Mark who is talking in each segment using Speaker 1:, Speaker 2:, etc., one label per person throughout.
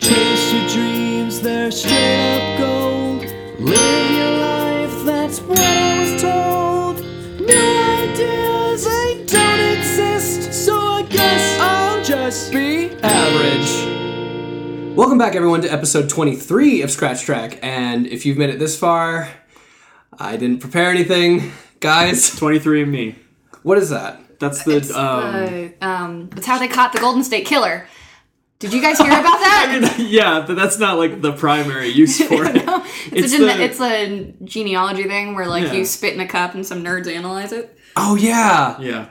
Speaker 1: your dreams, they're straight up gold. Live your life, that's what I was told. New ideas, they don't exist, so I guess I'll just be average. Welcome back, everyone, to episode 23 of Scratch Track. And if you've made it this far, I didn't prepare anything. Guys,
Speaker 2: 23 and me.
Speaker 1: what is that?
Speaker 2: That's the um,
Speaker 3: Uh, um, it's how they caught the Golden State Killer. Did you guys hear about that?
Speaker 2: yeah, but that's not like the primary use for it.
Speaker 3: it's,
Speaker 2: it's
Speaker 3: a gene-
Speaker 2: the-
Speaker 3: it's a genealogy thing where like
Speaker 2: Yeah.
Speaker 3: you spit in a cup and some nerds analyze it.
Speaker 1: Oh, yeah.
Speaker 2: Yeah.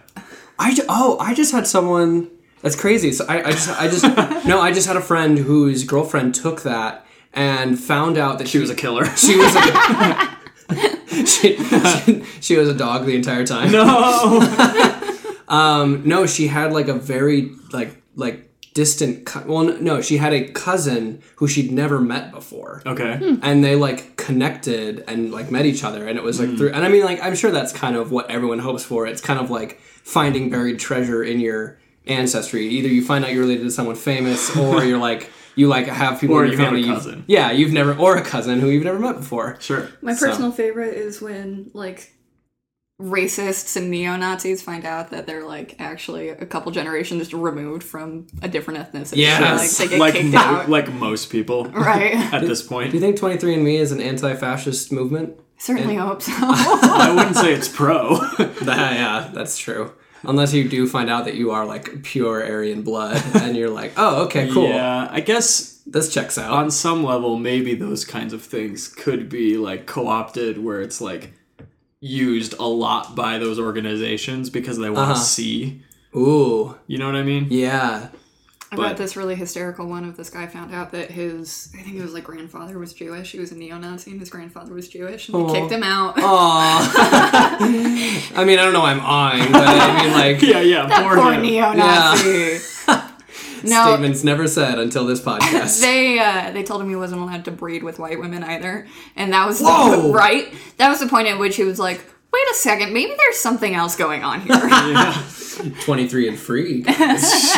Speaker 1: I ju- oh I just had someone that's crazy. So I, I just I just no I just had a friend whose girlfriend took that and found out that she,
Speaker 2: She was a killer.
Speaker 1: she was a, she, she, she was a dog the entire time.
Speaker 2: no.
Speaker 1: No, she had like a very like like distant co- well no she had a cousin who she'd never met before
Speaker 2: Okay.
Speaker 3: Hmm.
Speaker 1: and they like connected and like met each other and it was like
Speaker 2: Mm.
Speaker 1: through and i mean like i'm sure that's kind of what everyone hopes for it's kind of like finding buried treasure in your ancestry either you find out you're related to someone famous or you're like you like have people
Speaker 2: Or
Speaker 1: in your
Speaker 2: you have a
Speaker 1: family you've-
Speaker 2: cousin.
Speaker 1: yeah you've never or a cousin who you've never met before
Speaker 2: Sure.
Speaker 3: My
Speaker 1: So-
Speaker 3: personal favorite is when like racists and neo Nazis find out that they're like actually a couple generations removed from a different ethnicity.
Speaker 1: Yes.
Speaker 3: like they get
Speaker 2: like
Speaker 3: kicked
Speaker 2: mo-
Speaker 3: out.
Speaker 2: like most people
Speaker 3: right.
Speaker 2: at this
Speaker 1: do you
Speaker 2: point.
Speaker 1: think 23andme is an anti-fascist movement
Speaker 3: Certainly hope so.
Speaker 2: I wouldn't say it's pro.
Speaker 1: That- yeah that's true unless you do find out that you are like pure aryan blood and you're like oh okay cool
Speaker 2: Yeah, I guess
Speaker 1: this checks out
Speaker 2: on some level, maybe those kinds of things could be like co opted where it's like used a lot by those organizations because they
Speaker 1: Uh-huh.
Speaker 2: want to see.
Speaker 1: ooh
Speaker 2: You know what I mean?
Speaker 1: yeah
Speaker 3: I
Speaker 2: But-
Speaker 3: read this really hysterical one of this guy found out that his I think it was like grandfather was Jewish. He was a neo-Nazi and his grandfather was Jewish, and they kicked him out.
Speaker 1: I mean, I don't know why I'm awing, but I mean, like,
Speaker 2: Yeah, yeah.
Speaker 3: That
Speaker 2: poor
Speaker 3: poor
Speaker 2: him.
Speaker 3: neo-Nazi. no,
Speaker 1: statements never said until this podcast.
Speaker 3: they uh, they told him he wasn't allowed to breed with white women either, and that was
Speaker 1: Whoa!
Speaker 3: the, right. That was the point at which he was like, "Wait a second, maybe there's something else going on here."
Speaker 1: 23 and free. guys.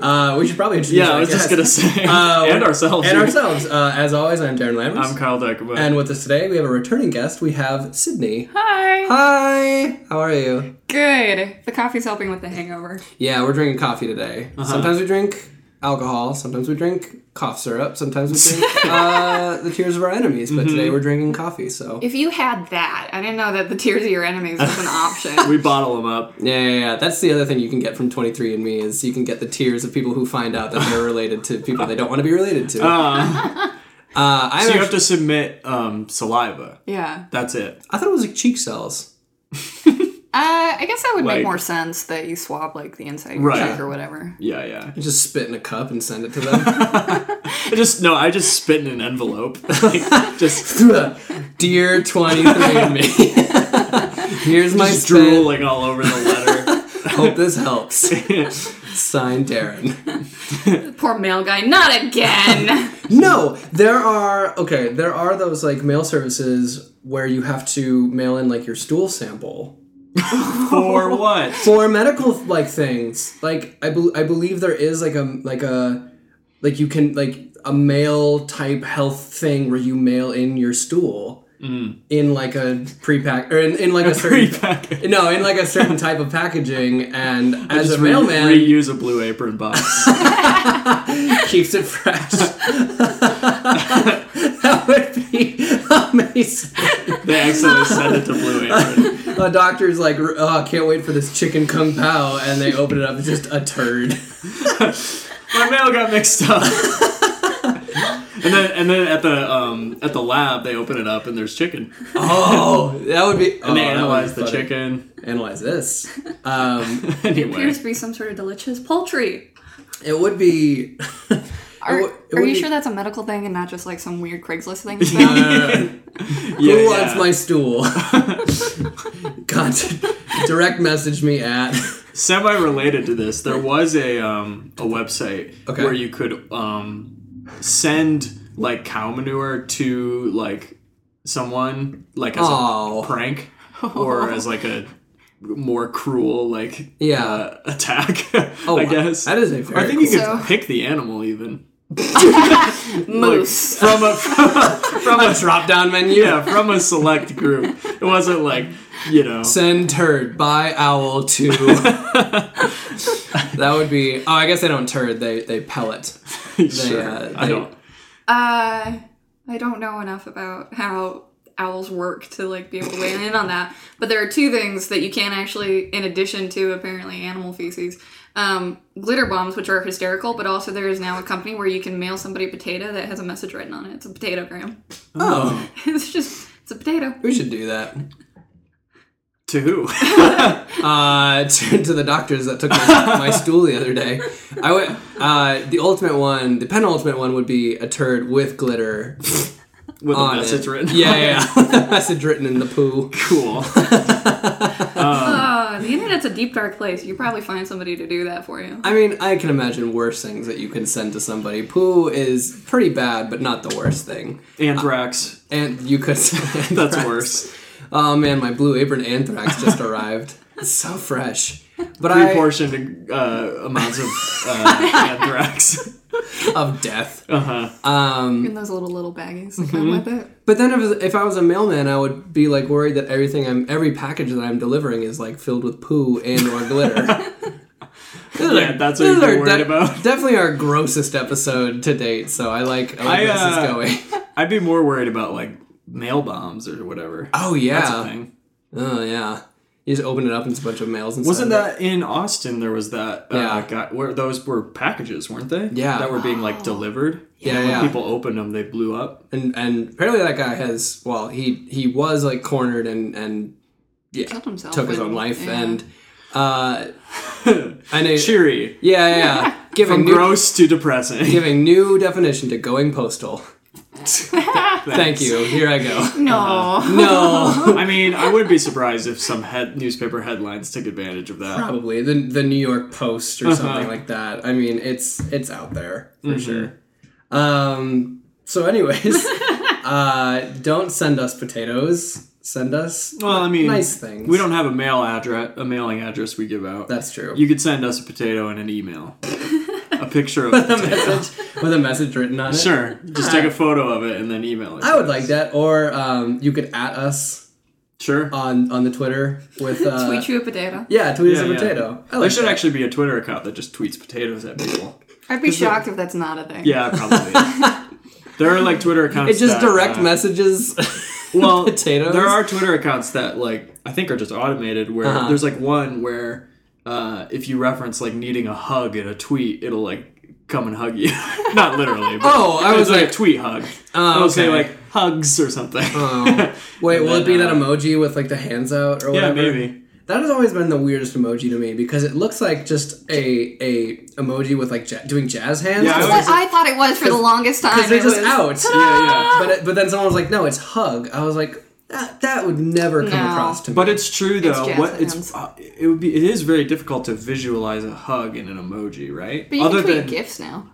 Speaker 1: uh, we should probably introduce
Speaker 2: Yeah,
Speaker 1: our
Speaker 2: I was just
Speaker 1: guest.
Speaker 2: gonna say, and ourselves.
Speaker 1: Uh, And ourselves. Uh, as always, I'm Darren Lambers.
Speaker 2: I'm Kyle Dykeman.
Speaker 1: and with us today, we have a returning guest. We have Sydney.
Speaker 3: Hi.
Speaker 1: Hi. How are you?
Speaker 3: Good. The coffee's helping with the hangover.
Speaker 1: Yeah, we're drinking coffee today.
Speaker 2: Uh-huh.
Speaker 1: Sometimes we drink alcohol. Sometimes we drink cough syrup. Sometimes we drink uh, the tears of our enemies.
Speaker 2: Mm-hmm.
Speaker 1: But today, we're drinking coffee. So
Speaker 3: If you had that, I didn't know that the tears of your enemies was an option.
Speaker 2: we bottle them up.
Speaker 1: Yeah, yeah, yeah. That's the other thing you can get from 23andMe is you can get the tears of people who find out that they're related to people they don't want to be related to. Uh, I'm
Speaker 2: So you
Speaker 1: actu-
Speaker 2: have to submit um, saliva.
Speaker 3: yeah.
Speaker 2: That's it.
Speaker 1: I thought it was like cheek cells.
Speaker 3: Uh, I guess that would
Speaker 2: Like-
Speaker 3: make more sense that you swab like the inside of your
Speaker 2: Right.
Speaker 3: cheek or whatever.
Speaker 2: Yeah, yeah.
Speaker 1: You just spit in a cup and send it to them.
Speaker 2: I just no. I just spit in an envelope. like, just
Speaker 1: Dear 23andMe, here's my
Speaker 2: just
Speaker 1: spit.
Speaker 2: drooling all over the letter.
Speaker 1: Hope this helps. Signed, Darren.
Speaker 3: Poor male guy, not again!
Speaker 1: No, there are okay. There are those like mail services where you have to mail in like your stool sample.
Speaker 2: For what?
Speaker 1: for medical like things like I, bel I believe there is like a like a like you can like a mail type health thing where you mail in your stool
Speaker 2: Mm.
Speaker 1: in like a prepack or in, in like a, certain
Speaker 2: Repack.
Speaker 1: no in like a certain type of packaging and as a
Speaker 2: re-
Speaker 1: mailman
Speaker 2: reuse a blue apron box.
Speaker 1: keeps it fresh that would be amazing
Speaker 2: they accidentally sent it to blue apron.
Speaker 1: a doctor's like oh I can't wait for this chicken kung pao and they open it up it's just a turd
Speaker 2: My mail got mixed up. And then, and then at the um, at the lab, they open it up and there's chicken.
Speaker 1: oh that would be oh,
Speaker 2: And they
Speaker 1: that would be
Speaker 2: analyze the
Speaker 1: funny.
Speaker 2: chicken.
Speaker 1: analyze this. Um,
Speaker 2: anyway,
Speaker 3: appears to be some sort of delicious poultry.
Speaker 1: it would be. it
Speaker 3: Are,
Speaker 1: would- it
Speaker 3: are
Speaker 1: would
Speaker 3: you
Speaker 1: be,
Speaker 3: sure that's a medical thing and not just like some weird Craigslist thing?
Speaker 1: Uh,
Speaker 2: yeah,
Speaker 1: Who wants
Speaker 2: yeah.
Speaker 1: my stool? God, direct message me at.
Speaker 2: semi-related to this? There was a um, a website
Speaker 1: Okay.
Speaker 2: where you could um, send like cow manure to like someone like as
Speaker 1: Oh.
Speaker 2: a prank or as like a more cruel like
Speaker 1: Yeah.
Speaker 2: uh, attack.
Speaker 1: Oh,
Speaker 2: I guess.
Speaker 1: that is a
Speaker 2: Or I
Speaker 1: very.
Speaker 2: think you
Speaker 1: cool-
Speaker 2: could
Speaker 3: So-
Speaker 2: pick the animal even.
Speaker 3: Moose.
Speaker 2: from a from a, from a
Speaker 1: Drop down menu.
Speaker 2: yeah from a select group. It wasn't like you know
Speaker 1: Send turd by owl to. that would be. Oh, I guess they don't turd. They they pellet.
Speaker 2: sure
Speaker 1: uh,
Speaker 2: I
Speaker 1: they-
Speaker 2: don't.
Speaker 3: Uh, I don't know enough about how owls work to like be able to weigh in on that. But there are two things that you can actually, in addition to apparently animal feces, um, glitter bombs, which are hysterical. But also there is now a company where you can mail somebody a potato that has a message written on it. It's a potato gram.
Speaker 1: Oh,
Speaker 3: it's just it's a potato.
Speaker 1: we should do that.
Speaker 2: To who?
Speaker 1: uh, to, to the doctors that took my, my stool the other day. I would uh, the ultimate one, the penultimate one would be a turd with glitter
Speaker 2: With a
Speaker 1: on
Speaker 2: message
Speaker 1: it.
Speaker 2: written.
Speaker 1: Yeah, yeah, yeah. message written in the poo.
Speaker 2: Cool.
Speaker 3: Uh, the internet's a deep dark place. You probably find somebody to do that for you.
Speaker 1: I mean, I can imagine worse things that you can send to somebody. Poo is pretty bad, but not the worst thing.
Speaker 2: Anthrax.
Speaker 1: And you could.
Speaker 2: That's worse.
Speaker 1: Oh man, my blue apron anthrax just arrived. It's so fresh. But
Speaker 2: Three
Speaker 1: I
Speaker 2: portioned uh, amounts of uh, anthrax.
Speaker 1: of death.
Speaker 2: Uh huh.
Speaker 1: Um,
Speaker 3: In those little little baggies. that come with it.
Speaker 1: But then if, if I was a mailman, I would be like worried that everything I'm every package that I'm delivering is like filled with poo and or glitter. These
Speaker 2: Yeah,
Speaker 1: are-
Speaker 2: that's what you'd
Speaker 1: these
Speaker 2: be
Speaker 1: are
Speaker 2: worried about.
Speaker 1: Definitely our grossest episode to date. So I like, I like
Speaker 2: I,
Speaker 1: where
Speaker 2: uh,
Speaker 1: this is going.
Speaker 2: I'd be more worried about like mail bombs or whatever.
Speaker 1: Oh
Speaker 2: That's a
Speaker 1: yeah,
Speaker 2: thing.
Speaker 1: oh yeah. You just open it up and it's a bunch of mails. And
Speaker 2: Wasn't
Speaker 1: stuff.
Speaker 2: that in Austin? There was that. Uh,
Speaker 1: Yeah.
Speaker 2: guy- where those were packages, weren't they?
Speaker 1: Yeah.
Speaker 2: That were being like delivered.
Speaker 1: Yeah,
Speaker 2: And when
Speaker 1: yeah.
Speaker 2: people opened them, they blew up.
Speaker 1: And and apparently that guy has well he he was like cornered and and
Speaker 3: Killed himself.
Speaker 1: took his
Speaker 3: and-
Speaker 1: own life
Speaker 3: yeah.
Speaker 1: and uh I know
Speaker 2: Cheery.
Speaker 1: yeah yeah, yeah. giving
Speaker 2: From
Speaker 1: new
Speaker 2: gross to depressing.
Speaker 1: giving new definition to going postal. Thank you. Here I go.
Speaker 3: No.
Speaker 1: uh, No,
Speaker 2: I mean, I wouldn't be surprised if some head newspaper headlines took advantage of that.
Speaker 1: probably the the New York Post
Speaker 2: Uh-huh.
Speaker 1: or something like that. I mean, it's it's out there
Speaker 2: Mm-hmm.
Speaker 1: for sure. Um. So, anyways, uh, don't send us potatoes. Send us
Speaker 2: Well, I mean,
Speaker 1: nice things.
Speaker 2: We don't have a mail address, a mailing address we give out.
Speaker 1: That's true.
Speaker 2: you could send us a potato in an email, a picture of a
Speaker 1: with a
Speaker 2: potato.
Speaker 1: message with a message written on it.
Speaker 2: Sure, just take a photo of it and then email it.
Speaker 1: I would like that. Or um, you could at us
Speaker 2: Sure.
Speaker 1: on on the Twitter with uh,
Speaker 3: Sweet you a potato.
Speaker 1: yeah, tweet us
Speaker 2: Yeah,
Speaker 1: a
Speaker 2: yeah.
Speaker 1: potato. I
Speaker 2: there
Speaker 1: like
Speaker 2: should
Speaker 1: that.
Speaker 2: actually be a Twitter account that just tweets potatoes at people.
Speaker 3: I'd be shocked if that's not a thing.
Speaker 2: Yeah, probably. there are like Twitter accounts.
Speaker 1: It's just
Speaker 2: that,
Speaker 1: direct
Speaker 2: uh,
Speaker 1: messages.
Speaker 2: well,
Speaker 1: potatoes.
Speaker 2: There are Twitter accounts that like I think are just automated. Where
Speaker 1: Uh-huh.
Speaker 2: there's like one where uh, if you reference like needing a hug in a tweet, it'll like come and hug you. Not literally. But
Speaker 1: Oh, I
Speaker 2: it's
Speaker 1: was
Speaker 2: like,
Speaker 1: like-
Speaker 2: a tweet hug.
Speaker 1: Oh,
Speaker 2: it'll say
Speaker 1: okay.
Speaker 2: like hugs or something.
Speaker 1: Oh. Wait,
Speaker 2: And
Speaker 1: will it
Speaker 2: then,
Speaker 1: be that
Speaker 2: uh,
Speaker 1: emoji with like the hands out or
Speaker 2: yeah,
Speaker 1: whatever?
Speaker 2: maybe.
Speaker 1: That has always been the weirdest emoji to me because it looks like just a a emoji with like ja- doing jazz hands.
Speaker 2: Yeah, I
Speaker 3: That's
Speaker 2: was
Speaker 3: what I thought it was for the longest time.
Speaker 1: because they're
Speaker 3: It
Speaker 1: just
Speaker 3: was-
Speaker 1: out.
Speaker 2: Yeah, yeah.
Speaker 1: But it, but then someone was like, no, it's hug. I was like, that that would never come
Speaker 3: No.
Speaker 1: across to me.
Speaker 2: But it's true though.
Speaker 3: jazz
Speaker 2: what
Speaker 3: hands.
Speaker 2: it's uh, it would be it is very difficult to visualize a hug in an emoji, right?
Speaker 3: But you
Speaker 2: Other
Speaker 3: can tweet
Speaker 2: than
Speaker 3: gifts now.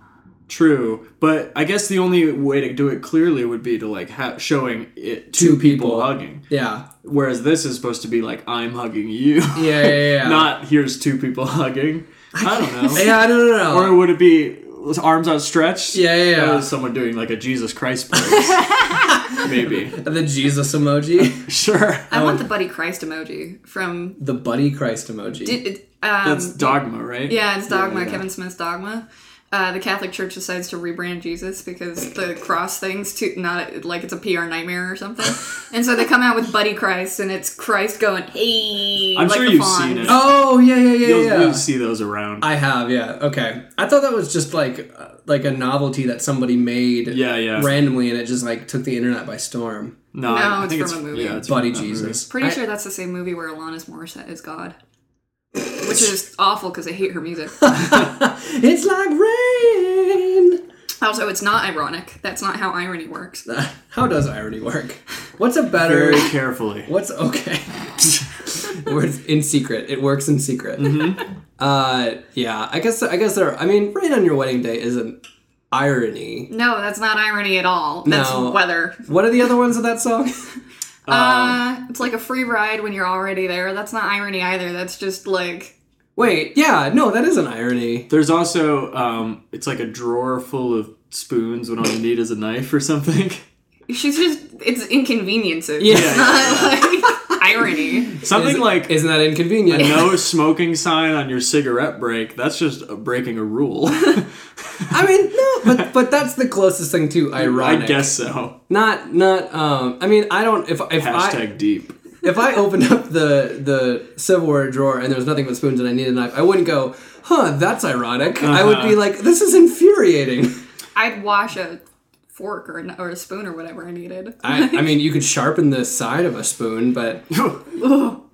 Speaker 2: True, but I guess the only way to do it clearly would be to like ha- showing it two,
Speaker 1: Two
Speaker 2: people,
Speaker 1: people.
Speaker 2: hugging.
Speaker 1: yeah,
Speaker 2: Whereas this is supposed to be like I'm hugging you.
Speaker 1: yeah, yeah, yeah. yeah.
Speaker 2: Not here's two people hugging. I don't know.
Speaker 1: yeah, no, no, no.
Speaker 2: or would it be arms outstretched?
Speaker 1: Yeah, yeah,
Speaker 2: That
Speaker 1: yeah.
Speaker 2: was someone doing like a Jesus Christ pose. Maybe.
Speaker 1: the Jesus emoji,
Speaker 2: Sure.
Speaker 3: I
Speaker 1: Um,
Speaker 3: want the Buddy Christ emoji from.
Speaker 1: the Buddy Christ emoji.
Speaker 3: Did, it- um,
Speaker 2: That's dogma, right?
Speaker 3: yeah, it's Dogma,
Speaker 2: yeah.
Speaker 3: Kevin Smith's Dogma. Uh, the Catholic Church decides to rebrand Jesus because the cross thing's too not like it's a PR nightmare or something, and so they come out with Buddy Christ, and it's Christ going, "Hey,"
Speaker 2: I'm
Speaker 3: like
Speaker 2: sure
Speaker 3: the
Speaker 2: you've
Speaker 3: fawn.
Speaker 2: seen it.
Speaker 1: oh yeah, yeah, yeah,
Speaker 2: You'll,
Speaker 1: yeah.
Speaker 2: you'll see those around.
Speaker 1: I have, yeah. Okay. I thought that was just like uh, like a novelty that somebody made
Speaker 2: Yeah, yeah.
Speaker 1: randomly and it just like took the internet by storm.
Speaker 2: no,
Speaker 3: No,
Speaker 2: I, I
Speaker 3: it's
Speaker 2: think
Speaker 3: from
Speaker 2: it's
Speaker 3: a movie.
Speaker 2: Yeah, it's
Speaker 1: Buddy
Speaker 2: from that movie.
Speaker 1: Jesus.
Speaker 3: Pretty
Speaker 1: I-
Speaker 3: sure that's the same movie where Alanis Morissette is God, which is awful because I hate her music.
Speaker 1: It's like rain.
Speaker 3: also, it's not ironic. That's not how irony works.
Speaker 1: How does irony work? What's a better
Speaker 2: Very carefully.
Speaker 1: What's okay? We're in secret. It works in secret.
Speaker 2: Mm-hmm.
Speaker 1: Uh yeah, I guess I guess there I mean, rain on your wedding day isn't irony.
Speaker 3: No, that's not irony at all. That's
Speaker 1: No.
Speaker 3: weather.
Speaker 1: What are the other ones of that song?
Speaker 3: Uh, it's like a free ride when you're already there. That's not irony either. That's just like
Speaker 1: Wait, yeah, no, that isn't irony.
Speaker 2: There's also um, it's like a drawer full of spoons when all you need is a knife or something.
Speaker 3: She's just it's inconveniences.
Speaker 2: Yeah,
Speaker 3: It's not like irony.
Speaker 2: Something
Speaker 1: Is-
Speaker 2: like
Speaker 1: Isn't that
Speaker 2: a
Speaker 1: inconvenient?
Speaker 2: no smoking sign on your cigarette break. That's just uh, breaking a rule.
Speaker 1: I mean, no, but but that's the closest thing to ironic.
Speaker 2: I guess so.
Speaker 1: not not. Um, I mean, I don't. If if I
Speaker 2: Hashtag deep.
Speaker 1: if I opened up the the Silverware drawer and there was nothing but spoons and I needed a knife, I wouldn't go, huh? That's ironic. I would be like, this is infuriating.
Speaker 3: I'd wash a fork or, or a spoon or whatever I needed.
Speaker 1: I, I mean, you could sharpen the side of a spoon, but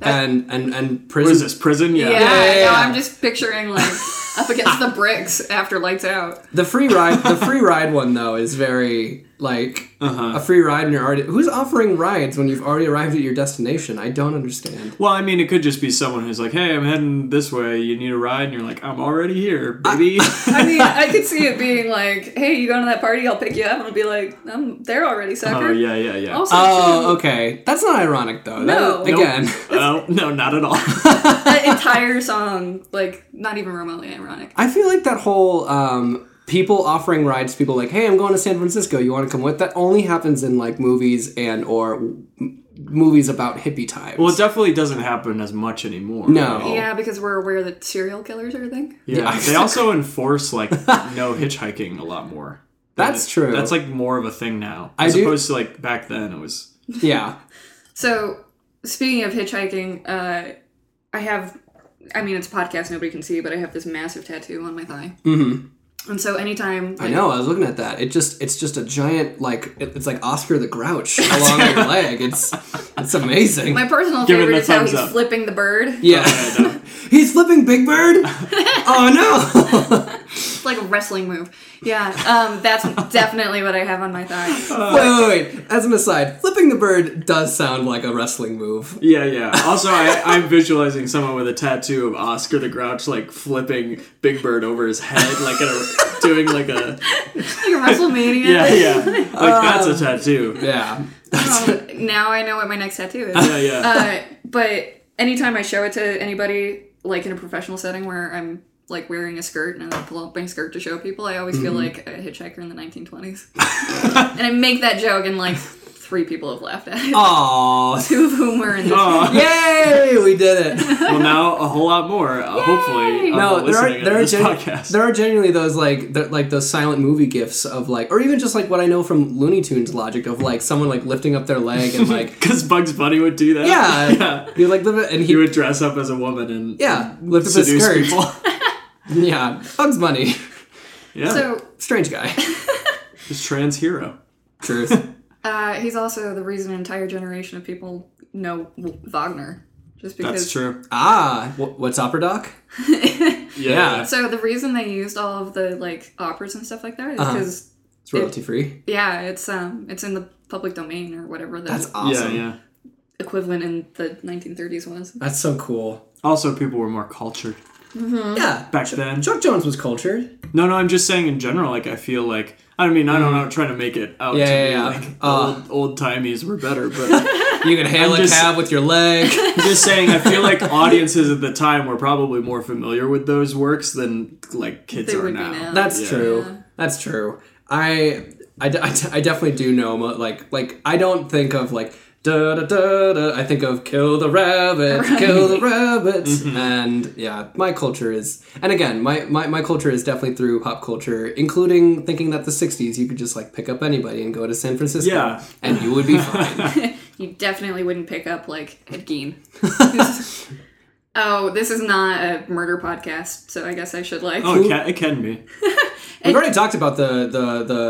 Speaker 1: and and and prison.
Speaker 2: What is this prison? Yeah.
Speaker 3: yeah,
Speaker 1: yeah, yeah.
Speaker 3: no, I'm just picturing like up against the bricks after lights out.
Speaker 1: The free ride, the free ride one though is very like a free ride, and you're already who's offering rides when you've already arrived at your destination. I don't understand.
Speaker 2: Well, I mean, it could just be someone who's like, "Hey, I'm heading this way. You need a ride?" And you're like, "I'm already here,
Speaker 1: Uh,
Speaker 2: baby."
Speaker 3: I mean, I could see it being like, "Hey, you going to that party? I'll pick you up." And I'll be like, "I'm there already, sucker."
Speaker 2: oh yeah, yeah, yeah.
Speaker 3: Also,
Speaker 1: Oh, okay, that's not ironic though.
Speaker 3: No.
Speaker 1: That- again,
Speaker 2: Oh no, not at all.
Speaker 3: too, that entire song, like, not even remotely ironic.
Speaker 1: I feel like that whole um, people offering rides, to people like, "Hey, I'm going to San Francisco. You want to come with?" That only happens in like movies and or m- movies about hippie times.
Speaker 2: well, it definitely doesn't happen as much anymore.
Speaker 1: no,
Speaker 3: Yeah, because we're aware that serial killers are a thing.
Speaker 2: Yeah,
Speaker 1: Yeah.
Speaker 2: they also enforce like no hitchhiking a lot more.
Speaker 1: That's true.
Speaker 2: That's like more of a thing now,
Speaker 1: I
Speaker 2: as
Speaker 1: do-
Speaker 2: opposed to like back then. It was
Speaker 1: yeah.
Speaker 3: So, speaking of hitchhiking, uh, I have, I mean, it's a podcast, nobody can see, but I have this massive tattoo on my thigh. Mm-hmm. And so, anytime.
Speaker 1: I
Speaker 3: like-
Speaker 1: know. I was looking at that. It just it's just a giant like it- it's like Oscar the Grouch along your leg. It's it's amazing.
Speaker 3: My personal
Speaker 2: Give him
Speaker 3: favorite
Speaker 2: the
Speaker 3: is how
Speaker 2: thumbs
Speaker 3: he's
Speaker 2: up.
Speaker 3: flipping the bird.
Speaker 2: Oh,
Speaker 1: yeah,
Speaker 2: uh,
Speaker 1: he's flipping Big Bird. oh no!
Speaker 3: It's like a wrestling move. Yeah, um, that's definitely what I have on my thigh.
Speaker 1: wait, wait, wait. As an aside, flipping the bird does sound like a wrestling move.
Speaker 2: yeah, yeah. Also, I, I'm visualizing someone with a tattoo of Oscar the Grouch like flipping Big Bird over his head, like a, doing like a
Speaker 3: Like a WrestleMania.
Speaker 2: yeah, yeah. Like
Speaker 1: Um,
Speaker 2: that's a tattoo.
Speaker 1: Yeah.
Speaker 3: Um, now I know what my next tattoo is.
Speaker 2: Yeah, yeah.
Speaker 3: Uh, but anytime I show it to anybody, like in a professional setting where I'm like wearing a skirt and I pull up my skirt to show people, I always feel
Speaker 2: Mm-hmm.
Speaker 3: like a hitchhiker in the 1920s. and I make that joke, and like three people have laughed at it.
Speaker 1: Aww.
Speaker 3: Two of whom were in this.
Speaker 2: Aw.
Speaker 1: Yay! We did it.
Speaker 2: Oh, well, now a whole lot more. Uh, hopefully,
Speaker 3: Yay!
Speaker 2: on
Speaker 1: No, there
Speaker 2: the listening
Speaker 1: are
Speaker 2: end
Speaker 1: there
Speaker 2: of
Speaker 1: are,
Speaker 2: this
Speaker 1: genu-
Speaker 2: podcast.
Speaker 1: there are genuinely those like th- like those silent movie gifs of like, or even just like what I know from Looney Tunes logic of like someone like lifting up their leg and like
Speaker 2: because Bugs Bunny would do that.
Speaker 1: Yeah.
Speaker 2: yeah.
Speaker 1: you like lift it and
Speaker 2: He
Speaker 1: he
Speaker 2: would dress up as a woman and
Speaker 1: yeah lift up his
Speaker 2: seduce
Speaker 1: skirt.
Speaker 2: people.
Speaker 1: Yeah, Bugs Bunny,
Speaker 2: yeah,
Speaker 3: So
Speaker 1: strange guy.
Speaker 2: he's trans hero.
Speaker 1: Truth.
Speaker 3: uh, he's also the reason an entire generation of people know Wagner. Just because
Speaker 2: That's true.
Speaker 1: Ah, wh- what's opera doc? Yeah.
Speaker 3: So the reason they used all of the like operas and stuff like that is
Speaker 2: Uh-huh.
Speaker 3: because
Speaker 1: It's royalty free.
Speaker 3: yeah, it's um it's in the public domain or whatever the
Speaker 1: That's awesome.
Speaker 2: Yeah, yeah.
Speaker 3: equivalent in the 1930s was.
Speaker 1: That's so cool.
Speaker 2: Also, people were more cultured
Speaker 1: Yeah.
Speaker 2: back then.
Speaker 1: Chuck Jones was cultured.
Speaker 2: No, no, I'm just saying in general. Like, I feel like I mean, I don't know. I'm trying to make it out
Speaker 1: Mm. Yeah,
Speaker 2: to
Speaker 1: yeah,
Speaker 2: be
Speaker 1: yeah.
Speaker 2: like
Speaker 1: Uh.
Speaker 2: old old timeys were better, but
Speaker 1: You can hail
Speaker 2: I'm
Speaker 1: a
Speaker 2: just-
Speaker 1: cab with your leg.
Speaker 2: I'm just saying. I feel like audiences at the time were probably more familiar with those works than like kids
Speaker 3: They
Speaker 2: are
Speaker 3: would be
Speaker 2: now.
Speaker 3: now.
Speaker 1: That's
Speaker 2: Yeah.
Speaker 1: true.
Speaker 3: Yeah.
Speaker 1: That's true. I, I, de- I, de- I definitely do know. mo- Like like I don't think of like da da da da. I think of kill the rabbit, kill the rabbit, and yeah, my culture is. And again, my, my my culture is definitely through pop culture, including thinking that the '60s you could just like pick up anybody and go to San Francisco,
Speaker 2: Yeah.
Speaker 1: and you would be fine.
Speaker 3: You definitely wouldn't pick up like Ed Gein. This is- oh, this is not a murder podcast, so I guess I should like.
Speaker 2: Oh, it can, it can be
Speaker 1: We've already talked about the the the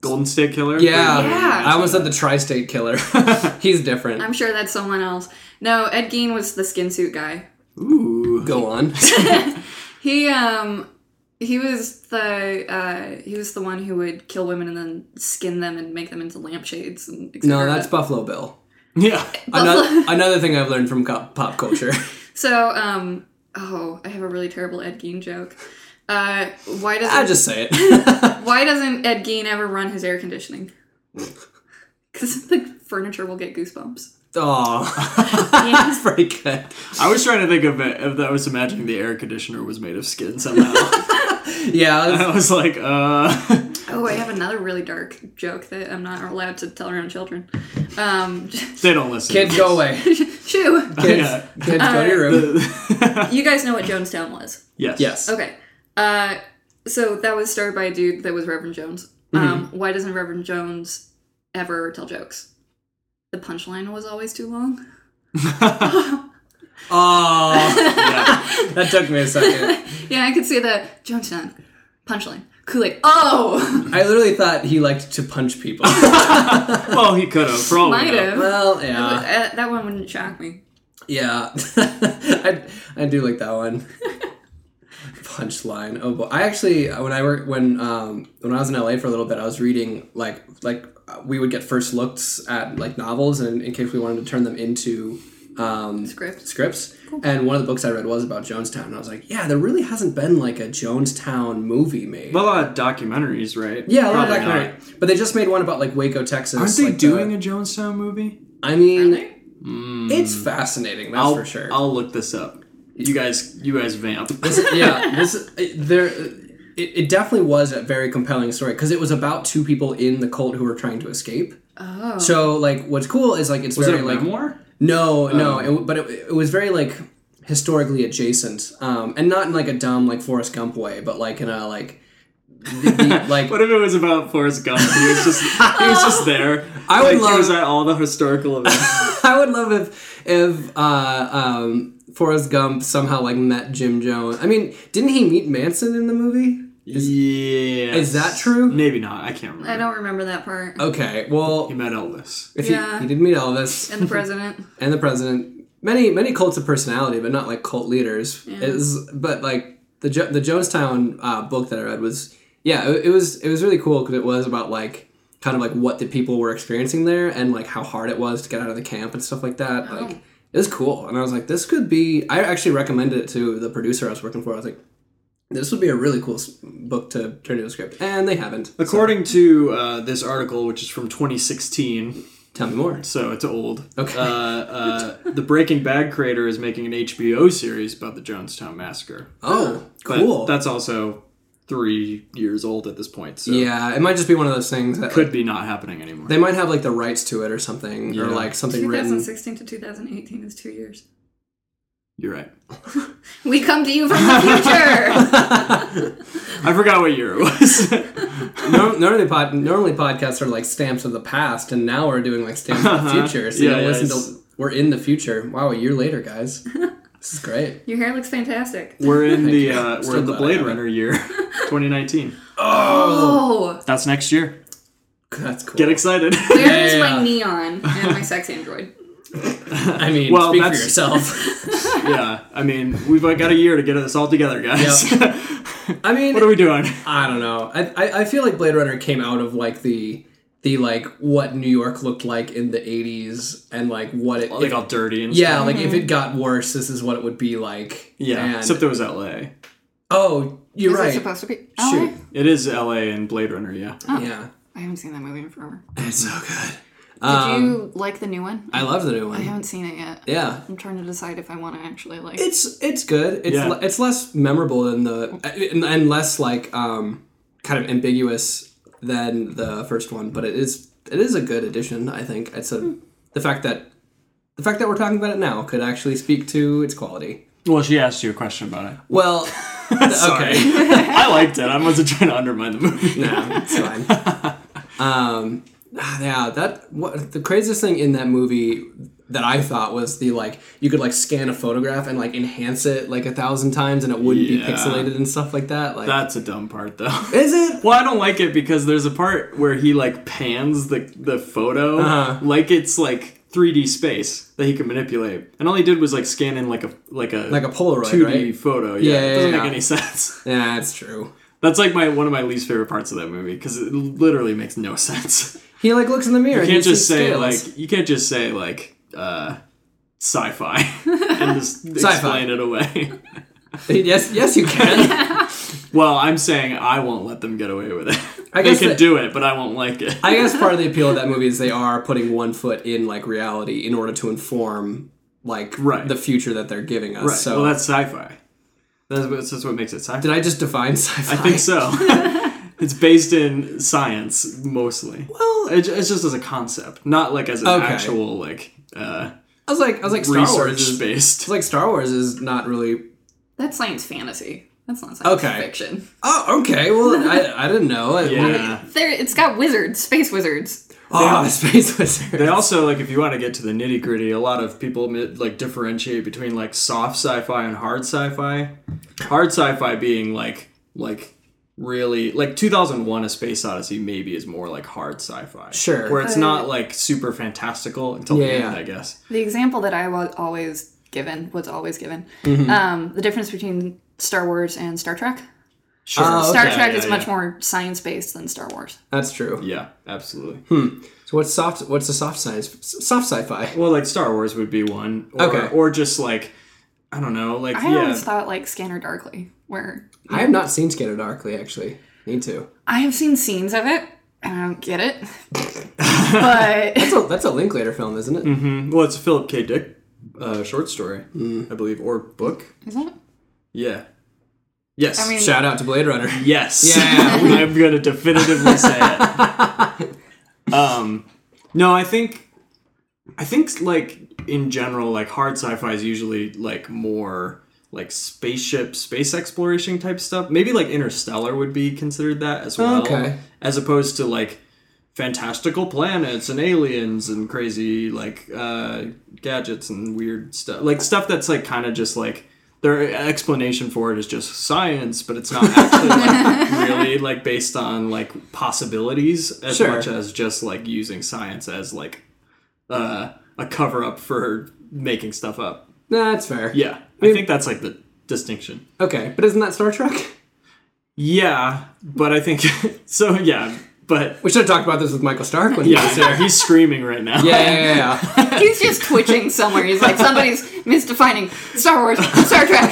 Speaker 2: Golden State Killer.
Speaker 1: yeah.
Speaker 3: Yeah.
Speaker 1: I almost said the tri-state killer. He's different.
Speaker 3: I'm sure that's someone else. No, Ed Gein was the skin suit guy.
Speaker 2: Ooh.
Speaker 1: go on.
Speaker 3: He um he was the uh he was the one who would kill women and then skin them and make them into lampshades and et
Speaker 1: no,
Speaker 3: cetera.
Speaker 1: that's Buffalo Bill.
Speaker 2: Yeah.
Speaker 1: another, another thing I've learned from co- pop culture.
Speaker 3: So, um, oh, I have a really terrible Ed Gein joke. Uh, why
Speaker 1: I
Speaker 3: doesn't
Speaker 1: just say it.
Speaker 3: why doesn't Ed Gein ever run his air conditioning? Because the furniture will get goosebumps.
Speaker 1: Oh, that's pretty good.
Speaker 2: I was trying to think of it. If I was imagining the air conditioner was made of skin somehow,
Speaker 1: Yeah,
Speaker 2: I was like, uh,
Speaker 3: Oh, another really dark joke that I'm not allowed to tell around children. Um,
Speaker 2: They don't listen.
Speaker 1: Kids, go away.
Speaker 3: shoo.
Speaker 1: Kids,
Speaker 2: Yeah.
Speaker 1: kids go to your room.
Speaker 3: You guys know what Jonestown was.
Speaker 2: yes.
Speaker 1: Yes.
Speaker 3: Okay. Uh, so that was started by a dude that was Reverend Jones. Um, why doesn't Reverend Jones ever tell jokes? The punchline was always too long.
Speaker 1: Oh,
Speaker 2: Yeah.
Speaker 1: that took me a second.
Speaker 3: Yeah, I could see the Jonestown punchline. Kool Aid. Oh,
Speaker 1: I literally thought he liked to punch people.
Speaker 2: Well, he could have. For all we
Speaker 3: might
Speaker 2: know.
Speaker 3: have.
Speaker 1: well,
Speaker 3: Uh,
Speaker 1: yeah,
Speaker 3: that one wouldn't shock me.
Speaker 1: yeah. I, I do like that one. Punchline. Oh boy. I actually when I work when um when I was in LA for a little bit, I was reading like like uh, we would get first looks at like novels, and in case we wanted to turn them into um
Speaker 3: Script.
Speaker 1: scripts. And one of the books I read was about Jonestown, and I was like, yeah, there really hasn't been like a Jonestown movie made.
Speaker 2: Well, a lot of documentaries, right?
Speaker 1: yeah, a lot of
Speaker 2: Probably not.
Speaker 1: documentary. But they just made one about like Waco, Texas.
Speaker 2: Aren't they
Speaker 1: like, the-
Speaker 2: doing a Jonestown movie?
Speaker 1: I mean,
Speaker 3: Really?
Speaker 1: it's fascinating. That's
Speaker 2: I'll,
Speaker 1: for sure.
Speaker 2: I'll look this up. You guys, you guys vamp.
Speaker 1: yeah, this it- there. It, it definitely was a very compelling story because it was about two people in the cult who were trying to escape.
Speaker 3: Oh.
Speaker 1: So, like, what's cool is like it's
Speaker 2: Was it
Speaker 1: very
Speaker 2: a
Speaker 1: like
Speaker 2: memoir? Oh.
Speaker 1: no, no, it, but it, it was very like historically adjacent, um, and not in like a dumb like Forrest Gump way, but like in a like the, the- like
Speaker 2: What if it was about Forrest Gump? He was just, he was just there.
Speaker 1: I would
Speaker 2: like, He was
Speaker 1: love-
Speaker 2: at all the historical events.
Speaker 1: I would love if if uh, um, Forrest Gump somehow like met Jim Jones. I mean, didn't he meet Manson in the movie?
Speaker 2: yeah.
Speaker 1: is that true?
Speaker 2: Maybe not. I can't remember.
Speaker 3: I don't remember that part.
Speaker 1: Okay, well,
Speaker 2: He met Elvis.
Speaker 1: if
Speaker 3: Yeah.
Speaker 1: he, he did meet Elvis
Speaker 3: And the president.
Speaker 1: and the president, many many cults of personality, but not like cult leaders. Is but like the jo- the Jonestown uh, book that I read was yeah, it, it was it was really cool because it was about like kind of like what the people were experiencing there and like how hard it was to get out of the camp and stuff like that.
Speaker 2: Oh.
Speaker 1: Like it was cool, and I was like, this could be. I actually recommended it to the producer I was working for. I was like. This would be a really cool s- book to turn into a script, and they haven't.
Speaker 2: According to uh, this article, which is from 2016,
Speaker 1: Tell me more.
Speaker 2: so it's old.
Speaker 1: Okay.
Speaker 2: Uh, uh, the Breaking Bad creator is making an HBO series about the Jonestown Massacre.
Speaker 1: Oh,
Speaker 2: But
Speaker 1: cool.
Speaker 2: That's also three years old at this point, so
Speaker 1: yeah, it might just be one of those things that
Speaker 2: could be not happening anymore.
Speaker 1: They might have like the rights to it or something, or
Speaker 2: Yeah.
Speaker 1: like something written.
Speaker 3: 2016 to 2018 is two years.
Speaker 2: You're right.
Speaker 3: We come to you from the future!
Speaker 2: I forgot what year it was.
Speaker 1: Norm- normally, pod- normally podcasts are like stamps of the past, and now we're doing like stamps of the future. So
Speaker 2: Uh-huh. Yeah,
Speaker 1: you
Speaker 2: yeah,
Speaker 1: listen
Speaker 2: it's-
Speaker 1: to we're in the future. Wow, a year later, guys. this is great.
Speaker 3: Your hair looks fantastic.
Speaker 2: we're in the uh,
Speaker 1: Still
Speaker 2: we're in the
Speaker 1: glad I
Speaker 2: Blade
Speaker 1: have it.
Speaker 2: Runner year, 2019.
Speaker 3: Oh!
Speaker 2: That's next year.
Speaker 1: That's cool.
Speaker 2: Get excited.
Speaker 3: There Oh. is my
Speaker 1: Yeah.
Speaker 3: neon and my sex android.
Speaker 1: I mean,
Speaker 2: Well,
Speaker 1: speak for
Speaker 2: that's-
Speaker 1: yourself.
Speaker 2: yeah, I mean we've got a year to get this all together, guys.
Speaker 1: I mean,
Speaker 2: what are we doing?
Speaker 1: I don't know. I, I I feel like Blade Runner came out of like the the like what New York looked like in the '80s and like what it.
Speaker 2: Like all dirty and
Speaker 1: yeah, like if it got worse, this is what it would be like.
Speaker 2: yeah.
Speaker 1: And-
Speaker 2: Except it was L.A.
Speaker 1: oh, you're
Speaker 3: Is
Speaker 1: right.
Speaker 3: it supposed to be?
Speaker 1: Shoot.
Speaker 3: Oh,
Speaker 2: It is L.A. in Blade Runner. Yeah.
Speaker 1: Yeah.
Speaker 3: I haven't seen that movie in forever.
Speaker 1: It's so good.
Speaker 3: Did you like the new one?
Speaker 1: Um, I love the new
Speaker 3: I
Speaker 1: one.
Speaker 3: haven't seen it yet.
Speaker 1: Yeah.
Speaker 3: I'm trying to decide if I want to actually like.
Speaker 1: It's it's good. It's
Speaker 2: Yeah.
Speaker 1: le- it's less memorable than the and, and less like um kind of ambiguous than the first one, but it is it is a good addition, I think. It's a the fact that the fact that we're talking about it now could actually speak to its quality.
Speaker 2: Well, she asked you a question about it.
Speaker 1: Well,
Speaker 2: Sorry.
Speaker 1: okay.
Speaker 2: I liked it. I wasn't trying to undermine the movie.
Speaker 1: no, it's fine. Um, ah, yeah, that what the craziest thing in that movie that I thought was the like you could like scan a photograph and like enhance it like a thousand times and it wouldn't
Speaker 2: Yeah.
Speaker 1: be pixelated and stuff like that. Like,
Speaker 2: That's a dumb part, though.
Speaker 1: is it?
Speaker 2: Well, I don't like it because there's a part where he like pans the the photo
Speaker 1: Uh-huh.
Speaker 2: like it's like 3D space that he can manipulate, and all he did was like scan in like a like a
Speaker 1: Like a Polaroid,
Speaker 2: 2D
Speaker 1: right?
Speaker 2: photo. Yeah,
Speaker 1: Yeah,
Speaker 2: it doesn't
Speaker 1: yeah,
Speaker 2: make
Speaker 1: yeah.
Speaker 2: any sense.
Speaker 1: Yeah, it's true.
Speaker 2: That's like my one of my least favorite parts of that movie because it literally makes no sense.
Speaker 1: He like looks in the mirror. and
Speaker 2: You can't
Speaker 1: he
Speaker 2: just
Speaker 1: sees
Speaker 2: say
Speaker 1: scales.
Speaker 2: like you can't just say like uh, sci-fi and just explain it away.
Speaker 1: yes, yes, you can.
Speaker 2: well, I'm saying I won't let them get away with it.
Speaker 1: I
Speaker 2: they
Speaker 1: guess
Speaker 2: can
Speaker 1: that-
Speaker 2: do it, but I won't like it.
Speaker 1: I guess part of the appeal of that movie is they are putting one foot in like reality in order to inform like
Speaker 2: Right.
Speaker 1: the future that they're giving us.
Speaker 2: Right.
Speaker 1: So
Speaker 2: well, that's sci-fi. That's, what- that's what makes it sci-fi.
Speaker 1: did I just define sci-fi?
Speaker 2: I think so. It's based in science mostly. Well, it, it's just as a concept, not like as an
Speaker 1: Okay.
Speaker 2: actual like uh,
Speaker 1: I was like, I was like, Star
Speaker 2: research
Speaker 1: Wars is
Speaker 2: based.
Speaker 1: it's like Star Wars is not really.
Speaker 3: That's science fantasy. That's not science
Speaker 1: Okay.
Speaker 3: fiction.
Speaker 1: Oh, okay. Well, I, I didn't know. I- Uh.
Speaker 2: yeah.
Speaker 3: There, it's got wizards, space wizards.
Speaker 1: Oh, Space Wizard.
Speaker 2: They also like if you want to get to the nitty gritty, a lot of people mi- like differentiate between like soft sci-fi and hard sci-fi. Hard sci-fi being like like really like 2001: A Space Odyssey maybe is more like hard sci-fi.
Speaker 1: Sure.
Speaker 2: where it's not like super fantastical until the
Speaker 1: Yeah,
Speaker 2: end,
Speaker 1: yeah.
Speaker 2: I guess.
Speaker 3: The example that I was always given was always given. Um, the difference between Star Wars and Star Trek.
Speaker 2: Sure.
Speaker 1: Oh,
Speaker 3: Star
Speaker 1: Okay,
Speaker 3: Trek
Speaker 2: yeah,
Speaker 3: is
Speaker 2: yeah.
Speaker 3: much more science based than Star Wars.
Speaker 1: That's true.
Speaker 2: Yeah, absolutely.
Speaker 1: Hmm. So what's soft? What's the soft science? s- Soft sci-fi.
Speaker 2: Well, like Star Wars would be one. Or,
Speaker 1: Okay.
Speaker 2: Or just like I don't know, like
Speaker 3: I
Speaker 2: yeah.
Speaker 3: always thought like Scanner Darkly, where
Speaker 1: I have not seen Scanner Darkly actually. Need to.
Speaker 3: I have seen scenes of it and I don't get it. but
Speaker 1: That's a that's a Linklater film, isn't it?
Speaker 2: well, it's a Philip K. Dick uh, short story,
Speaker 1: Hmm.
Speaker 2: I believe, or book.
Speaker 3: is it?
Speaker 2: Yeah. Yes.
Speaker 3: I mean,
Speaker 1: Shout out to Blade Runner.
Speaker 2: yes.
Speaker 1: Yeah.
Speaker 2: I'm gonna definitively say it. um, no, I think, I think like in general, like hard sci-fi is usually like more like spaceship, space exploration type stuff. Maybe like Interstellar would be considered that as well,
Speaker 1: Okay.
Speaker 2: as opposed to like fantastical planets and aliens and crazy like uh, gadgets and weird stuff like stuff that's like kind of just like their explanation for it is just science but it's not actually like, really like based on like possibilities as
Speaker 1: Sure.
Speaker 2: much as just like using science as like uh, a cover up for making stuff up
Speaker 1: Nah, that's fair.
Speaker 2: yeah i think that's like the distinction
Speaker 1: Okay, but isn't that Star Trek?
Speaker 2: yeah but i think so yeah but
Speaker 1: We should have talked about this with Michael Stark when he
Speaker 2: yeah
Speaker 1: was here.
Speaker 2: he's screaming right now
Speaker 1: Yeah, yeah, yeah, yeah.
Speaker 3: he's just twitching somewhere. He's like somebody's misdefining Star Wars, Star Trek.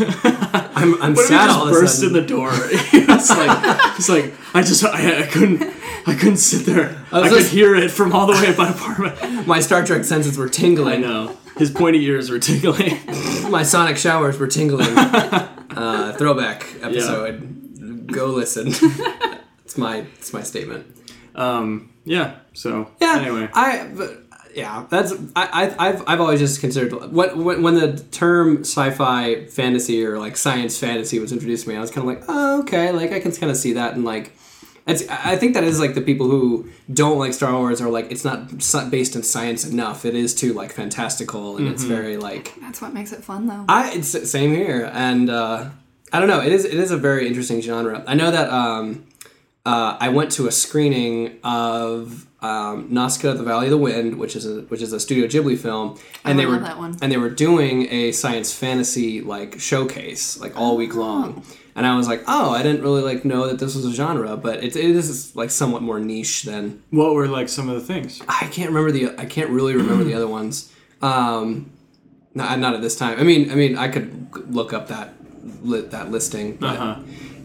Speaker 1: I'm, I'm
Speaker 2: What if he
Speaker 1: sad
Speaker 2: just
Speaker 1: all of a
Speaker 2: burst in
Speaker 1: sudden.
Speaker 2: the door? it's like it's like I just I, I couldn't I couldn't sit there. I,
Speaker 1: was
Speaker 2: could
Speaker 1: just-
Speaker 2: hear it from all the way up my apartment.
Speaker 1: My Star Trek senses were tingling.
Speaker 2: I know his pointy ears were tickling.
Speaker 1: My sonic showers were tingling. uh, throwback episode. Go listen. it's my it's my statement.
Speaker 2: Um, yeah. So
Speaker 1: Yeah.
Speaker 2: anyway,
Speaker 1: I but, yeah. That's I, I I've I've always just considered what when, when the term sci-fi fantasy or like science fantasy was introduced to me, I was kind of like, oh, okay, like I can kind of see that and like. It's, I I think that is like the people who don't like Star Wars are like it's not sci- based in science enough. It is too like fantastical and it's very like
Speaker 3: That's what makes it fun, though.
Speaker 1: I it's the same here, and uh, I don't know. It is it is a very interesting genre. I know that um, uh, I went to a screening of um, Nazca: The Valley of the Wind, which is a which is a Studio Ghibli film, and they
Speaker 3: love
Speaker 1: were
Speaker 3: that one.
Speaker 1: and they were doing a science fantasy like showcase like all
Speaker 3: Oh.
Speaker 1: week long. And I was like, oh, I didn't really like know that this was a genre, but it, it is like somewhat more niche than
Speaker 2: what were like some of the things?
Speaker 1: I can't remember the. I can't really remember the other ones. Um, not, not at this time. I mean, I mean, I could look up that li- that listing. But
Speaker 2: Uh-huh.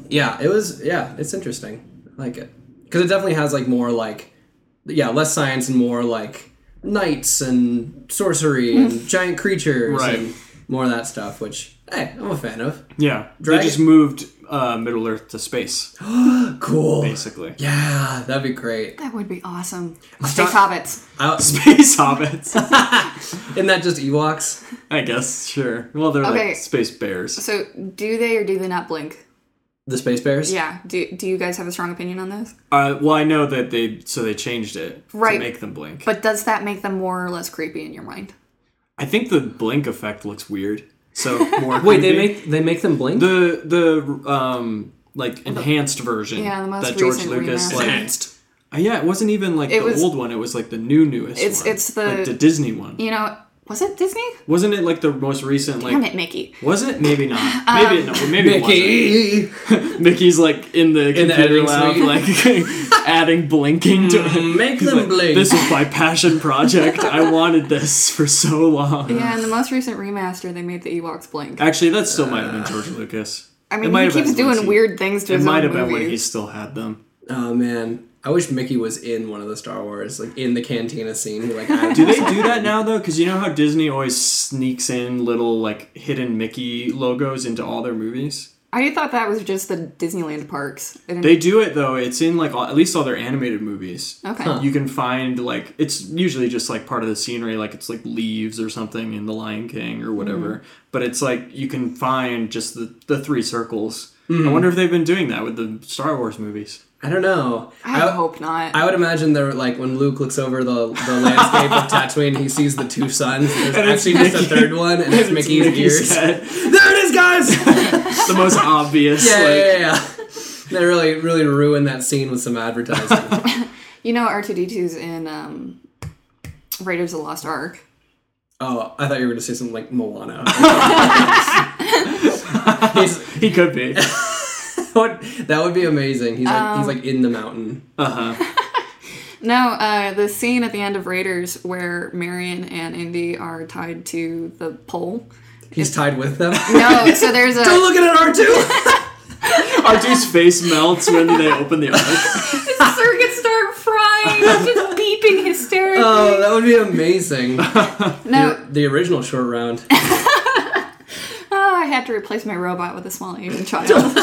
Speaker 1: Yeah, it was. Yeah, it's interesting. I like it because it definitely has like more like, yeah, less science and more like knights and sorcery and giant creatures
Speaker 2: Hmm. Right.
Speaker 1: and more of that stuff. Which hey, I'm a fan of.
Speaker 2: Yeah,
Speaker 1: Dragon-
Speaker 2: they just moved uh, Middle Earth to space,
Speaker 1: Cool.
Speaker 2: basically.
Speaker 1: Yeah, that'd be great.
Speaker 3: that would be awesome. Space hobbits.
Speaker 1: Out,
Speaker 2: Space hobbits,
Speaker 1: isn't that just Ewoks?
Speaker 2: I guess. Sure. Well, they're
Speaker 3: Okay.
Speaker 2: like space bears.
Speaker 3: So, do they or do they not blink?
Speaker 1: The space bears.
Speaker 3: Yeah. Do Do you guys have a strong opinion on this?
Speaker 2: Uh, well, I know that they so they changed it
Speaker 3: Right.
Speaker 2: to make them blink.
Speaker 3: But does that make them more or less creepy in your mind?
Speaker 2: I think the blink effect looks weird. So more
Speaker 1: Wait, they
Speaker 2: creepy.
Speaker 1: make they make them blink.
Speaker 2: the the um like enhanced version
Speaker 3: Yeah, the most
Speaker 2: that George
Speaker 3: recent
Speaker 2: Lucas
Speaker 3: remaster.
Speaker 2: like Uh, yeah it wasn't even like
Speaker 3: It
Speaker 2: the
Speaker 3: was-
Speaker 2: old one it was like the new newest
Speaker 3: It's-
Speaker 2: one.
Speaker 3: it's the-
Speaker 2: like the Disney one
Speaker 3: You know, was it Disney?
Speaker 2: wasn't it like the most recent like
Speaker 3: Damn it, Mickey. Um,
Speaker 2: was it maybe not maybe no maybe it
Speaker 1: Mickey.
Speaker 2: wasn't. Mickey's like in the
Speaker 1: the
Speaker 2: computer
Speaker 1: editing
Speaker 2: lab like adding blinking to it
Speaker 1: Make
Speaker 2: He's
Speaker 1: them
Speaker 2: like,
Speaker 1: blink.
Speaker 2: this is my passion project I wanted this for so long
Speaker 3: Yeah, in the most recent remaster, they made the Ewoks blink.
Speaker 2: actually that still might have been George Lucas
Speaker 3: I
Speaker 2: It
Speaker 3: mean,
Speaker 2: might
Speaker 3: he
Speaker 2: have
Speaker 3: keeps
Speaker 2: been
Speaker 3: doing
Speaker 2: Lucy.
Speaker 3: weird things to
Speaker 2: it
Speaker 3: his
Speaker 2: might
Speaker 3: own
Speaker 2: have been
Speaker 3: movies.
Speaker 2: when he still had them
Speaker 1: oh man, I wish Mickey was in one of the Star Wars, like in the cantina scene. Like, I
Speaker 2: Do they do that now though? Because you know how Disney always sneaks in little like hidden Mickey logos into all their movies.
Speaker 3: I thought that was just the Disneyland parks. I didn't-
Speaker 2: They do it though. It's in like all, at least all their animated movies.
Speaker 3: Okay.
Speaker 2: You can find like it's usually just like part of the scenery, like it's like leaves or something in The Lion King or whatever.
Speaker 1: Mm-hmm.
Speaker 2: But it's like you can find just the the three circles.
Speaker 1: Mm-hmm.
Speaker 2: I wonder if they've been doing that with the Star Wars movies.
Speaker 1: I don't know.
Speaker 3: I,
Speaker 1: I,
Speaker 3: hope not.
Speaker 1: I would imagine there, like when Luke looks over the, the landscape of Tatooine, he sees the two suns. There's
Speaker 2: it's
Speaker 1: actually just a
Speaker 2: Mickey.
Speaker 1: third one, and it's, Mickey's, ears.
Speaker 2: head.
Speaker 1: There it is, guys.
Speaker 2: the most obvious.
Speaker 1: yeah,
Speaker 2: like,
Speaker 1: yeah, yeah. They really, really ruined that scene with some advertising.
Speaker 3: you know, R two D 2s in um, Raiders of the Lost Ark.
Speaker 1: oh, I thought you were going to say something like Moana. He's-
Speaker 2: He could be.
Speaker 1: what- that would be amazing. He's like,
Speaker 3: Um,
Speaker 1: he's like in the mountain.
Speaker 3: No, uh, the scene at the end of Raiders where Marion and Indy are tied to the pole.
Speaker 1: He's tied with them.
Speaker 3: No, so there's a.
Speaker 1: Don't look at R two.
Speaker 2: R2's face melts when they open the eyes.
Speaker 3: circuit start frying, just beeping hysterically.
Speaker 1: Oh, that would be amazing.
Speaker 3: no,
Speaker 1: The original short round.
Speaker 3: oh, I had to replace my robot with a small Asian child.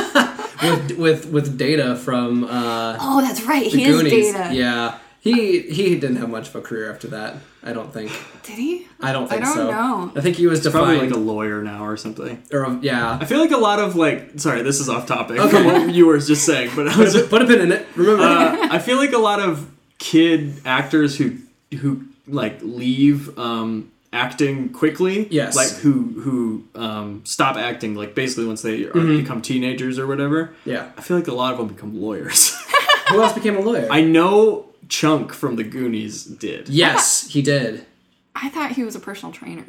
Speaker 1: with with with data from uh,
Speaker 3: oh, that's right.
Speaker 1: the
Speaker 3: He is
Speaker 1: Goonies.
Speaker 3: Data.
Speaker 1: Yeah, he he didn't have much of a career after that. I don't think.
Speaker 3: Did he?
Speaker 1: I don't think
Speaker 3: don't
Speaker 1: so.
Speaker 3: know.
Speaker 1: I think he was
Speaker 2: Probably
Speaker 1: defined.
Speaker 2: like a lawyer now or something.
Speaker 1: or, yeah.
Speaker 2: I feel like a lot of like sorry, this is off topic
Speaker 1: Okay.
Speaker 2: from what you were just saying, but I was just
Speaker 1: Put a pin in it. Remember.
Speaker 2: uh, I feel like a lot of kid actors who who like leave um, acting quickly.
Speaker 1: Yes.
Speaker 2: Like who who um, stop acting like basically once they are, become teenagers or whatever.
Speaker 1: yeah.
Speaker 2: I feel like a lot of them become lawyers.
Speaker 1: Who else became a lawyer?
Speaker 2: I know Chunk from the Goonies did.
Speaker 1: yes, he did.
Speaker 3: I thought he was a personal trainer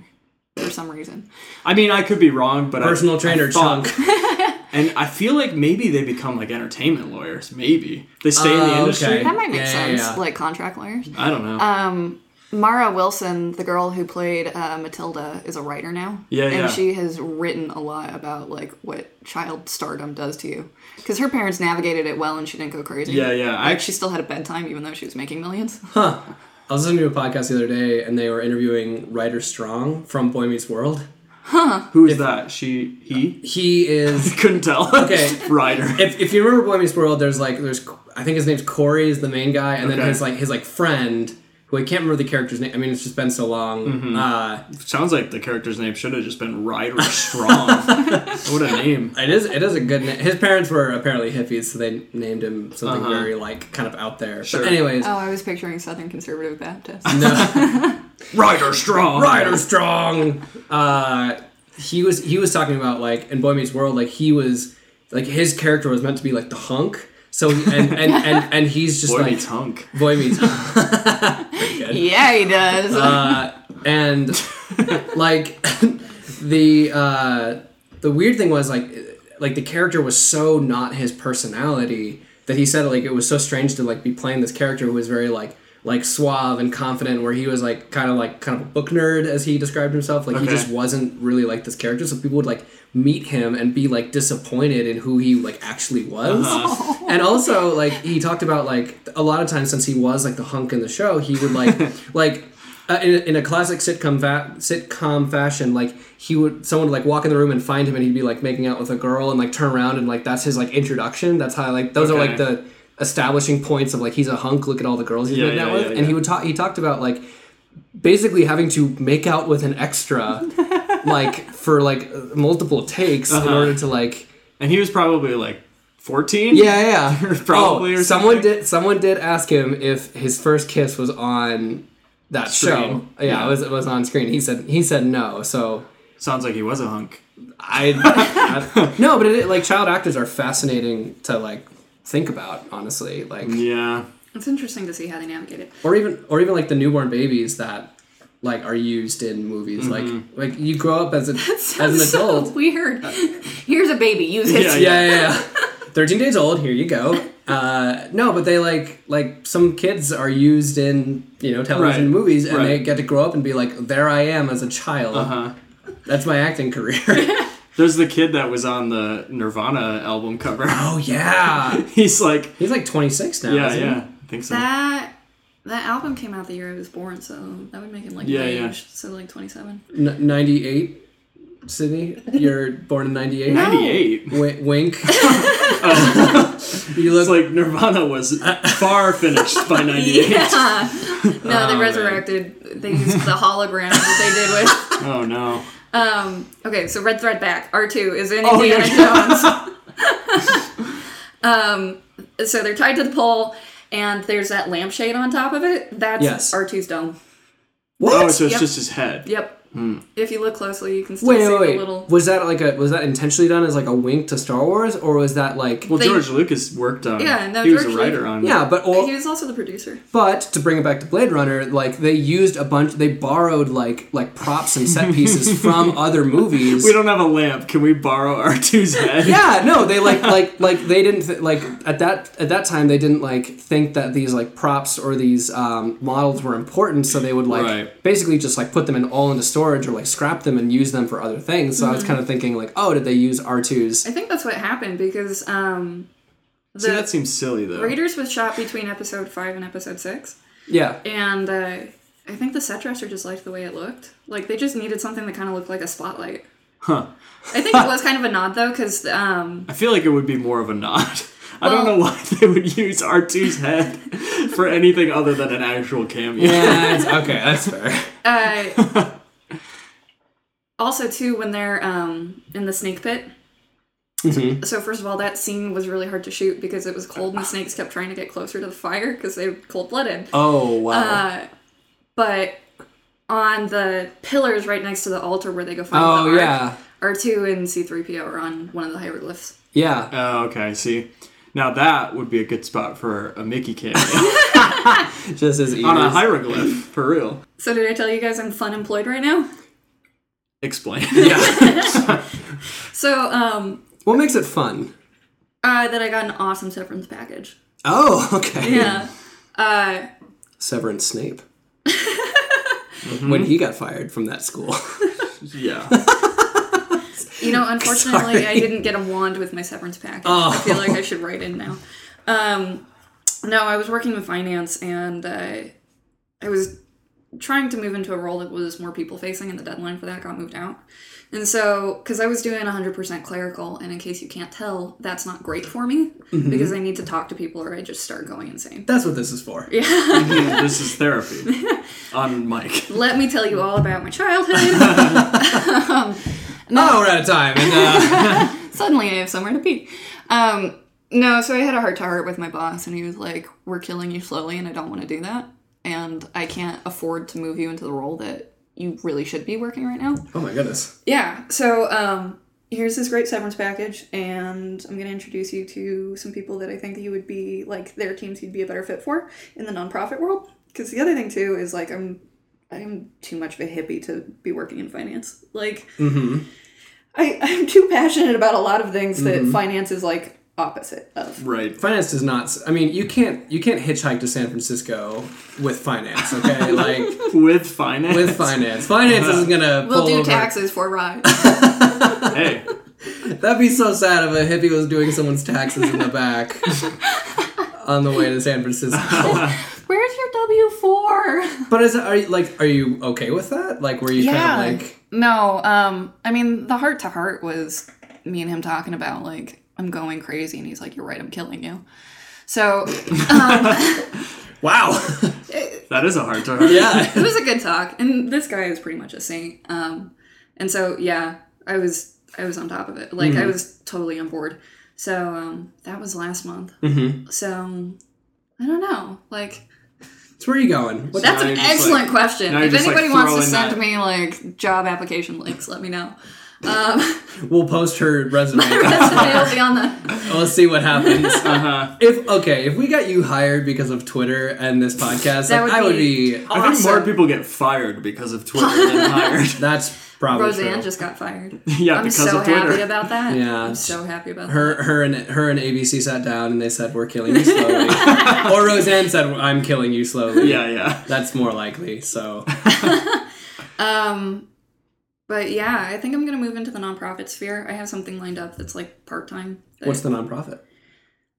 Speaker 3: for some reason.
Speaker 2: I mean, I could be wrong, but I-
Speaker 1: Personal
Speaker 2: I
Speaker 1: trainer
Speaker 2: thought-
Speaker 1: Chunk.
Speaker 2: And I feel like maybe they become like entertainment lawyers. Maybe they stay in the
Speaker 1: Oh,
Speaker 2: industry.
Speaker 1: okay.
Speaker 3: That might make
Speaker 1: Yeah, yeah,
Speaker 3: sense,
Speaker 1: yeah.
Speaker 3: like contract lawyers.
Speaker 2: I don't know.
Speaker 3: Um, Mara Wilson, the girl who played uh, Matilda, is a writer now.
Speaker 2: Yeah,
Speaker 3: and
Speaker 2: yeah.
Speaker 3: she has written a lot about like what child stardom does to you, because her parents navigated it well and she didn't go crazy.
Speaker 2: Yeah, yeah. I
Speaker 3: Like,
Speaker 2: actu-
Speaker 3: she still had a bedtime even though she was making millions.
Speaker 1: I was listening to a podcast the other day, and they were interviewing Ryder Strong from Boy Meets World.
Speaker 2: Who is that? She? He?
Speaker 1: He is
Speaker 2: Couldn't tell.
Speaker 1: Uh, Okay.
Speaker 2: Ryder.
Speaker 1: if, if you remember Boy Meets World, there's like there's I think his name's Corey is the main guy, and then
Speaker 2: Okay.
Speaker 1: his like his like friend who I can't remember the character's name. I mean, it's just been so long.
Speaker 2: Mm-hmm.
Speaker 1: Uh,
Speaker 2: Sounds like the character's name should have just been Ryder Strong. what a name.
Speaker 1: it is it is a good name. His parents were apparently hippies, so they named him something very like kind of out there.
Speaker 2: Uh-huh. Sure.
Speaker 1: But anyways,
Speaker 3: oh, I was picturing Southern Conservative Baptist.
Speaker 1: no,
Speaker 2: Ryder Strong.
Speaker 1: Ryder Strong. Uh, he was he was talking about like in Boy Meets World, like he was like his character was meant to be like the hunk. So he- and and and, and he's just
Speaker 2: Boy
Speaker 1: like
Speaker 2: meets hunk.
Speaker 1: Boy Meets.
Speaker 3: yeah, he does.
Speaker 1: uh, and like the uh, the weird thing was like like the character was so not his personality that he said like it was so strange to like be playing this character who was very like like suave and confident where he was like kind of like kind of a book nerd as he described himself like he
Speaker 2: Okay.
Speaker 1: just wasn't really like this character so people would like meet him and be like disappointed in who he like actually was and also like he talked about like a lot of times since he was like the hunk in the show he would like like uh, in, a- in a classic sitcom fa- sitcom fashion like he would someone would like walk in the room and find him and he'd be like making out with a girl and like turn around and like that's his like introduction that's how like those are
Speaker 2: Okay.
Speaker 1: like the establishing points of like he's a hunk look at all the girls he's
Speaker 2: Yeah,
Speaker 1: making out
Speaker 2: yeah,
Speaker 1: with
Speaker 2: yeah,
Speaker 1: and he
Speaker 2: yeah.
Speaker 1: would talk he talked about like basically having to make out with an extra like for like multiple takes
Speaker 2: Uh-huh.
Speaker 1: in order to like
Speaker 2: And he was probably like 14?
Speaker 1: yeah, yeah. Oh,
Speaker 2: Probably or
Speaker 1: someone
Speaker 2: something.
Speaker 1: did. Someone did ask him if his first kiss was on that
Speaker 2: Screen.
Speaker 1: show. Yeah,
Speaker 2: Yeah.
Speaker 1: It, was, it was on screen. He said he said no. So
Speaker 2: Sounds like he was a hunk.
Speaker 1: I, I- no, but it, like child actors are fascinating to like think about. Honestly, like
Speaker 2: Yeah.
Speaker 3: it's interesting to see how they navigate it.
Speaker 1: or even or even like the newborn babies that like are used in movies.
Speaker 2: Mm-hmm.
Speaker 1: Like like you grow up as a
Speaker 3: That's
Speaker 1: as an adult.
Speaker 3: so weird. Here's a baby. Use it.
Speaker 2: Yeah,
Speaker 1: yeah, yeah, yeah. 13 days old, here you go. Uh, no, but they like like some kids are used in you know television
Speaker 2: Right,
Speaker 1: movies, and
Speaker 2: right.
Speaker 1: they get to grow up and be like, "There I am as a child.
Speaker 2: Uh,
Speaker 1: That's my acting career."
Speaker 2: there's the kid that was on the Nirvana album cover.
Speaker 1: oh yeah,
Speaker 2: He's like,
Speaker 1: he's like 26 now.
Speaker 2: yeah,
Speaker 1: isn't
Speaker 2: yeah. I think so.
Speaker 3: That that album came out the year I was born, so that would make him like
Speaker 2: Yeah,
Speaker 3: my
Speaker 2: yeah.
Speaker 3: age, so like 27.
Speaker 1: he? N- 98. Sydney? You're born in '98.
Speaker 3: No.
Speaker 2: Ninety-eight.
Speaker 1: Wi- wink. you look
Speaker 2: It's like Nirvana was far finished by ninety-eight.
Speaker 3: Yeah. No,
Speaker 1: Ah,
Speaker 3: they
Speaker 2: Oh,
Speaker 3: resurrected. They used the hologram that they did with.
Speaker 2: Oh no.
Speaker 3: Um, okay, so Red Thread back. R2 is in
Speaker 2: Oh,
Speaker 3: Indiana
Speaker 2: yeah.
Speaker 3: Jones. Um, So they're tied to the pole, and there's that lampshade on top of it. That's
Speaker 1: Yes.
Speaker 3: R2's dome.
Speaker 1: what?
Speaker 2: Oh, so it's
Speaker 3: Yep.
Speaker 2: just his head.
Speaker 3: Yep. If you look closely, you can still
Speaker 1: Hmm. wait,
Speaker 3: see
Speaker 1: wait,
Speaker 3: the
Speaker 1: wait.
Speaker 3: little.
Speaker 1: Was that like a was that intentionally done as like a wink to Star Wars, or was that like
Speaker 2: Well,
Speaker 3: They-
Speaker 2: George Lucas worked on.
Speaker 3: Yeah, no,
Speaker 2: he was
Speaker 3: George
Speaker 2: a writer
Speaker 3: Lucas-
Speaker 2: on.
Speaker 1: yeah? But or,
Speaker 3: He was also the producer.
Speaker 1: But to bring it back to Blade Runner, like they used a bunch, they borrowed like like props and set pieces from other movies.
Speaker 2: We don't have a lamp. Can we borrow R2's head?
Speaker 1: yeah, no, they like like like they didn't th- like at that at that time they didn't like think that these like props or these um, models were important, so they would like
Speaker 2: Right.
Speaker 1: basically just like put them in all into storage or like scrap them and use them for other things. So I was kind of thinking like, oh, did they use R
Speaker 3: I
Speaker 1: twos?
Speaker 3: think that's what happened because um, the
Speaker 2: See, that seems silly though.
Speaker 3: Raiders was shot between episode five and episode six.
Speaker 1: Yeah,
Speaker 3: And uh, I think the set dresser just liked the way it looked. Like they just needed something that kind of looked like a spotlight.
Speaker 2: Huh.
Speaker 3: I think it was kind of a nod though, because um,
Speaker 2: I feel like it would be more of a nod. I don't
Speaker 3: Well-
Speaker 2: know why they would use R2's head for anything other than an actual cameo.
Speaker 1: yeah, it's- okay, that's fair.
Speaker 3: uh, also too when they're um, in the snake pit.
Speaker 2: Mm-hmm.
Speaker 3: So first of all, that scene was really hard to shoot because it was cold and the snakes kept trying to get closer to the fire because they were cold blooded.
Speaker 1: Oh wow.
Speaker 3: Uh, but on the pillars right next to the altar where they go find
Speaker 1: oh
Speaker 3: the ark,
Speaker 1: yeah,
Speaker 3: R2 and C3PO are on one of the hieroglyphs.
Speaker 1: yeah.
Speaker 2: Oh, okay. See, now that would be a good spot for a Mickey cameo
Speaker 1: Just as easy.
Speaker 2: on a hieroglyph for real.
Speaker 3: So did I tell you guys I'm fun employed right now?
Speaker 2: Explain.
Speaker 3: So um
Speaker 1: What makes it fun?
Speaker 3: uh that I got an awesome severance package.
Speaker 1: Oh, okay.
Speaker 3: Yeah. Uh
Speaker 1: Severance Snape. Mm-hmm. When he got fired from that school.
Speaker 2: yeah.
Speaker 3: you know, unfortunately I
Speaker 1: Sorry.
Speaker 3: didn't get a wand with my severance package. I
Speaker 1: Oh.
Speaker 3: feel like I should write in now. Um no, I was working with finance and uh, I was trying to move into a role that was more people facing and the deadline for that got moved out. And so, because I was doing 100% clerical, and in case you can't tell, that's not great for me
Speaker 1: Mm-hmm.
Speaker 3: because I need to talk to people or I just start going insane.
Speaker 1: That's what this is for.
Speaker 2: Mhm, this is therapy on Mike.
Speaker 3: let me tell you all about my childhood.
Speaker 1: Now Oh, we're out of time. And, uh,
Speaker 3: Suddenly I have somewhere to be. Um, no, so I had a heart to heart with my boss, and he was like, We're killing you slowly, and I don't want to do that. And I can't afford to move you into the role that you really should be working right now.
Speaker 1: oh my goodness.
Speaker 3: Yeah, so um, here's this great severance package, and I'm going to introduce you to some people that I think you would be, like, their teams you'd be a better fit for in the nonprofit world. Because the other thing, too, is like, I'm. I'm too much of a hippie to be working in finance. Like,
Speaker 1: Mm-hmm.
Speaker 3: I, I'm too passionate about a lot of things that
Speaker 1: Mm-hmm.
Speaker 3: finance is like opposite of.
Speaker 2: Right.
Speaker 1: Finance does not. I mean, you can't you can't hitchhike to San Francisco with finance. Okay, like
Speaker 2: With finance.
Speaker 1: with finance, finance isn't gonna.
Speaker 3: We'll
Speaker 1: pull
Speaker 3: do
Speaker 1: over.
Speaker 3: taxes for rides.
Speaker 2: Hey.
Speaker 1: That'd be so sad if a hippie was doing someone's taxes in the back on the way to San Francisco.
Speaker 3: Where's your W four?
Speaker 1: but is are you like are you okay with that? Like, were you kind of like
Speaker 3: no, um, I mean the heart to heart was me and him talking about like I'm going crazy, and he's like, "You're right, I'm killing you." So
Speaker 1: wow?
Speaker 2: That is a hard time.
Speaker 1: yeah.
Speaker 3: it was a good talk, and this guy is pretty much a saint. Um, and so yeah, I was I was on top of it,
Speaker 2: Mm-hmm.
Speaker 3: like I was totally on board. So um, that was last month.
Speaker 1: Mm-hmm.
Speaker 3: So I don't know, like
Speaker 1: So where are you going? What-
Speaker 3: That's
Speaker 2: Now you're
Speaker 3: an
Speaker 2: just
Speaker 3: excellent
Speaker 2: like-
Speaker 3: question.
Speaker 2: now you're
Speaker 3: If
Speaker 2: just, like,
Speaker 3: anybody wants to
Speaker 2: throwing
Speaker 3: send
Speaker 2: that-
Speaker 3: me like job application links, let me know. Um,
Speaker 1: We'll post her resume.
Speaker 3: that's it'll be on the.
Speaker 1: Let's see what happens.
Speaker 2: Uh-huh.
Speaker 1: If okay, if we got you hired because of Twitter and this podcast,
Speaker 3: That
Speaker 1: like,
Speaker 3: would
Speaker 1: I would
Speaker 3: be-
Speaker 1: be.
Speaker 2: I think more
Speaker 3: Awesome.
Speaker 2: people get fired because of Twitter than hired.
Speaker 1: That's probably
Speaker 3: Roseanne
Speaker 1: true.
Speaker 3: just got fired.
Speaker 2: Yeah,
Speaker 3: I'm
Speaker 2: because
Speaker 3: so
Speaker 2: of Twitter.
Speaker 3: happy about that.
Speaker 1: Yeah.
Speaker 3: I'm so happy about that.
Speaker 1: her, her and her and ABC sat down and they said we're killing you slowly. or Roseanne said I'm killing you slowly.
Speaker 2: Yeah, yeah.
Speaker 1: that's more likely. So
Speaker 3: Um, but yeah, I think I'm gonna move into the nonprofit sphere. I have something lined up that's like part time.
Speaker 1: what's the nonprofit?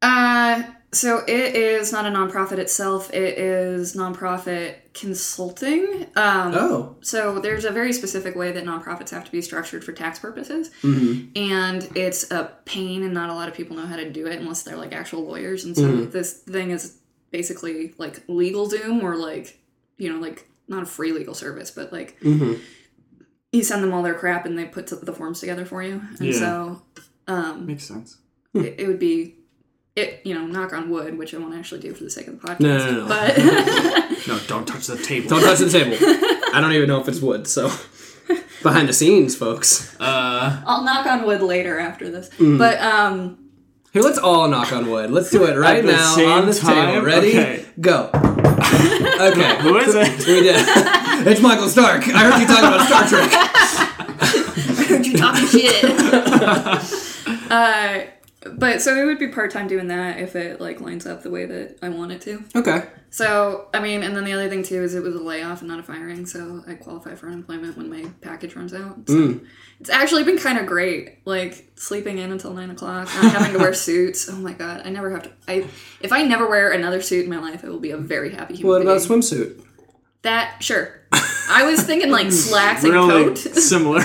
Speaker 3: Uh, so it is not a nonprofit itself. It is nonprofit consulting. Um,
Speaker 1: Oh,
Speaker 3: So there's a very specific way that nonprofits have to be structured for tax purposes, and it's a pain, and not a lot of people know how to do it unless they're like actual lawyers. And so this thing is basically like legal doom, or like you know, like not a free legal service, but like you send them all their crap and they put t- the forms together for you. And
Speaker 2: Yeah.
Speaker 3: so um,
Speaker 2: Makes sense.
Speaker 3: it, it would be it you know knock on wood, which I won't actually do for the sake of the podcast,
Speaker 1: No, no, no, no.
Speaker 3: but.
Speaker 2: No, don't touch the table.
Speaker 1: don't touch the table. I don't even know if it's wood. So behind the scenes, folks.
Speaker 2: Uh,
Speaker 3: I'll knock on wood later after this. But um
Speaker 1: Here, let's all knock on wood. Let's do it right
Speaker 2: the
Speaker 1: now
Speaker 2: same
Speaker 1: on this
Speaker 2: time?
Speaker 1: table. Ready?
Speaker 2: Okay.
Speaker 1: Go. Okay.
Speaker 2: who is it?
Speaker 1: We did. It's Michael Stark. I heard you talking about Star Trek.
Speaker 3: I heard you talking shit. uh but so it would be part time doing that if it like lines up the way that I want it to.
Speaker 1: Okay.
Speaker 3: So I mean, and then the other thing too is it was a layoff and not a firing, so I qualify for unemployment when my package runs out. So
Speaker 1: Hmm.
Speaker 3: it's actually been kind of great, like sleeping in until nine o'clock, not having to wear suits. Oh my god, I never have to. I if I never wear another suit in my life, I will be a very happy human.
Speaker 1: What
Speaker 3: being.
Speaker 1: about swimsuit?
Speaker 3: That sure. I was thinking like slacks and
Speaker 2: Really
Speaker 3: coat.
Speaker 2: similar.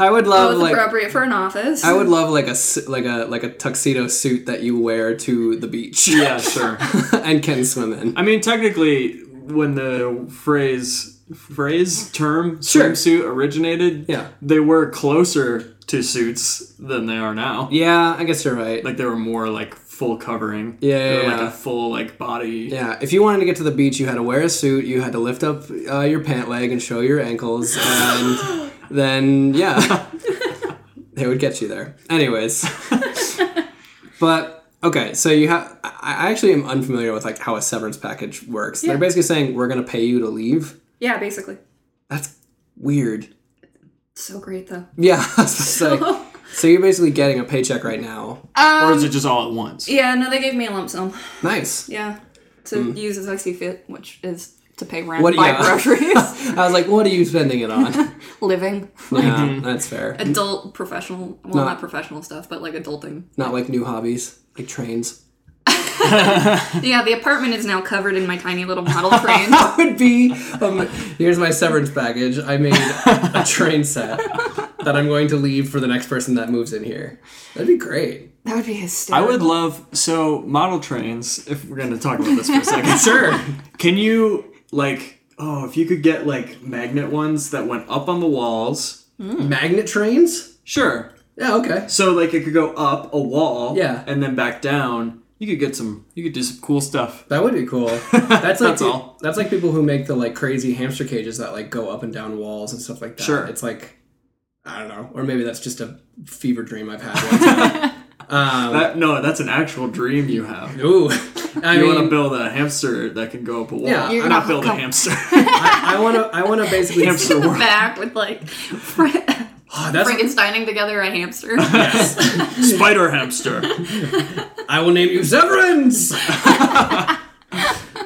Speaker 1: I would love
Speaker 3: Both
Speaker 1: like
Speaker 3: appropriate for an office.
Speaker 1: I would love like a s- like a like a tuxedo suit that you wear to the beach
Speaker 2: yeah, sure.
Speaker 1: and can swim in.
Speaker 2: I mean, technically, when the phrase phrase term
Speaker 1: Sure.
Speaker 2: swimsuit originated,
Speaker 1: Yeah.
Speaker 2: they were closer to suits than they are now.
Speaker 1: Yeah, I guess you're right.
Speaker 2: Like they were more like full covering.
Speaker 1: Yeah,
Speaker 2: They were
Speaker 1: yeah,
Speaker 2: like
Speaker 1: yeah.
Speaker 2: a full like body.
Speaker 1: Yeah, if you wanted to get to the beach, you had to wear a suit, you had to lift up uh, your pant leg and show your ankles, and then, yeah, they would get you there. Anyways. but, okay, so you have. I I actually am unfamiliar with like how a severance package works. They're
Speaker 3: Yeah.
Speaker 1: basically saying, we're going to pay you to leave.
Speaker 3: yeah, basically.
Speaker 1: That's weird.
Speaker 3: So great though.
Speaker 1: Yeah, I was about to say. So you're basically getting a paycheck right now.
Speaker 2: Or is it just all at once?
Speaker 3: Yeah, no, they gave me a lump sum.
Speaker 1: Nice.
Speaker 3: Yeah, to use as I see fit, which is to pay rent,
Speaker 1: Mm. What-
Speaker 3: buy
Speaker 1: yeah.
Speaker 3: groceries,
Speaker 1: I was like, what are you spending it on?
Speaker 3: living,
Speaker 1: yeah, that's fair.
Speaker 3: adult, professional. Well, not professional stuff, but like adulting.
Speaker 1: Not like new hobbies, like trains.
Speaker 3: Yeah, the apartment is now covered in my tiny little model train.
Speaker 1: would be um, here's my severance package. I made a train set that I'm going to leave for the next person that moves in here. That'd be great.
Speaker 3: that would be
Speaker 2: I
Speaker 3: hysterical.
Speaker 2: would love so model trains. If we're gonna talk about this for a second,
Speaker 1: Sure.
Speaker 2: Can you like oh if you could get like magnet ones that went up on the walls?
Speaker 1: Magnet trains?
Speaker 2: Sure.
Speaker 1: Yeah, okay.
Speaker 2: So like it could go up a wall,
Speaker 1: Yeah.
Speaker 2: and then back down. You could get some. You could do some cool stuff.
Speaker 1: That would be cool. That's like
Speaker 2: That's all.
Speaker 1: That's like people who make the like crazy hamster cages that like go up and down walls and stuff like that.
Speaker 2: Sure.
Speaker 1: It's like I don't know, or maybe that's just a fever dream I've had. Once. um,
Speaker 2: That, no, that's an actual dream you have.
Speaker 1: ooh, I
Speaker 2: You
Speaker 1: mean,
Speaker 2: want to build a hamster that can go up a wall.
Speaker 1: Yeah. You're
Speaker 2: Or not build
Speaker 3: gonna-
Speaker 2: a
Speaker 3: come-
Speaker 2: hamster.
Speaker 1: I want to. I want to basically.
Speaker 2: Hamster.
Speaker 3: in the
Speaker 2: world.
Speaker 3: back with like Fra-
Speaker 1: Oh, that's
Speaker 3: Frankensteining together a hamster.
Speaker 2: Spider hamster.
Speaker 1: I will name you Severance.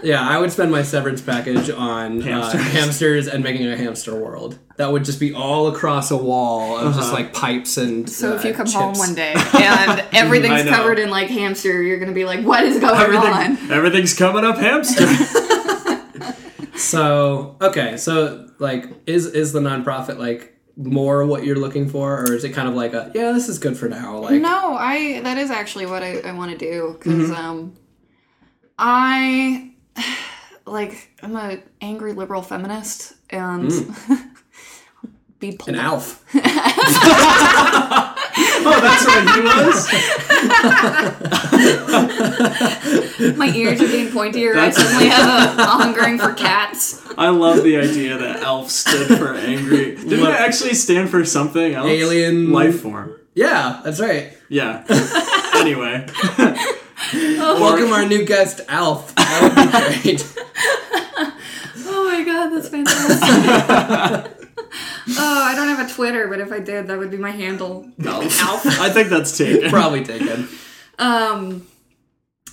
Speaker 1: yeah, I would spend my severance package on hamsters.
Speaker 2: Hamsters.
Speaker 1: Uh, hamsters and making a hamster world. That would just be all across a wall of just like pipes and.
Speaker 3: So if
Speaker 1: uh,
Speaker 3: you come
Speaker 1: chips.
Speaker 3: home one day and
Speaker 2: I
Speaker 3: everything's
Speaker 2: know.
Speaker 3: covered in like hamster, you're gonna be like, "What is going on?"
Speaker 2: Everything, everything's coming up hamster.
Speaker 1: So okay, so like, is is the nonprofit like more what you're looking for, or is it kind of like a yeah, this is good for now? Like,
Speaker 3: No, I that is actually what I, I want to do because um, I like I'm a angry liberal feminist and be
Speaker 1: an
Speaker 3: polite.
Speaker 1: Alf.
Speaker 2: oh, that's what he was.
Speaker 3: My ears are getting pointier. I
Speaker 2: That's-
Speaker 3: suddenly have a, a hungering for cats.
Speaker 2: I love the idea that elf stood for angry. Didn't it actually stand for something else?
Speaker 1: Alien-
Speaker 2: life form.
Speaker 1: Yeah, that's right.
Speaker 2: Yeah. anyway,
Speaker 1: Welcome our new guest, Alf. That would be great.
Speaker 3: Oh my god, that's fantastic. oh, I don't have a Twitter, but if I did, that would be my handle. Alf.
Speaker 2: I think that's taken.
Speaker 1: Probably taken.
Speaker 3: Um,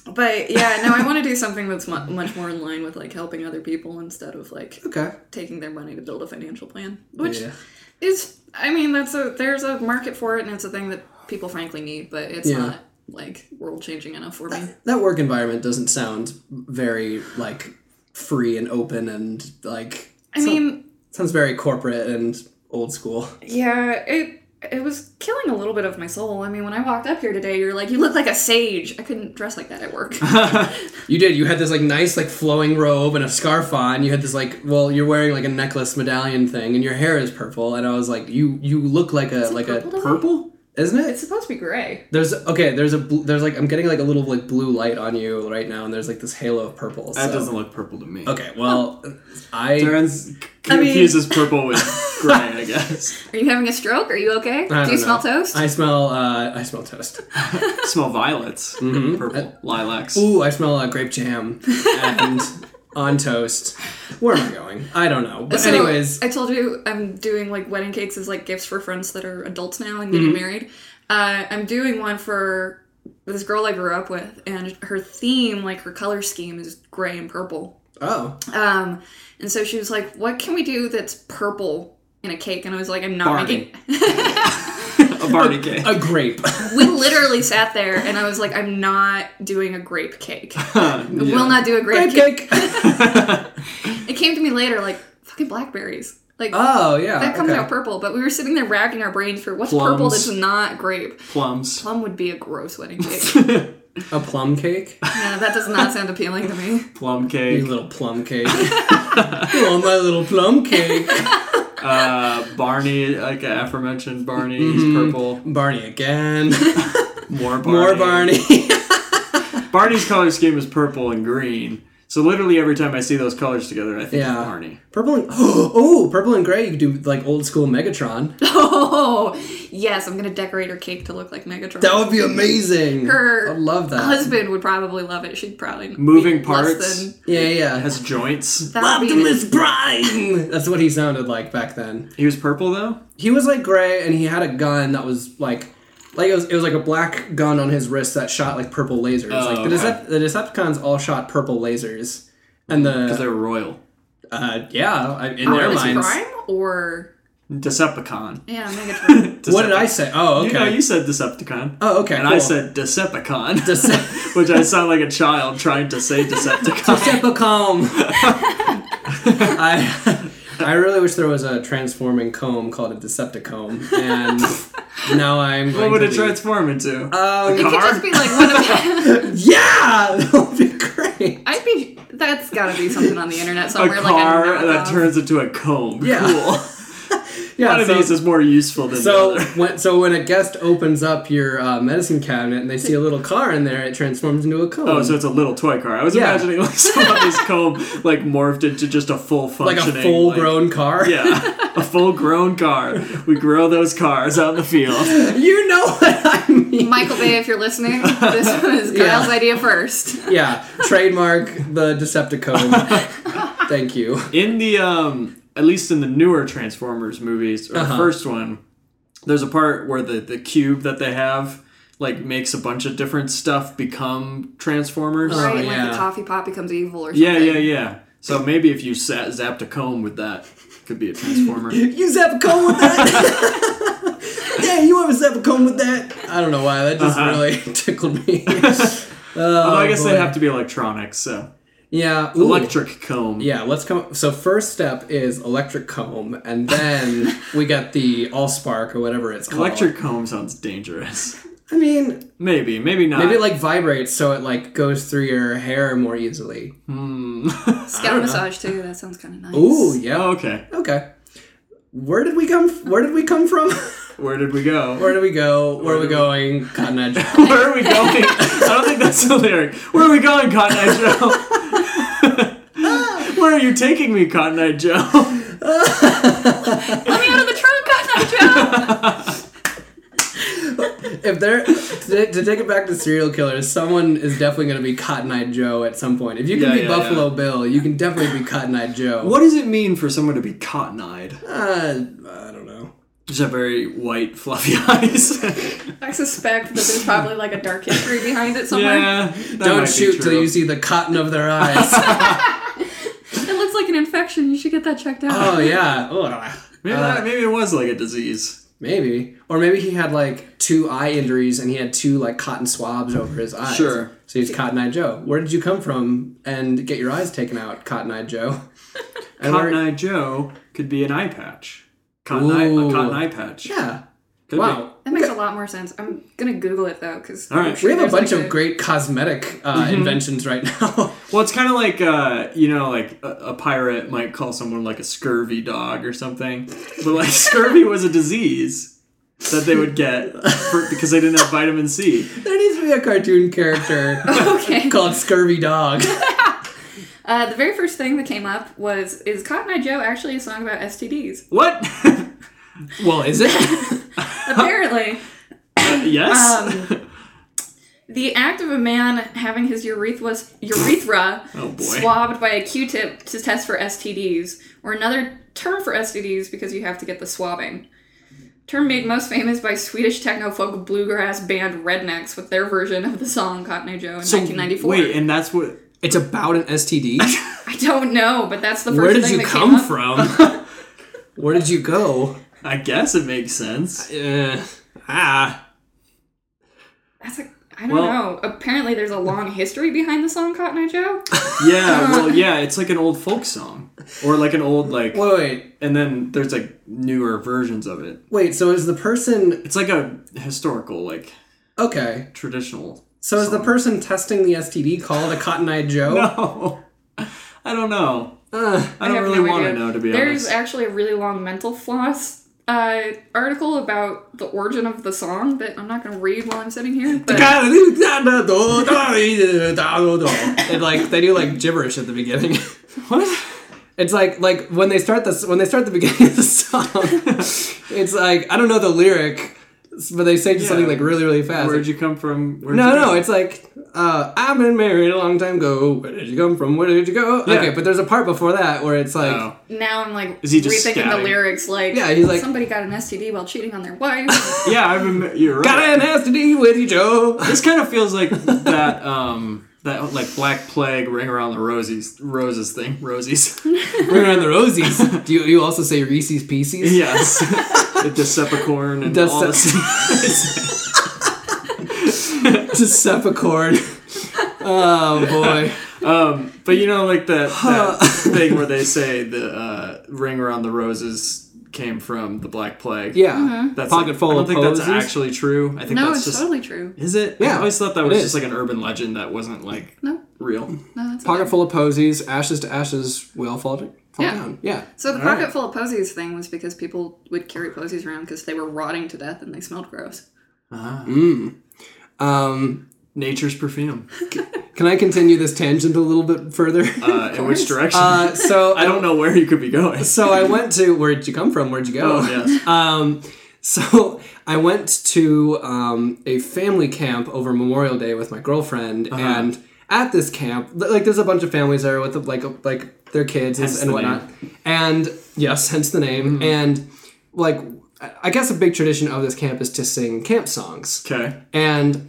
Speaker 3: but yeah, no, I want to do something that's mu- much more in line with like helping other people instead of like
Speaker 1: Okay.
Speaker 3: taking their money to build a financial plan, which
Speaker 1: Yeah.
Speaker 3: is, I mean, that's a there's a market for it and it's a thing that people frankly need, but it's
Speaker 1: Yeah.
Speaker 3: not like world changing enough for me.
Speaker 1: that work environment doesn't sound very like free and open and like
Speaker 3: I mean,
Speaker 1: sounds very corporate and old school.
Speaker 3: yeah, it it was killing a little bit of my soul. I mean, when I walked up here today, you're like, you look like a sage. I couldn't dress like that at work.
Speaker 1: You did. You had this like nice like flowing robe and a scarf on. You had this like well, you're wearing like a necklace medallion thing, and your hair is purple. And I was like, you you look like a
Speaker 3: it
Speaker 1: like
Speaker 3: purple
Speaker 1: a
Speaker 3: today?
Speaker 1: purple, isn't it?
Speaker 3: it's supposed to be gray.
Speaker 1: there's okay. There's a bl- there's like I'm getting like a little like blue light on you right now, and there's like this halo of purple.
Speaker 2: That
Speaker 1: so-
Speaker 2: doesn't look purple to me.
Speaker 1: Okay, well, I
Speaker 2: Darren's c-
Speaker 3: I mean-
Speaker 2: confuses purple with gray, I guess.
Speaker 3: Are you having a stroke? Are you okay?
Speaker 1: I
Speaker 3: Do
Speaker 1: don't
Speaker 3: you smell
Speaker 1: know.
Speaker 3: toast?
Speaker 1: I smell uh, I smell toast.
Speaker 2: Smell violets, purple, lilacs.
Speaker 1: Ooh, I smell uh, grape jam and on toast. Where am I going? I don't know. But
Speaker 3: So,
Speaker 1: anyways,
Speaker 3: I told you I'm doing like wedding cakes as like gifts for friends that are adults now and getting
Speaker 1: Mm-hmm.
Speaker 3: married. Uh, I'm doing one for this girl I grew up with, and her theme, like her color scheme, is gray and purple.
Speaker 1: oh,
Speaker 3: Um, and so she was like, "What can we do that's purple in a cake?" And I was like, "I'm not
Speaker 2: Barney.
Speaker 3: making."
Speaker 2: A Barney cake.
Speaker 1: a grape.
Speaker 3: we literally sat there, and I was like, "I'm not doing a grape cake. I will not do a grape,
Speaker 1: grape
Speaker 3: cake.
Speaker 1: cake.
Speaker 3: It came to me later, like fucking blackberries. Like
Speaker 1: Oh yeah.
Speaker 3: That comes
Speaker 1: okay.
Speaker 3: out purple, but we were sitting there racking our brains for what's
Speaker 2: Plums.
Speaker 3: purple that's not grape.
Speaker 2: Plums.
Speaker 3: Plum would be a gross wedding cake.
Speaker 1: A plum cake.
Speaker 3: yeah, that does not sound appealing to me.
Speaker 2: Plum
Speaker 1: You
Speaker 2: cake.
Speaker 1: little plum cake. oh my little plum cake.
Speaker 2: Uh, Barney, like aforementioned Barney, he's purple.
Speaker 1: Barney again.
Speaker 2: More Barney.
Speaker 1: More Barney.
Speaker 2: Barney's color scheme is purple and green. So literally every time I see those colors together, I think
Speaker 1: Yeah.
Speaker 2: of Barney.
Speaker 1: purple and oh, purple and gray. You could do like old school Megatron.
Speaker 3: Oh, yes, I'm gonna decorate her cake to look like Megatron.
Speaker 1: That would be amazing.
Speaker 3: Her
Speaker 1: I'd love that.
Speaker 3: Husband would probably love it. She'd probably
Speaker 2: Moving
Speaker 3: be
Speaker 2: parts.
Speaker 3: Less than,
Speaker 1: yeah, yeah.
Speaker 2: Has joints.
Speaker 3: that would be-
Speaker 1: Prime. That's what he sounded like back then.
Speaker 2: He was purple though.
Speaker 1: He was like gray, and he had a gun that was like, like it was, it was like a black gun on his wrist that shot like purple lasers.
Speaker 2: Oh,
Speaker 1: like the,
Speaker 2: okay.
Speaker 1: Decep- the Decepticons all shot purple lasers, and
Speaker 2: Because
Speaker 1: the
Speaker 2: they were royal.
Speaker 1: uh, yeah, I- in
Speaker 3: Oh,
Speaker 1: their
Speaker 3: it was
Speaker 1: minds.
Speaker 3: Prime or
Speaker 2: Decepticon.
Speaker 3: yeah, Megatron.
Speaker 1: What did I say? Oh, okay.
Speaker 2: You know, you said Decepticon.
Speaker 1: oh, okay.
Speaker 2: and I
Speaker 1: cool.
Speaker 2: said Decepticon.
Speaker 1: Decep-
Speaker 2: which I sound like a child trying to say Decepticon.
Speaker 1: Decepticon. I I really wish there was a transforming comb called a Decepticon, and now I'm going
Speaker 2: what would
Speaker 1: to
Speaker 2: it
Speaker 1: leave.
Speaker 2: transform into?
Speaker 1: Um,
Speaker 3: it could just be like one of.
Speaker 1: Yeah, that would be great.
Speaker 3: I'd be. That's gotta be something on the internet
Speaker 2: a
Speaker 3: somewhere.
Speaker 2: car
Speaker 3: like a
Speaker 2: that
Speaker 3: knockoff.
Speaker 2: turns into a comb.
Speaker 1: Yeah.
Speaker 2: Cool.
Speaker 1: Yeah,
Speaker 2: One of
Speaker 1: so,
Speaker 2: these is more useful than the
Speaker 1: so
Speaker 2: other.
Speaker 1: when so when a guest opens up your uh, medicine cabinet and they see a little car in there, it transforms into a cone.
Speaker 2: Oh, so it's a little toy car. I was
Speaker 1: Mm. Yeah.
Speaker 2: imagining like somebody's comb like morphed into just a full
Speaker 1: like
Speaker 2: functioning,
Speaker 1: a full grown car.
Speaker 2: yeah, a full grown car. We grow those cars out in the field.
Speaker 1: you know what I mean.
Speaker 3: Michael Bay, if you're listening, this was
Speaker 1: Yeah.
Speaker 3: Kyle's idea first.
Speaker 1: Yeah, trademark the Decepticon. Thank you.
Speaker 2: In the um, at least in the newer Transformers movies or the
Speaker 1: Uh-huh.
Speaker 2: first one, there's a part where the the cube that they have like makes a bunch of different stuff become Transformers.
Speaker 1: Oh,
Speaker 3: Right, like
Speaker 1: yeah.
Speaker 3: the coffee pot becomes evil or something.
Speaker 2: Yeah, yeah, yeah. So maybe if you sa zapped a comb with that, could be a transformer.
Speaker 1: You zap a cone with that. yeah, you ever zap a cone with that? I don't know why that just
Speaker 2: Uh-huh.
Speaker 1: really tickled me.
Speaker 2: Although I guess
Speaker 1: Oh, boy.
Speaker 2: they have to be electronic, so
Speaker 1: yeah, ooh.
Speaker 2: electric comb.
Speaker 1: Yeah, let's come. So first step is electric comb, and then we got the Allspark or whatever it's called.
Speaker 2: Electric comb sounds dangerous.
Speaker 1: I mean,
Speaker 2: Maybe, maybe not.
Speaker 1: maybe it like vibrates so it like goes through your hair more easily.
Speaker 3: Scalp massage too. That sounds kind of nice.
Speaker 1: Ooh, yeah.
Speaker 2: Oh, okay.
Speaker 1: Okay. Where did we come? Where did we come from?
Speaker 2: Where did we go?
Speaker 1: Where do we go? Where are we going? Cotton Eye Joe.
Speaker 2: Where are we going? I don't think that's the lyric. Where are we going, Cotton Eye Joe? Where are you taking me, Cotton Eye Joe?
Speaker 3: Let me out of the trunk, God, Joe.
Speaker 1: If there, to, to take it back to serial killers, someone is definitely going to be Cotton Eye Joe at some point. If you can
Speaker 2: Yeah,
Speaker 1: be
Speaker 2: yeah,
Speaker 1: Buffalo Bill, you can definitely be Cotton Eye Joe.
Speaker 2: What does it mean for someone to be cotton eyed?
Speaker 1: Uh, I don't know.
Speaker 2: Just have very white, fluffy eyes.
Speaker 3: I suspect that there's probably like a dark history behind it somewhere.
Speaker 2: yeah. that might be
Speaker 1: Don't shoot till
Speaker 2: true.
Speaker 1: you see the cotton of their eyes.
Speaker 3: It
Speaker 2: Oh.
Speaker 3: looks like an infection. You should get that checked out.
Speaker 1: oh yeah. Ugh.
Speaker 2: Maybe, that, maybe it was like a disease.
Speaker 1: Maybe. Or maybe he had like two eye injuries and he had two like cotton swabs over his eyes.
Speaker 2: Sure.
Speaker 1: So he's Cotton Eye Joe. Where did you come from and get your eyes taken out, Cotton Eye Joe? And
Speaker 2: Cotton
Speaker 1: we're-
Speaker 2: Eye Joe could be an eye patch. Cotton eye, a
Speaker 1: Ooh.
Speaker 2: cotton eye patch.
Speaker 1: Yeah.
Speaker 2: Could
Speaker 1: wow.
Speaker 3: That makes a lot more sense. I'm gonna Google it though, because
Speaker 2: All right.
Speaker 1: We have a bunch of great cosmetic uh, inventions right now.
Speaker 2: Be. Well, it's kind of like uh, you know, like a, a pirate might call someone like a scurvy dog or something, but like scurvy was a disease that they would get for, because they didn't have vitamin C.
Speaker 1: there needs to be a cartoon character
Speaker 3: Okay.
Speaker 1: called Scurvy Dog.
Speaker 3: Uh, the very first thing that came up was is Cotton Eye Joe actually a song about STDs?
Speaker 2: What?
Speaker 1: well, is it?
Speaker 3: Apparently,
Speaker 2: yes.
Speaker 3: the act of a man having his urethra urethra
Speaker 2: Oh, boy.
Speaker 3: swabbed by a Q-tip to test for STDs, or another term for STDs because you have to get the swabbing. Term made most famous by Swedish techno folk bluegrass band Rednecks with their version of the song Cotton Eye Joe in 1994.
Speaker 2: Wait, and that's what.
Speaker 1: It's about an STD.
Speaker 3: I don't know, but that's the first
Speaker 1: Where did
Speaker 3: thing
Speaker 1: you
Speaker 3: that
Speaker 1: come
Speaker 3: came up.
Speaker 1: from? Where did you go?
Speaker 2: I guess it makes sense.
Speaker 1: Uh, ah.
Speaker 3: That's like I don't
Speaker 2: Well-
Speaker 3: know. Apparently, there's a long history behind the song Cotton Eye Joe.
Speaker 2: Yeah, well, yeah, it's like an old folk song, or like an old like,
Speaker 1: Wait, wait,
Speaker 2: and then there's like newer versions of it.
Speaker 1: wait. So is the person
Speaker 2: It's like a historical, like
Speaker 1: okay?
Speaker 2: traditional.
Speaker 1: So is the person testing the STD called a Cotton Eye Joe?
Speaker 2: No, I don't know.
Speaker 1: Ugh.
Speaker 2: I don't
Speaker 3: have
Speaker 2: really
Speaker 3: no
Speaker 2: want to
Speaker 3: idea.
Speaker 2: know, to be
Speaker 3: There's
Speaker 2: honest.
Speaker 3: actually a really long mental floss uh, article about the origin of the song that I'm not going to read while I'm sitting here. But
Speaker 1: and like they do like gibberish at the beginning.
Speaker 2: What?
Speaker 1: It's like like when they start this when they start the beginning of the song, it's like I don't know the lyric, but they say just something
Speaker 2: Yeah.
Speaker 1: like really really fast.
Speaker 2: Where'd you come from? Where'd
Speaker 1: No,
Speaker 2: you
Speaker 1: no,
Speaker 2: go?
Speaker 1: it's like uh, I've been married a long time ago. Where did you come from? Where did you go?
Speaker 2: Yeah.
Speaker 1: Okay, but there's a part before that where it's like,
Speaker 2: Oh.
Speaker 3: now I'm like
Speaker 2: Is he just
Speaker 3: rethinking
Speaker 2: scatting?
Speaker 3: the lyrics. Like,
Speaker 1: Yeah, he's like-
Speaker 3: somebody got an STD while cheating on their wife.
Speaker 2: Yeah, I remember. You're right.
Speaker 1: got an STD with you, Joe.
Speaker 2: This kind of feels like that. Um, that like Black Plague, Ring Around the Rosies, Roses thing, Rosies.
Speaker 1: We're on the Rosies. Do you, you also say Reese's Pieces?
Speaker 2: Yes, the Decepticorn and
Speaker 1: Decep-
Speaker 2: all this.
Speaker 1: Decepticorn. oh boy.
Speaker 2: Um, but you know, like that, that thing where they say the uh, ring around the roses came from the Black Plague.
Speaker 1: Yeah.
Speaker 2: that's
Speaker 1: Pocket
Speaker 2: like-
Speaker 1: full
Speaker 2: I don't
Speaker 1: of
Speaker 2: think
Speaker 1: posies.
Speaker 2: that's actually true. I think
Speaker 3: no,
Speaker 2: that's
Speaker 3: it's
Speaker 2: just
Speaker 3: totally true.
Speaker 2: is it? I
Speaker 1: Yeah,
Speaker 2: always thought that
Speaker 1: it
Speaker 2: was
Speaker 1: is.
Speaker 2: just like an urban legend that wasn't like
Speaker 3: No,
Speaker 2: real.
Speaker 3: no, that's
Speaker 1: Pocket
Speaker 3: okay.
Speaker 1: full of posies. Ashes to ashes. We all fall, fall
Speaker 3: Yeah.
Speaker 1: down. Yeah.
Speaker 3: So the
Speaker 2: All right.
Speaker 3: pocket full of posies thing was because people would carry posies around because they were rotting to death and they smelled gross.
Speaker 1: Um,
Speaker 2: Nature's perfume.
Speaker 1: can I continue this tangent a little bit further?
Speaker 2: Uh, in which
Speaker 3: course.
Speaker 2: direction?
Speaker 1: Uh, so
Speaker 2: I don't know where you could be going.
Speaker 1: So I went to where'd you come from? Where'd you go?
Speaker 2: Oh, yes.
Speaker 1: Um, so I went to um, a family camp over Memorial Day with my girlfriend,
Speaker 2: Uh-huh.
Speaker 1: and at this camp, li- like there's a bunch of families there with like like their kids and,
Speaker 2: Hence
Speaker 1: and
Speaker 2: the Mm-hmm.
Speaker 1: whatnot, and yes, hence the name, and like I- I guess a big tradition of this camp is to sing camp songs,
Speaker 2: Okay.
Speaker 1: and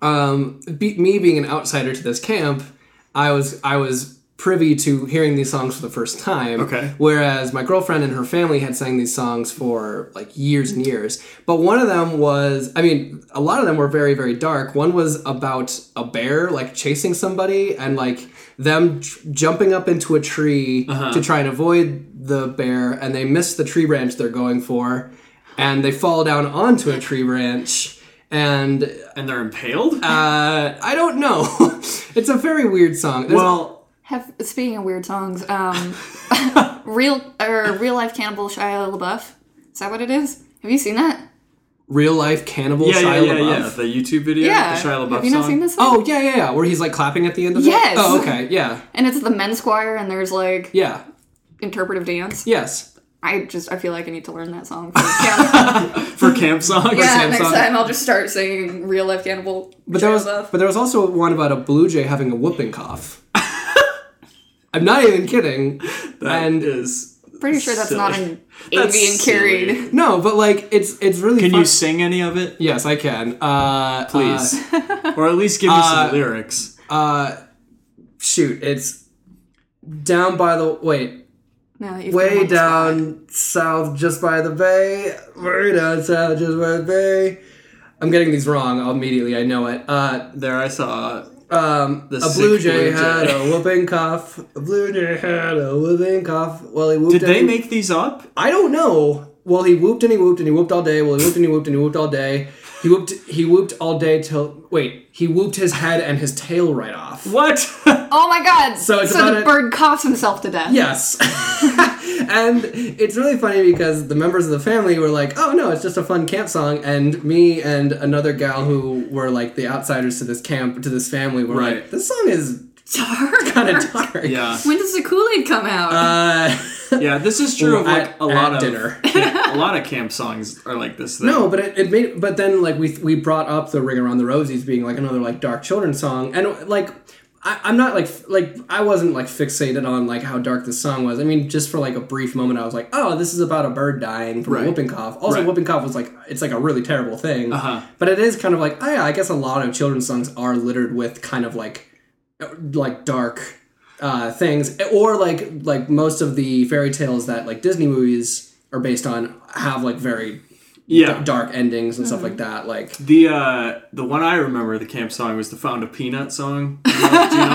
Speaker 1: um, be, me being an outsider to this camp, I was I was privy to hearing these songs for the first time.
Speaker 2: Okay.
Speaker 1: Whereas my girlfriend and her family had sang these songs for like years and years. But one of them was, I mean, a lot of them were very very dark. One was about a bear like chasing somebody and like them j- jumping up into a tree to try and avoid the bear, and they miss the tree branch they're going for. And they fall down onto a tree branch, and
Speaker 2: And they're impaled.
Speaker 1: uh, I don't know. it's a very weird song. There's-
Speaker 2: well,
Speaker 3: Have speaking of weird songs, um, real or real life cannibal Shia LaBeouf. Is that what it is? Have you seen that?
Speaker 1: real life cannibal
Speaker 2: yeah, yeah,
Speaker 1: Shia
Speaker 2: yeah,
Speaker 1: LaBeouf.
Speaker 2: yeah. The YouTube video,
Speaker 3: Yeah.
Speaker 2: the Shia LaBeouf
Speaker 3: Have you
Speaker 2: song.
Speaker 3: not seen this? Song?
Speaker 1: Oh yeah, yeah, yeah. Where he's like clapping at the end of
Speaker 3: Yes!
Speaker 1: it. Oh okay, yeah,
Speaker 3: And it's the men's choir, and there's like
Speaker 1: yeah,
Speaker 3: interpretive dance.
Speaker 1: yes.
Speaker 3: I just I feel like I need to learn that song. For cannibal.
Speaker 2: for camp songs?
Speaker 3: yeah,
Speaker 1: Sam
Speaker 3: next
Speaker 1: song.
Speaker 3: time I'll just start singing real life cannibal.
Speaker 1: But there was,
Speaker 3: Shia
Speaker 1: but there was also one about a blue jay having a whooping cough. I'm not even kidding.
Speaker 2: That
Speaker 1: and
Speaker 2: is
Speaker 3: LaBeouf. pretty sure that's not
Speaker 2: silly.
Speaker 3: an
Speaker 2: That's
Speaker 3: avian carried.
Speaker 2: silly.
Speaker 1: no, but like it's it's really.
Speaker 2: Can
Speaker 1: fun-
Speaker 2: you sing any of it?
Speaker 1: Yes, I can. Uh,
Speaker 2: Please. or at least give me some lyrics.
Speaker 1: Uh, shoot, it's down by the wait.
Speaker 3: Now that you've
Speaker 1: way
Speaker 3: put them on the spot.
Speaker 1: down south just by the bay way down south just by the bay i'm getting these wrong immediately i know it uh,
Speaker 2: There, I saw.
Speaker 1: um,
Speaker 2: The
Speaker 1: a blue
Speaker 2: sick
Speaker 1: jay
Speaker 2: blue
Speaker 1: had
Speaker 2: jay.
Speaker 1: a whooping cough a blue jay had a whooping cough well he whooped
Speaker 2: Did
Speaker 1: and
Speaker 2: they
Speaker 1: he-
Speaker 2: make these up?
Speaker 1: i don't know well he whooped and he whooped and he whooped all day well he whooped and he whooped and he whooped all day he whooped he whooped all day till wait he whooped his head and his tail right off
Speaker 2: What?
Speaker 3: Oh my god!
Speaker 1: So
Speaker 3: So,
Speaker 1: it's about
Speaker 3: the
Speaker 1: a-
Speaker 3: bird coughs himself to death.
Speaker 1: Yes. and it's really funny because the members of the family were like, oh no, it's just a fun camp song. And me and another gal who were like the outsiders to this camp, to this family, were like,
Speaker 2: Right.
Speaker 1: this song is
Speaker 3: Dark.
Speaker 1: kind of dark.
Speaker 2: yeah.
Speaker 3: When does the Kool Aid come out?
Speaker 1: Uh,
Speaker 2: Yeah, this is true of like
Speaker 1: at-
Speaker 2: a
Speaker 1: at
Speaker 2: lot of
Speaker 1: dinner.
Speaker 2: a lot of camp songs are like this. Thing.
Speaker 1: no, but it, it made, but then like we, we brought up the Ring Around the Rosies being like another like dark children's song. And like, I, I'm not like, f- like, I wasn't like fixated on like how dark this song was. I mean, just for like a brief moment, I was like, oh, this is about a bird dying from a
Speaker 2: Right.
Speaker 1: whooping cough. Also,
Speaker 2: Right.
Speaker 1: whooping cough was like it's like a really terrible thing.
Speaker 2: Uh-huh.
Speaker 1: But it is kind of like oh, yeah, I guess a lot of children's songs are littered with kind of like uh, like dark uh, things, or like like most of the fairy tales that like Disney movies are based on have like very
Speaker 2: yeah.
Speaker 1: dark endings and stuff like that. Like
Speaker 2: The uh, the one I remember the camp song was the Found a Peanut song. Do you know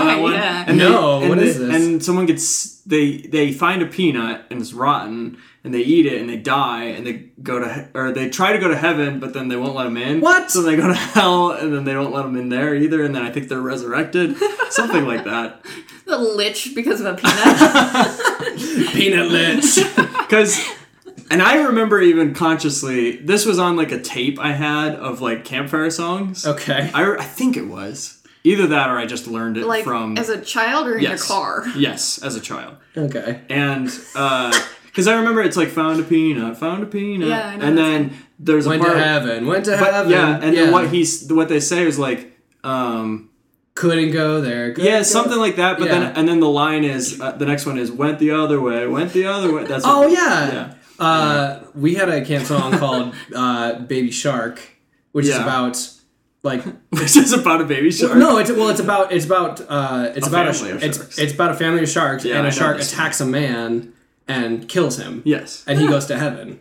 Speaker 2: that one?
Speaker 3: Yeah.
Speaker 2: And
Speaker 1: No,
Speaker 2: They, and
Speaker 1: what
Speaker 2: they-
Speaker 1: is this?
Speaker 2: And someone gets they they find a peanut and it's rotten and they eat it and they die and they go to he- or they try to go to heaven but then they won't let them in.
Speaker 1: What?
Speaker 2: So they go to hell and then they don't let them in there either and then I think they're resurrected, something like that.
Speaker 3: the lich because of a peanut.
Speaker 1: peanut lich.
Speaker 2: Because, and I remember even consciously, this was on like a tape I had of like campfire songs.
Speaker 1: okay.
Speaker 2: I, re- I think it was. Either that or I just learned it
Speaker 3: like
Speaker 2: from.
Speaker 3: as a child or in
Speaker 2: Yes.
Speaker 3: a car.
Speaker 2: yes, as a child.
Speaker 1: Okay.
Speaker 2: And, because I remember it's like found a peanut, found a peanut.
Speaker 3: Yeah, I know
Speaker 2: and
Speaker 3: that
Speaker 2: then there's
Speaker 1: Went
Speaker 2: a part.
Speaker 1: to heaven. Went to
Speaker 2: but,
Speaker 1: heaven.
Speaker 2: yeah, and then what he's what they say is like, um,
Speaker 1: couldn't go there. couldn't
Speaker 2: yeah,
Speaker 1: go-
Speaker 2: something like that. But
Speaker 1: Yeah.
Speaker 2: then and then the line is uh, the next one is went the other way, went the other way. That's
Speaker 1: Oh
Speaker 2: what-
Speaker 1: yeah.
Speaker 2: yeah.
Speaker 1: Uh, we had a camp song called uh, "Baby Shark," which is
Speaker 2: Yeah.
Speaker 1: about like
Speaker 2: Which is about a baby shark.
Speaker 1: no, it's well, it's about it's about uh, it's about
Speaker 2: family
Speaker 1: a
Speaker 2: of
Speaker 1: sh- it's
Speaker 2: sharks.
Speaker 1: it's about a family of sharks,
Speaker 2: Yeah,
Speaker 1: and
Speaker 2: I
Speaker 1: a
Speaker 2: know
Speaker 1: shark
Speaker 2: this one.
Speaker 1: attacks a man and kills him,
Speaker 2: Yes.
Speaker 1: and he goes to heaven.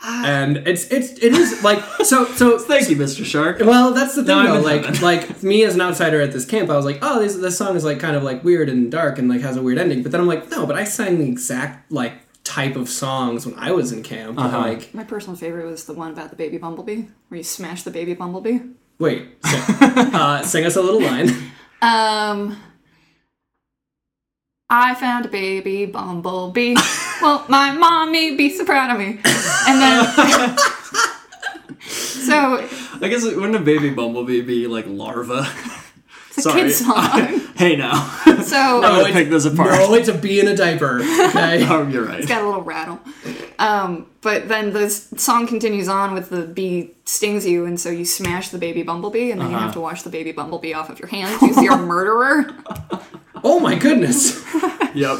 Speaker 2: Ah.
Speaker 1: And it's it's it is like so so
Speaker 2: Thank you, Mr. Shark.
Speaker 1: well that's the thing
Speaker 2: I'm
Speaker 1: though
Speaker 2: in
Speaker 1: like
Speaker 2: heaven.
Speaker 1: like me as an outsider at this camp I was like oh this this song is like kind of like weird and dark and like has a weird ending but then I'm like no but I sang the exact like type of songs when I was in camp
Speaker 2: Uh-huh.
Speaker 1: and, like
Speaker 3: My personal favorite was the one about the baby bumblebee, where you smash the baby bumblebee.
Speaker 1: wait sing, uh, sing us a little line
Speaker 3: Um, I found a baby bumblebee. well, my mommy be so proud of me. And then, so
Speaker 2: I guess wouldn't a baby bumblebee be like larva?
Speaker 3: it's a kid's song.
Speaker 2: hey now.
Speaker 3: So
Speaker 2: I'm gonna
Speaker 1: it's-
Speaker 2: pick this apart.
Speaker 1: no it's a bee in a diaper okay
Speaker 2: Oh, you're right.
Speaker 3: got a little rattle. Um, but then the s- song continues on with the bee stings you, and so you smash the baby bumblebee, and then you have to wash the baby bumblebee off of your hands because you're a murderer.
Speaker 1: oh my goodness.
Speaker 2: Yep.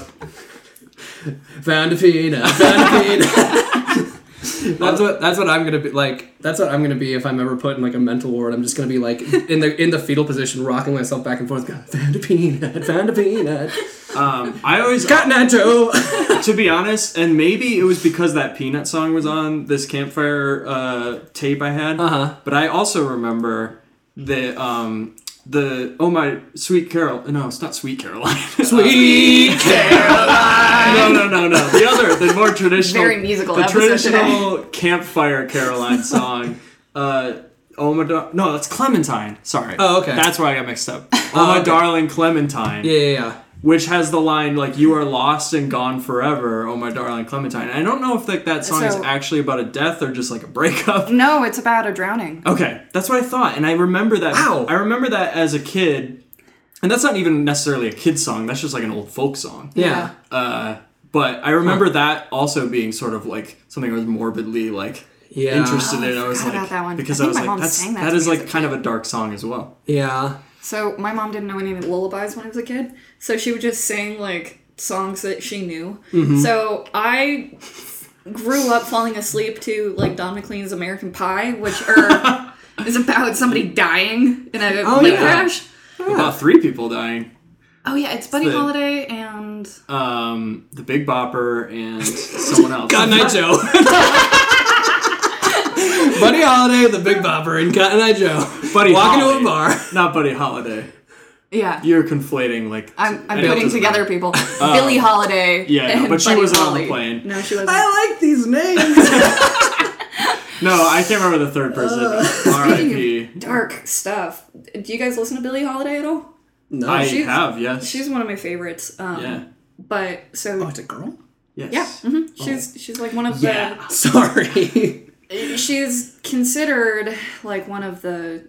Speaker 1: Found a peanut. Found a peanut. That's what that's what I'm gonna be like. That's what I'm gonna be if I'm ever put in like a mental ward. I'm just gonna be like in the in the fetal position, rocking myself back and forth. Going, found a peanut. Found a peanut.
Speaker 2: Um, I always,
Speaker 1: Got nacho.
Speaker 2: to be honest, and maybe it was because that peanut song was on this campfire uh, tape I had.
Speaker 1: Uh-huh.
Speaker 2: But I also remember the um, the oh my sweet Carol. No, it's not sweet Caroline.
Speaker 1: Sweet
Speaker 2: no, no, no, no. The other, the more traditional,
Speaker 3: Very musical
Speaker 2: the
Speaker 3: episode
Speaker 2: traditional campfire Caroline song. Uh, oh my, dar- no, that's Clementine. Sorry.
Speaker 1: Oh, okay.
Speaker 2: That's where I got mixed up. Oh, my
Speaker 1: okay.
Speaker 2: darling Clementine,
Speaker 1: Yeah, yeah, yeah.
Speaker 2: which has the line like "You are lost and gone forever." Oh my darling Clementine. I don't know if like that song is
Speaker 3: So-
Speaker 2: actually about a death or just like a breakup.
Speaker 3: No, it's about a drowning.
Speaker 2: Okay, that's what I thought, and I remember that.
Speaker 1: Wow.
Speaker 2: I remember that as a kid, and that's not even necessarily a kid song. That's just like an old folk song.
Speaker 1: Yeah.
Speaker 3: Yeah.
Speaker 2: Uh, but I remember that also being sort of like something I was morbidly like
Speaker 1: Yeah.
Speaker 2: interested in. I was like
Speaker 3: forgot about that one.
Speaker 2: because
Speaker 3: I
Speaker 2: I,
Speaker 3: think
Speaker 2: was
Speaker 3: my
Speaker 2: like
Speaker 3: mom
Speaker 2: that's
Speaker 3: sang that
Speaker 2: that
Speaker 3: to
Speaker 2: is
Speaker 3: me as
Speaker 2: like
Speaker 3: a
Speaker 2: kind of a dark song as well.
Speaker 1: Yeah.
Speaker 3: So my mom didn't know any lullabies when I was a kid, so she would just sing like songs that she knew.
Speaker 2: Mm-hmm.
Speaker 3: So I grew up falling asleep to like Don McLean's American Pie, which er, are
Speaker 2: Oh,
Speaker 3: is about somebody dying in a plane
Speaker 1: yeah.
Speaker 3: crash.
Speaker 2: About three people dying.
Speaker 3: Oh yeah, it's Buddy
Speaker 2: the-
Speaker 3: Holiday and
Speaker 2: Um, the Big Bopper and someone else.
Speaker 1: Cotton Eye Joe. Buddy Holiday, the Big Bopper, and Cotton Eye Joe.
Speaker 2: Buddy
Speaker 1: walking
Speaker 2: Holly.
Speaker 1: to a bar.
Speaker 2: Not Buddy Holiday.
Speaker 3: yeah.
Speaker 2: You're conflating like
Speaker 3: I'm, I'm
Speaker 2: anyway,
Speaker 3: putting
Speaker 2: it doesn't
Speaker 3: together
Speaker 2: matter.
Speaker 3: people. Billie Holiday.
Speaker 2: Uh, yeah, no,
Speaker 3: and
Speaker 2: but she
Speaker 3: Buddy
Speaker 2: wasn't on the
Speaker 3: Holly.
Speaker 2: plane.
Speaker 3: No, she wasn't.
Speaker 1: I like these names.
Speaker 2: No, I can't remember the third person.
Speaker 3: Uh,
Speaker 2: R.I.P.
Speaker 3: Dark stuff. Do you guys listen to Billie Holiday at all?
Speaker 1: no,
Speaker 2: I
Speaker 3: she's-
Speaker 2: have yes.
Speaker 3: She's one of my favorites. Um,
Speaker 2: yeah. Oh,
Speaker 3: But so
Speaker 1: Oh, it's a girl.
Speaker 3: yeah,
Speaker 2: Yes.
Speaker 3: mhm. she's she's like one of
Speaker 2: Yeah.
Speaker 1: Sorry.
Speaker 3: the she's considered like one of the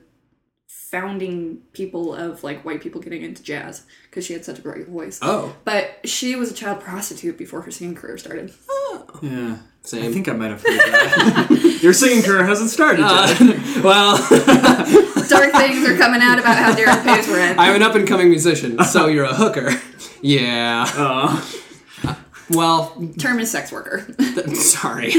Speaker 3: founding people of like white people getting into jazz because she had such a great voice.
Speaker 1: Oh,
Speaker 3: But she was a child prostitute before her singing career started.
Speaker 2: Yeah. I
Speaker 1: same.
Speaker 2: think I might have heard that. Your singing career hasn't started
Speaker 1: Uh,
Speaker 2: yet.
Speaker 1: well,
Speaker 3: Dark things are coming out about how Darren pays rent.
Speaker 1: I'm an up and coming musician, so you're a hooker. Yeah.
Speaker 2: Uh,
Speaker 1: Well,
Speaker 3: Term is sex worker.
Speaker 1: sorry.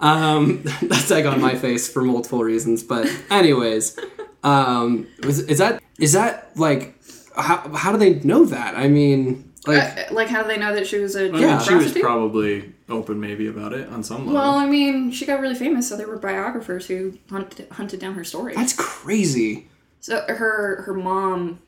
Speaker 1: Um, that's egg on my face for multiple reasons, but anyways, um, is, is that is that like how how do they know that? I mean, like
Speaker 3: Uh, like how do they know that she was a child
Speaker 2: I mean, she was
Speaker 3: prostitute?
Speaker 2: probably open maybe about it on some level.
Speaker 3: well, I mean, she got really famous, so there were biographers who hunted hunted down her story.
Speaker 1: that's crazy.
Speaker 3: So her her mom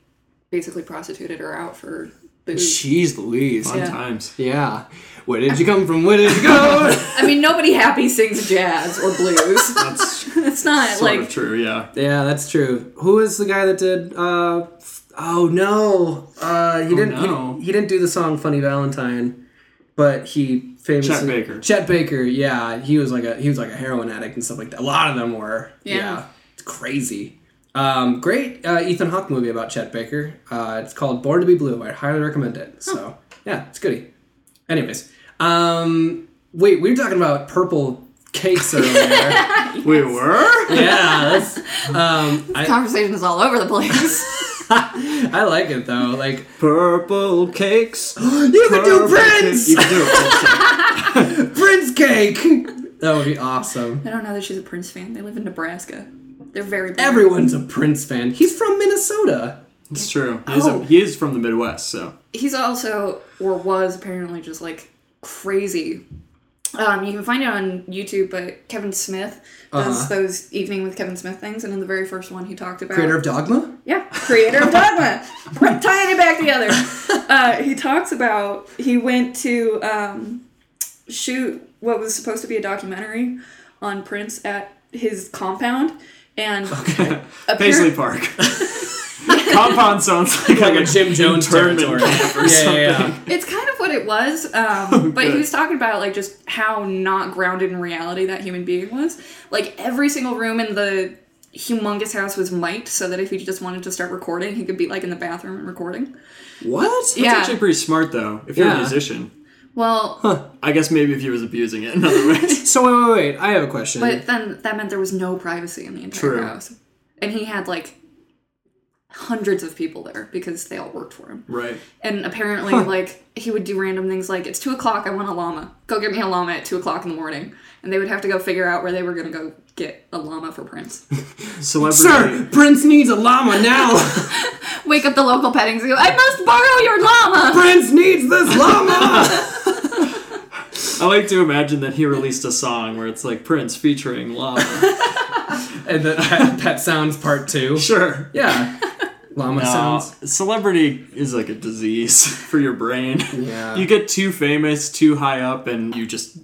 Speaker 3: basically prostituted her out for booze.
Speaker 1: Jeez Louise.
Speaker 2: Fun
Speaker 3: yeah.
Speaker 2: times.
Speaker 1: Yeah. Where did you come from? Where did you go?
Speaker 3: I mean, nobody happy sings jazz or blues.
Speaker 2: That's sort
Speaker 3: it's not
Speaker 2: of
Speaker 3: like
Speaker 2: true, yeah.
Speaker 1: yeah, that's true. Who is the guy that did? uh f- Oh no, uh, he didn't. he-
Speaker 2: Oh, no.
Speaker 1: He, didn't do the song "Funny Valentine," but he famously
Speaker 2: Chet Baker.
Speaker 1: Chet Baker. Yeah, he was like a he was like a heroin addict and stuff like that. A lot of them were.
Speaker 3: Yeah.
Speaker 1: it's crazy. Um, great uh, Ethan Hawke movie about Chet Baker. Uh, it's called Born to Be Blue. I highly recommend it. So yeah, it's goody. Anyways, um, wait, we were talking about purple cakes earlier.
Speaker 2: We were?
Speaker 1: yeah, that's, um, I,
Speaker 3: conversations all over the place.
Speaker 1: I like it though. Like
Speaker 2: Purple cakes.
Speaker 1: you could do
Speaker 2: Purple cake-
Speaker 1: Prince,
Speaker 2: You can do it.
Speaker 1: Prince cake. That would be awesome.
Speaker 3: I don't know that she's a Prince fan. They live in Nebraska. They're very boring.
Speaker 1: Everyone's a Prince fan. He's from Minnesota.
Speaker 2: It's true. He is, a-
Speaker 3: Oh.
Speaker 2: he is from the Midwest, so.
Speaker 3: He's also or was apparently just like crazy. Um, you can find it on YouTube, but Kevin Smith does
Speaker 1: Uh-huh.
Speaker 3: those evening with Kevin Smith things, and in the very first one, he talked about
Speaker 1: Creator of Dogma.
Speaker 3: Yeah, creator of Dogma. We're Tying it back together. Uh, he talks about he went to um, shoot what was supposed to be a documentary on Prince at his compound. And apparent-
Speaker 2: Paisley Park. Compound sounds like,
Speaker 1: Like a Jim Jones
Speaker 2: internment
Speaker 1: territory.
Speaker 2: camp or
Speaker 1: Yeah, yeah,
Speaker 2: something.
Speaker 1: yeah.
Speaker 3: it's kind of what it was, um, but
Speaker 2: good.
Speaker 3: he was talking about like just how not grounded in reality that human being was. Like every single room in the humongous house was mic'd, so that if he just wanted to start recording, he could be like in the bathroom and recording.
Speaker 1: What?
Speaker 2: It's
Speaker 3: Yeah.
Speaker 2: actually pretty smart, though, if you're a
Speaker 1: Yeah.
Speaker 2: musician.
Speaker 3: Well,
Speaker 2: I guess maybe if he was abusing it in other ways.
Speaker 1: So wait, wait, wait. I have a question.
Speaker 3: But then that meant there was no privacy in the entire
Speaker 2: True.
Speaker 3: house. And he had like hundreds of people there because they all worked for him.
Speaker 2: right.
Speaker 3: And apparently, like, he would do random things like, it's two o'clock, I want a llama. Go get me a llama at two o'clock in the morning. And they would have to go figure out where they were going to go get a llama for Prince.
Speaker 2: Celebrity.
Speaker 1: Sir, Prince needs a llama now.
Speaker 3: Wake up the local petting zoo. I must borrow your llama!
Speaker 1: Prince needs this llama.
Speaker 2: I like to imagine that he released a song where it's like Prince featuring Llama.
Speaker 1: and the pet, pet sounds part two.
Speaker 2: sure.
Speaker 1: Yeah. Llama
Speaker 2: Uh,
Speaker 1: sounds.
Speaker 2: celebrity is like a disease for your brain.
Speaker 1: Yeah.
Speaker 2: You get too famous, too high up, and you just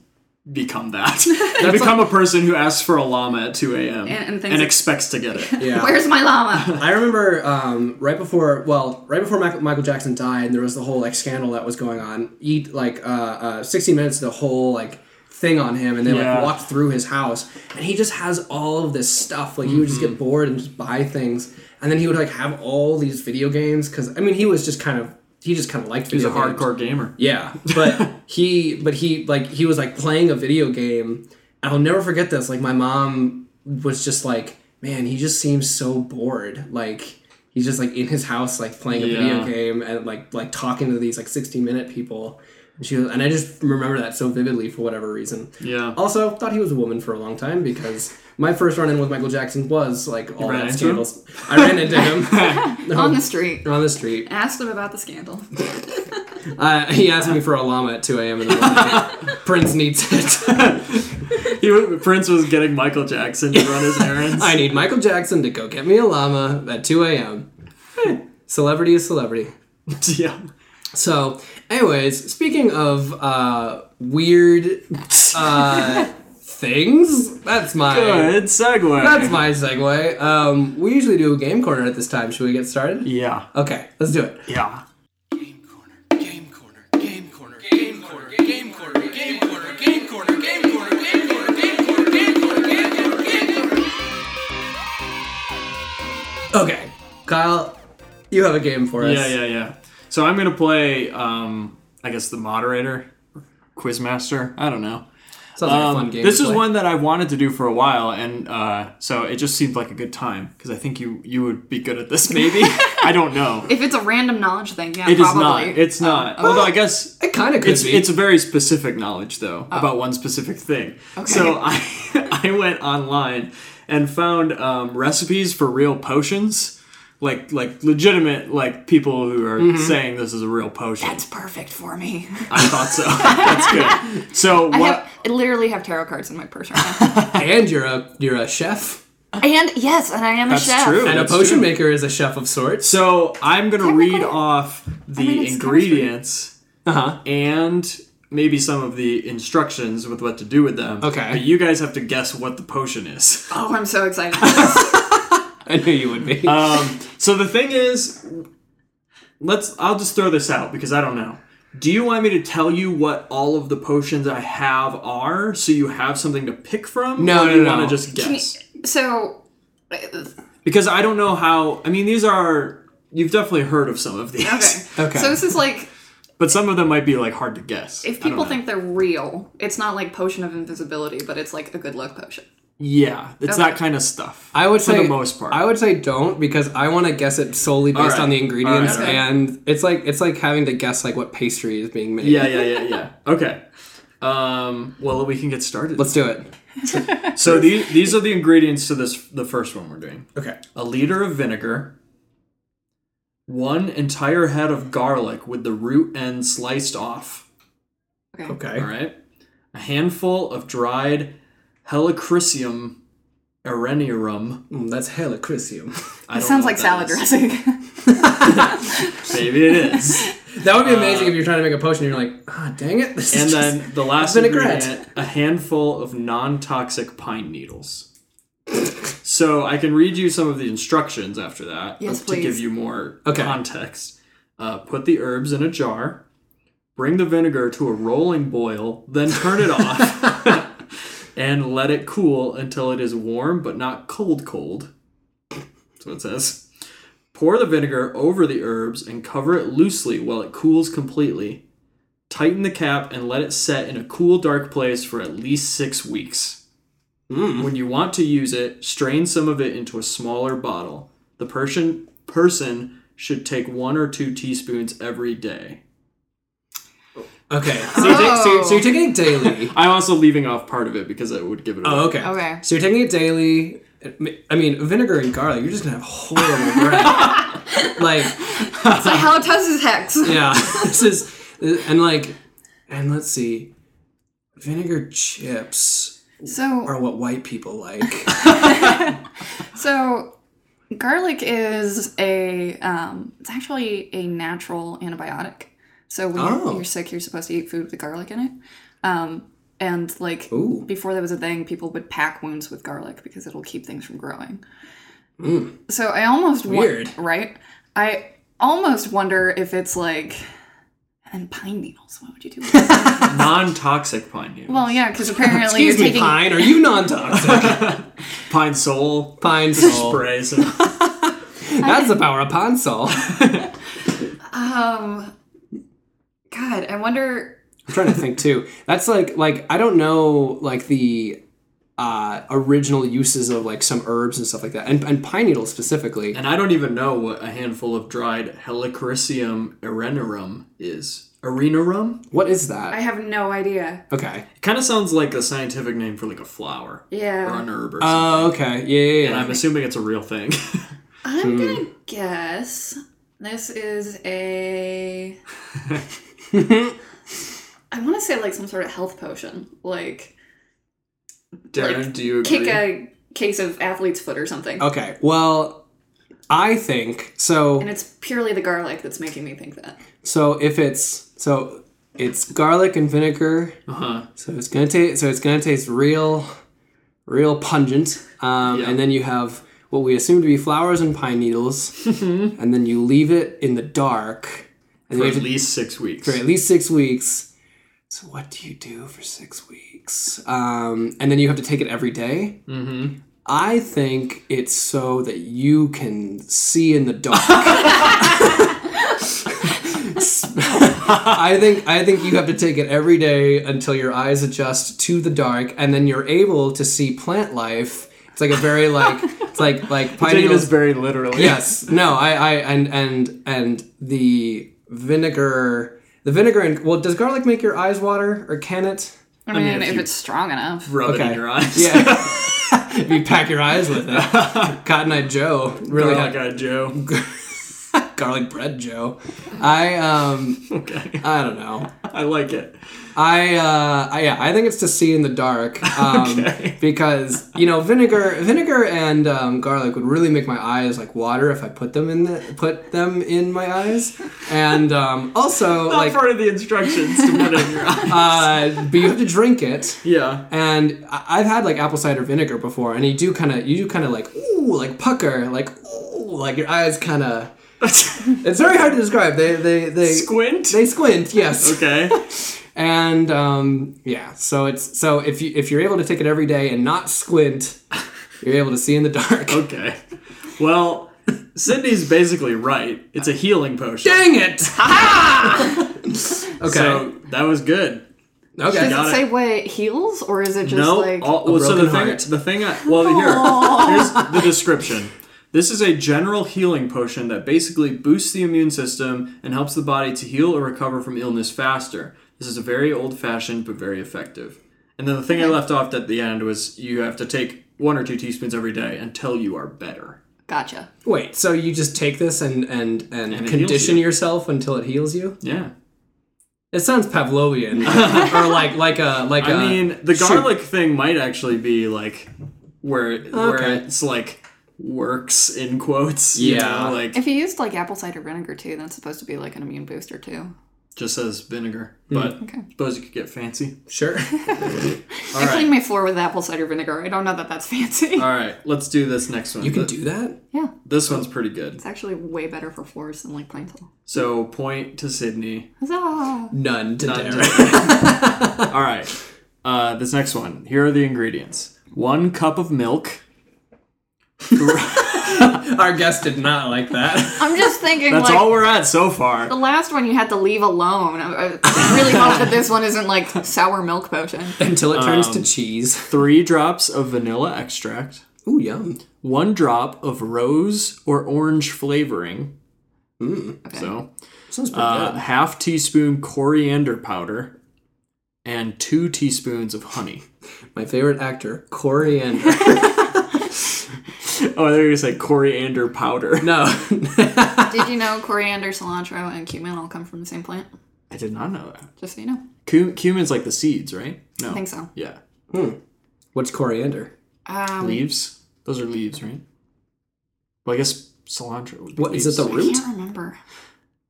Speaker 2: become that. you
Speaker 1: That's
Speaker 2: become a person who asks for a llama at 2 a.m.
Speaker 3: And- and
Speaker 2: and,
Speaker 3: thinks it-
Speaker 2: expects to get it.
Speaker 1: Yeah.
Speaker 3: Where's my llama?
Speaker 1: I remember um, right before, well, right before Michael, Michael Jackson died, there was the whole like scandal that was going on. Eat like uh, uh, sixty minutes, the whole like thing on him, and they
Speaker 2: Yeah.
Speaker 1: like walked through his house, and he just has all of this stuff. Like he would just get
Speaker 2: Mm-hmm.
Speaker 1: bored and just buy things, and then he would like have all these video games because I mean he was just kind of he just kind of liked
Speaker 2: He's
Speaker 1: video
Speaker 2: a
Speaker 1: games.
Speaker 2: hardcore gamer.
Speaker 1: Yeah, but he, but he, like he was like playing a video game, and I'll never forget this. Like my mom was just like, "Man, he just seems so bored. Like he's just like in his house, like playing a
Speaker 2: Yeah.
Speaker 1: video game and like like talking to these like sixty minute people." And she was, and I just remember that so vividly for whatever reason.
Speaker 2: Yeah.
Speaker 1: Also, thought he was a woman for a long time because my first run in with Michael Jackson was like all
Speaker 2: ran
Speaker 1: that
Speaker 2: into him?
Speaker 1: scandals. I ran into him
Speaker 3: on the street.
Speaker 1: on the street.
Speaker 3: Asked him about the scandal.
Speaker 1: Uh, he asked me for a llama at 2 a.m. in the morning. Prince needs it.
Speaker 2: He wa- Prince was getting Michael Jackson to run his errands.
Speaker 1: I need Michael Jackson to go get me a llama at 2 a.m. Eh, Celebrity is celebrity.
Speaker 2: yeah.
Speaker 1: So, anyways, speaking of uh, weird uh, things, that's my
Speaker 2: Good segue.
Speaker 1: that's my segue. Um, we usually do a game corner at this time. Should we get started?
Speaker 2: Yeah.
Speaker 1: Okay, let's do it.
Speaker 2: Yeah.
Speaker 4: Game corner, game corner, game corner, game corner, game corner, game corner, game corner, game corner, game corner, game corner, game corner, game corner.
Speaker 1: Okay, Kyle, you have a game for us.
Speaker 2: Yeah, yeah, yeah. So I'm gonna play. Um, I guess the moderator, quizmaster. I don't know.
Speaker 1: Sounds like a
Speaker 2: Um,
Speaker 1: fun game.
Speaker 2: this
Speaker 1: to
Speaker 2: is
Speaker 1: play.
Speaker 2: one that I've wanted to do for a while, and uh, so it just seemed like a good time because I think you you would be good at this. Maybe I don't know.
Speaker 3: If it's a random knowledge thing, yeah,
Speaker 2: It is not.
Speaker 3: probably.
Speaker 2: It's not.
Speaker 1: Uh,
Speaker 2: Although I guess
Speaker 1: It kind of could
Speaker 2: it's
Speaker 1: be.
Speaker 2: it's a very specific knowledge though about one specific thing. So I I went online and found um, recipes for real potions. Like, like legitimate like people who are saying this is a real potion.
Speaker 3: That's perfect for me.
Speaker 2: I thought so. That's good. So
Speaker 3: I,
Speaker 2: what?
Speaker 3: have, I literally have tarot cards in my purse right now.
Speaker 1: and you're a you're a chef,
Speaker 3: and yes, and I am
Speaker 2: That's
Speaker 3: a chef.
Speaker 2: true.
Speaker 1: and
Speaker 2: That's
Speaker 1: a potion
Speaker 2: true.
Speaker 1: maker is a chef of sorts.
Speaker 2: So I'm gonna
Speaker 3: Technically,
Speaker 2: read off the
Speaker 3: mean, it's chemistry.
Speaker 2: ingredients
Speaker 1: Uh huh.
Speaker 2: and maybe some of the instructions with what to do with them.
Speaker 1: Okay.
Speaker 2: But you guys have to guess what the potion is.
Speaker 3: Oh, I'm so excited.
Speaker 1: I knew you would be.
Speaker 2: Um, so the thing is, let's. I'll just throw this out because I don't know. Do you want me to tell you what all of the potions I have are, so you have something to pick from?
Speaker 1: No,
Speaker 2: or
Speaker 1: no,
Speaker 2: do you
Speaker 1: no.
Speaker 2: want to just
Speaker 3: Can
Speaker 2: guess?
Speaker 3: you- so,
Speaker 2: Because I don't know how. I mean, these are. You've definitely heard of some of these,
Speaker 3: okay.
Speaker 1: Okay.
Speaker 3: So this is like
Speaker 2: but some of them might be like hard to guess. I
Speaker 3: if
Speaker 2: don't
Speaker 3: people
Speaker 2: know.
Speaker 3: think they're real, it's not like potion of invisibility, but it's like a good luck potion.
Speaker 2: Yeah, it's
Speaker 3: Okay.
Speaker 2: that kind of stuff.
Speaker 1: I would
Speaker 2: for
Speaker 1: say
Speaker 2: the most part.
Speaker 1: I would say don't because I want to guess it solely based
Speaker 2: right.
Speaker 1: on the ingredients,
Speaker 2: All right,
Speaker 3: all right.
Speaker 1: and it's like it's like having to guess like what pastry is being made.
Speaker 2: yeah, yeah, yeah, yeah. Okay. Um, well, we can get started.
Speaker 1: let's do it.
Speaker 2: so these these are the ingredients to this the first one we're doing.
Speaker 1: Okay.
Speaker 2: A liter of vinegar, one entire head of garlic with the root end sliced off.
Speaker 3: Okay.
Speaker 1: Okay.
Speaker 2: All right. A handful of dried helichrysum areniorum.
Speaker 1: Mm, that's helichrysum.
Speaker 2: I
Speaker 3: It
Speaker 2: don't
Speaker 3: sounds
Speaker 2: know
Speaker 3: like
Speaker 2: what
Speaker 3: salad
Speaker 2: Oh, that is.
Speaker 3: dressing.
Speaker 2: Maybe it is.
Speaker 1: That would be amazing if you're trying to make a potion. and You're like, ah, dang it. This
Speaker 2: Uh, And
Speaker 1: is
Speaker 2: then
Speaker 1: just
Speaker 2: the last
Speaker 1: vinaigrette.
Speaker 2: ingredient, a handful of non-toxic pine needles. So I can read you some of the instructions after that
Speaker 3: Yes,
Speaker 2: to give
Speaker 3: please.
Speaker 2: you more
Speaker 1: Okay.
Speaker 2: context. Uh, put the herbs in a jar. Bring the vinegar to a rolling boil, then turn it off, and let it cool until it is warm but not cold cold. That's what it says. Pour the vinegar over the herbs and cover it loosely while it cools completely. Tighten the cap and let it set in a cool, dark place for at least six weeks.
Speaker 1: Mm-hmm.
Speaker 2: When you want to use it, strain some of it into a smaller bottle. The person person should take one or two teaspoons every day.
Speaker 1: okay. So
Speaker 3: Oh,
Speaker 1: you're, ta- so, you're, so you're taking it daily.
Speaker 2: I'm also leaving off part of it because I would give it.
Speaker 1: Oh,
Speaker 2: away.
Speaker 1: okay.
Speaker 3: Okay.
Speaker 1: So you're taking it daily. I mean, vinegar and garlic. You're just gonna have horrible breath. like.
Speaker 3: it's like how it touches hex.
Speaker 1: Yeah, this is and like and let's see, vinegar chips
Speaker 3: So
Speaker 1: are what white people like.
Speaker 3: so garlic is a um, it's actually a natural antibiotic. So when you're-
Speaker 1: Oh.
Speaker 3: you're sick, you're supposed to eat food with garlic in it. Um, and like
Speaker 1: Ooh.
Speaker 3: before that was a thing, people would pack wounds with garlic because it'll keep things from growing. So I almost wo-
Speaker 1: Mm. Weird.
Speaker 3: right? I almost wonder if it's like and pine needles. What would you do? With that?
Speaker 2: Non-toxic pine needles.
Speaker 3: well, yeah, because apparently
Speaker 1: Excuse
Speaker 3: you're
Speaker 1: me,
Speaker 3: taking
Speaker 1: pine. Are you non-toxic?
Speaker 2: Pine soul.
Speaker 1: pine sol.
Speaker 2: Spray some
Speaker 1: That's the power of pine sol. I'm
Speaker 3: Um, God, I wonder.
Speaker 1: trying to think too. That's like like I don't know like the uh, original uses of like some herbs and stuff like that, and, and pine needles specifically.
Speaker 2: And I don't even know what a handful of dried Helichrysum arenarum is. Arena rum?
Speaker 1: What is that?
Speaker 3: I have no idea.
Speaker 1: okay.
Speaker 2: It kind of sounds like a scientific name for like a flower or an
Speaker 3: Yeah.
Speaker 2: herb or something.
Speaker 1: Oh, okay. Yeah, yeah,
Speaker 2: and
Speaker 1: yeah.
Speaker 2: I'm assuming it's a real thing.
Speaker 3: I'm gonna guess this is a. I want to say like some sort of health potion, like
Speaker 2: Darren,
Speaker 3: Like,
Speaker 2: do you agree?
Speaker 3: kick a case of athlete's foot or something.
Speaker 2: Oh.
Speaker 1: Okay. Well, I think so.
Speaker 3: And it's purely the garlic that's making me think that.
Speaker 1: So if it's so, it's garlic and vinegar.
Speaker 2: uh-huh.
Speaker 1: So it's gonna taste. So it's gonna taste real, real pungent. Um,
Speaker 2: Yeah.
Speaker 1: And then you have what we assume to be flowers and pine needles, and then you leave it in the dark, and
Speaker 2: For
Speaker 1: then you
Speaker 2: at
Speaker 1: have to
Speaker 2: least six weeks.
Speaker 1: for at least six weeks. So what do you do for six weeks? Um, and then you have to take it every day.
Speaker 2: Mm-hmm.
Speaker 1: I think it's so that you can see in the dark. I think I think you have to take it every day until your eyes adjust to the dark, and then you're able to see plant life. It's like a very like it's like like pine
Speaker 2: Taking this
Speaker 1: needles.
Speaker 2: very literally.
Speaker 1: Yes. No. I. I. And and and the vinegar. The vinegar and well, does garlic make your eyes water, or can it?
Speaker 3: I
Speaker 2: mean,
Speaker 3: mean,
Speaker 2: if
Speaker 3: if
Speaker 2: you-
Speaker 3: it's strong enough.
Speaker 2: Rub it in
Speaker 1: Okay.
Speaker 2: your eyes.
Speaker 1: Yeah. if you pack your eyes with it. Cotton Eye Joe really
Speaker 2: Really
Speaker 1: had
Speaker 2: hot guy Joe.
Speaker 1: garlic bread Joe. I um
Speaker 2: Okay.
Speaker 1: I don't know.
Speaker 2: I like it.
Speaker 1: I uh I, yeah, I think it's to see in the dark um
Speaker 2: Okay.
Speaker 1: because you know vinegar vinegar and um, garlic would really make my eyes like water if I put them in the put them in my eyes. And um also
Speaker 2: Not
Speaker 1: like
Speaker 2: part of the instructions to put it in your eye.
Speaker 1: uh but you have to drink it.
Speaker 2: Yeah.
Speaker 1: And I- I've had like apple cider vinegar before, and you do kind of, you do kind of like, ooh, like pucker, like, ooh, like your eyes kind of. It's very hard to describe. They, they, they
Speaker 2: Squint.
Speaker 1: They squint. Yes.
Speaker 2: Okay.
Speaker 1: And um, yeah, so it's so if you if you're able to take it every day and not squint, you're able to see in the dark.
Speaker 2: Okay. Well, Sydney's basically right. It's a healing potion.
Speaker 1: Dang it! okay.
Speaker 2: So that was good.
Speaker 1: okay.
Speaker 3: Does
Speaker 2: got
Speaker 3: it
Speaker 2: it.
Speaker 3: say what it heals, or is it just
Speaker 2: no,
Speaker 3: like
Speaker 2: all,
Speaker 1: a
Speaker 2: well, so the
Speaker 1: broken
Speaker 2: thing,
Speaker 1: heart.
Speaker 2: the thing, I, well, here, here's the description. This is a general healing potion that basically boosts the immune system and helps the body to heal or recover from illness faster. This is a very old fashioned but very effective. And then the thing I left off at the end was you have to take one or two teaspoons every day until you are better.
Speaker 3: gotcha?
Speaker 1: Wait. So you just take this and and and,
Speaker 2: it heals
Speaker 1: condition
Speaker 2: you.
Speaker 1: yourself until it heals you.
Speaker 2: Yeah.
Speaker 1: It sounds Pavlovian, or like like a like a.
Speaker 2: I mean, the
Speaker 1: Uh, shoot.
Speaker 2: garlic thing might actually be like where where
Speaker 1: Okay.
Speaker 2: it's like works in quotes.
Speaker 1: Yeah.
Speaker 2: you know, like
Speaker 3: If you used like apple cider vinegar too, that's supposed to be like an immune booster too.
Speaker 2: just says vinegar, but
Speaker 3: Mm-hmm. Okay.
Speaker 2: suppose you could get fancy.
Speaker 1: Sure.
Speaker 2: All
Speaker 3: I clean
Speaker 2: right, Uh,
Speaker 3: my floor with apple cider vinegar. I don't know that that's fancy.
Speaker 2: all right, let's do this next one.
Speaker 1: You can
Speaker 2: Th-
Speaker 1: do that?
Speaker 3: yeah,
Speaker 2: this one's pretty good.
Speaker 3: it's actually way better for floors than like pine sol.
Speaker 2: So point to Sydney.
Speaker 3: Huzzah!
Speaker 1: None to
Speaker 2: Not
Speaker 1: dare.
Speaker 2: dairy. all right, uh, this next one. Here are the ingredients: one cup of milk.
Speaker 1: Our guest did not like that.
Speaker 3: I'm just thinking
Speaker 2: That's
Speaker 3: like
Speaker 2: all we're at so far.
Speaker 3: the last one you had to leave alone. I, I really hope that this one isn't like sour milk potion.
Speaker 1: Until it turns
Speaker 2: Um,
Speaker 1: to cheese.
Speaker 2: Three drops of vanilla extract.
Speaker 1: Ooh, yum.
Speaker 2: one drop of rose or orange flavoring.
Speaker 1: Mm.
Speaker 2: So,
Speaker 1: Sounds pretty
Speaker 2: uh, half teaspoon coriander powder and two teaspoons of honey.
Speaker 1: good. My favorite actor, Coriander.
Speaker 2: Oh, they're gonna say coriander powder.
Speaker 1: no.
Speaker 3: Did you know coriander, cilantro, and cumin all come from the same plant?
Speaker 2: I did not know that.
Speaker 3: Just so you know,
Speaker 2: Cu- cumin's like the seeds, right? No.
Speaker 3: I think so.
Speaker 2: Yeah.
Speaker 1: What's coriander?
Speaker 3: Um,
Speaker 2: Leaves. Those are leaves, right? Well, I guess cilantro. Would be
Speaker 1: What is
Speaker 2: leaves.
Speaker 1: it? The
Speaker 3: I
Speaker 1: root?
Speaker 3: can't remember.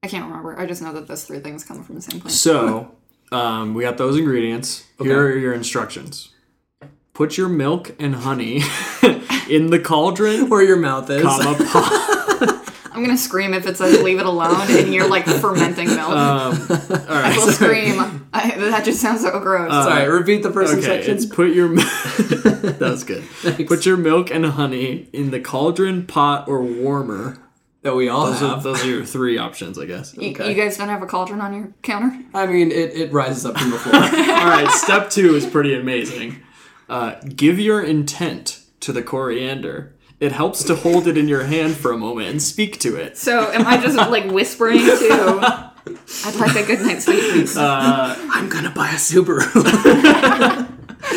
Speaker 3: I can't remember. I just know that those three things come from the same place.
Speaker 2: So, um, we got those ingredients. Here
Speaker 1: Okay.
Speaker 2: are your instructions. Put your milk and honey in the cauldron
Speaker 1: Where your mouth is.
Speaker 2: comma pot.
Speaker 3: I'm gonna scream if it says "leave it alone" and you're like fermenting milk.
Speaker 2: Um, All
Speaker 3: I
Speaker 2: right. Uh,
Speaker 3: will scream. I, that just sounds so gross.
Speaker 1: Sorry, repeat the first
Speaker 2: Okay,
Speaker 1: section.
Speaker 2: it's put your that was good. Put your milk and honey in the cauldron, pot, or warmer.
Speaker 1: that we all
Speaker 2: Those are,
Speaker 1: have.
Speaker 2: those are your three options, I guess.
Speaker 3: You-
Speaker 1: okay.
Speaker 3: You guys don't have a cauldron on your counter?
Speaker 1: I mean, it, it rises up from the floor.
Speaker 2: All right, step two is pretty amazing. Uh, give your intent to the coriander. It helps to hold it in your hand for a moment and speak to it.
Speaker 3: So am I just like whispering to I'd like a good night's sleep, please.
Speaker 1: I'm gonna buy a Subaru.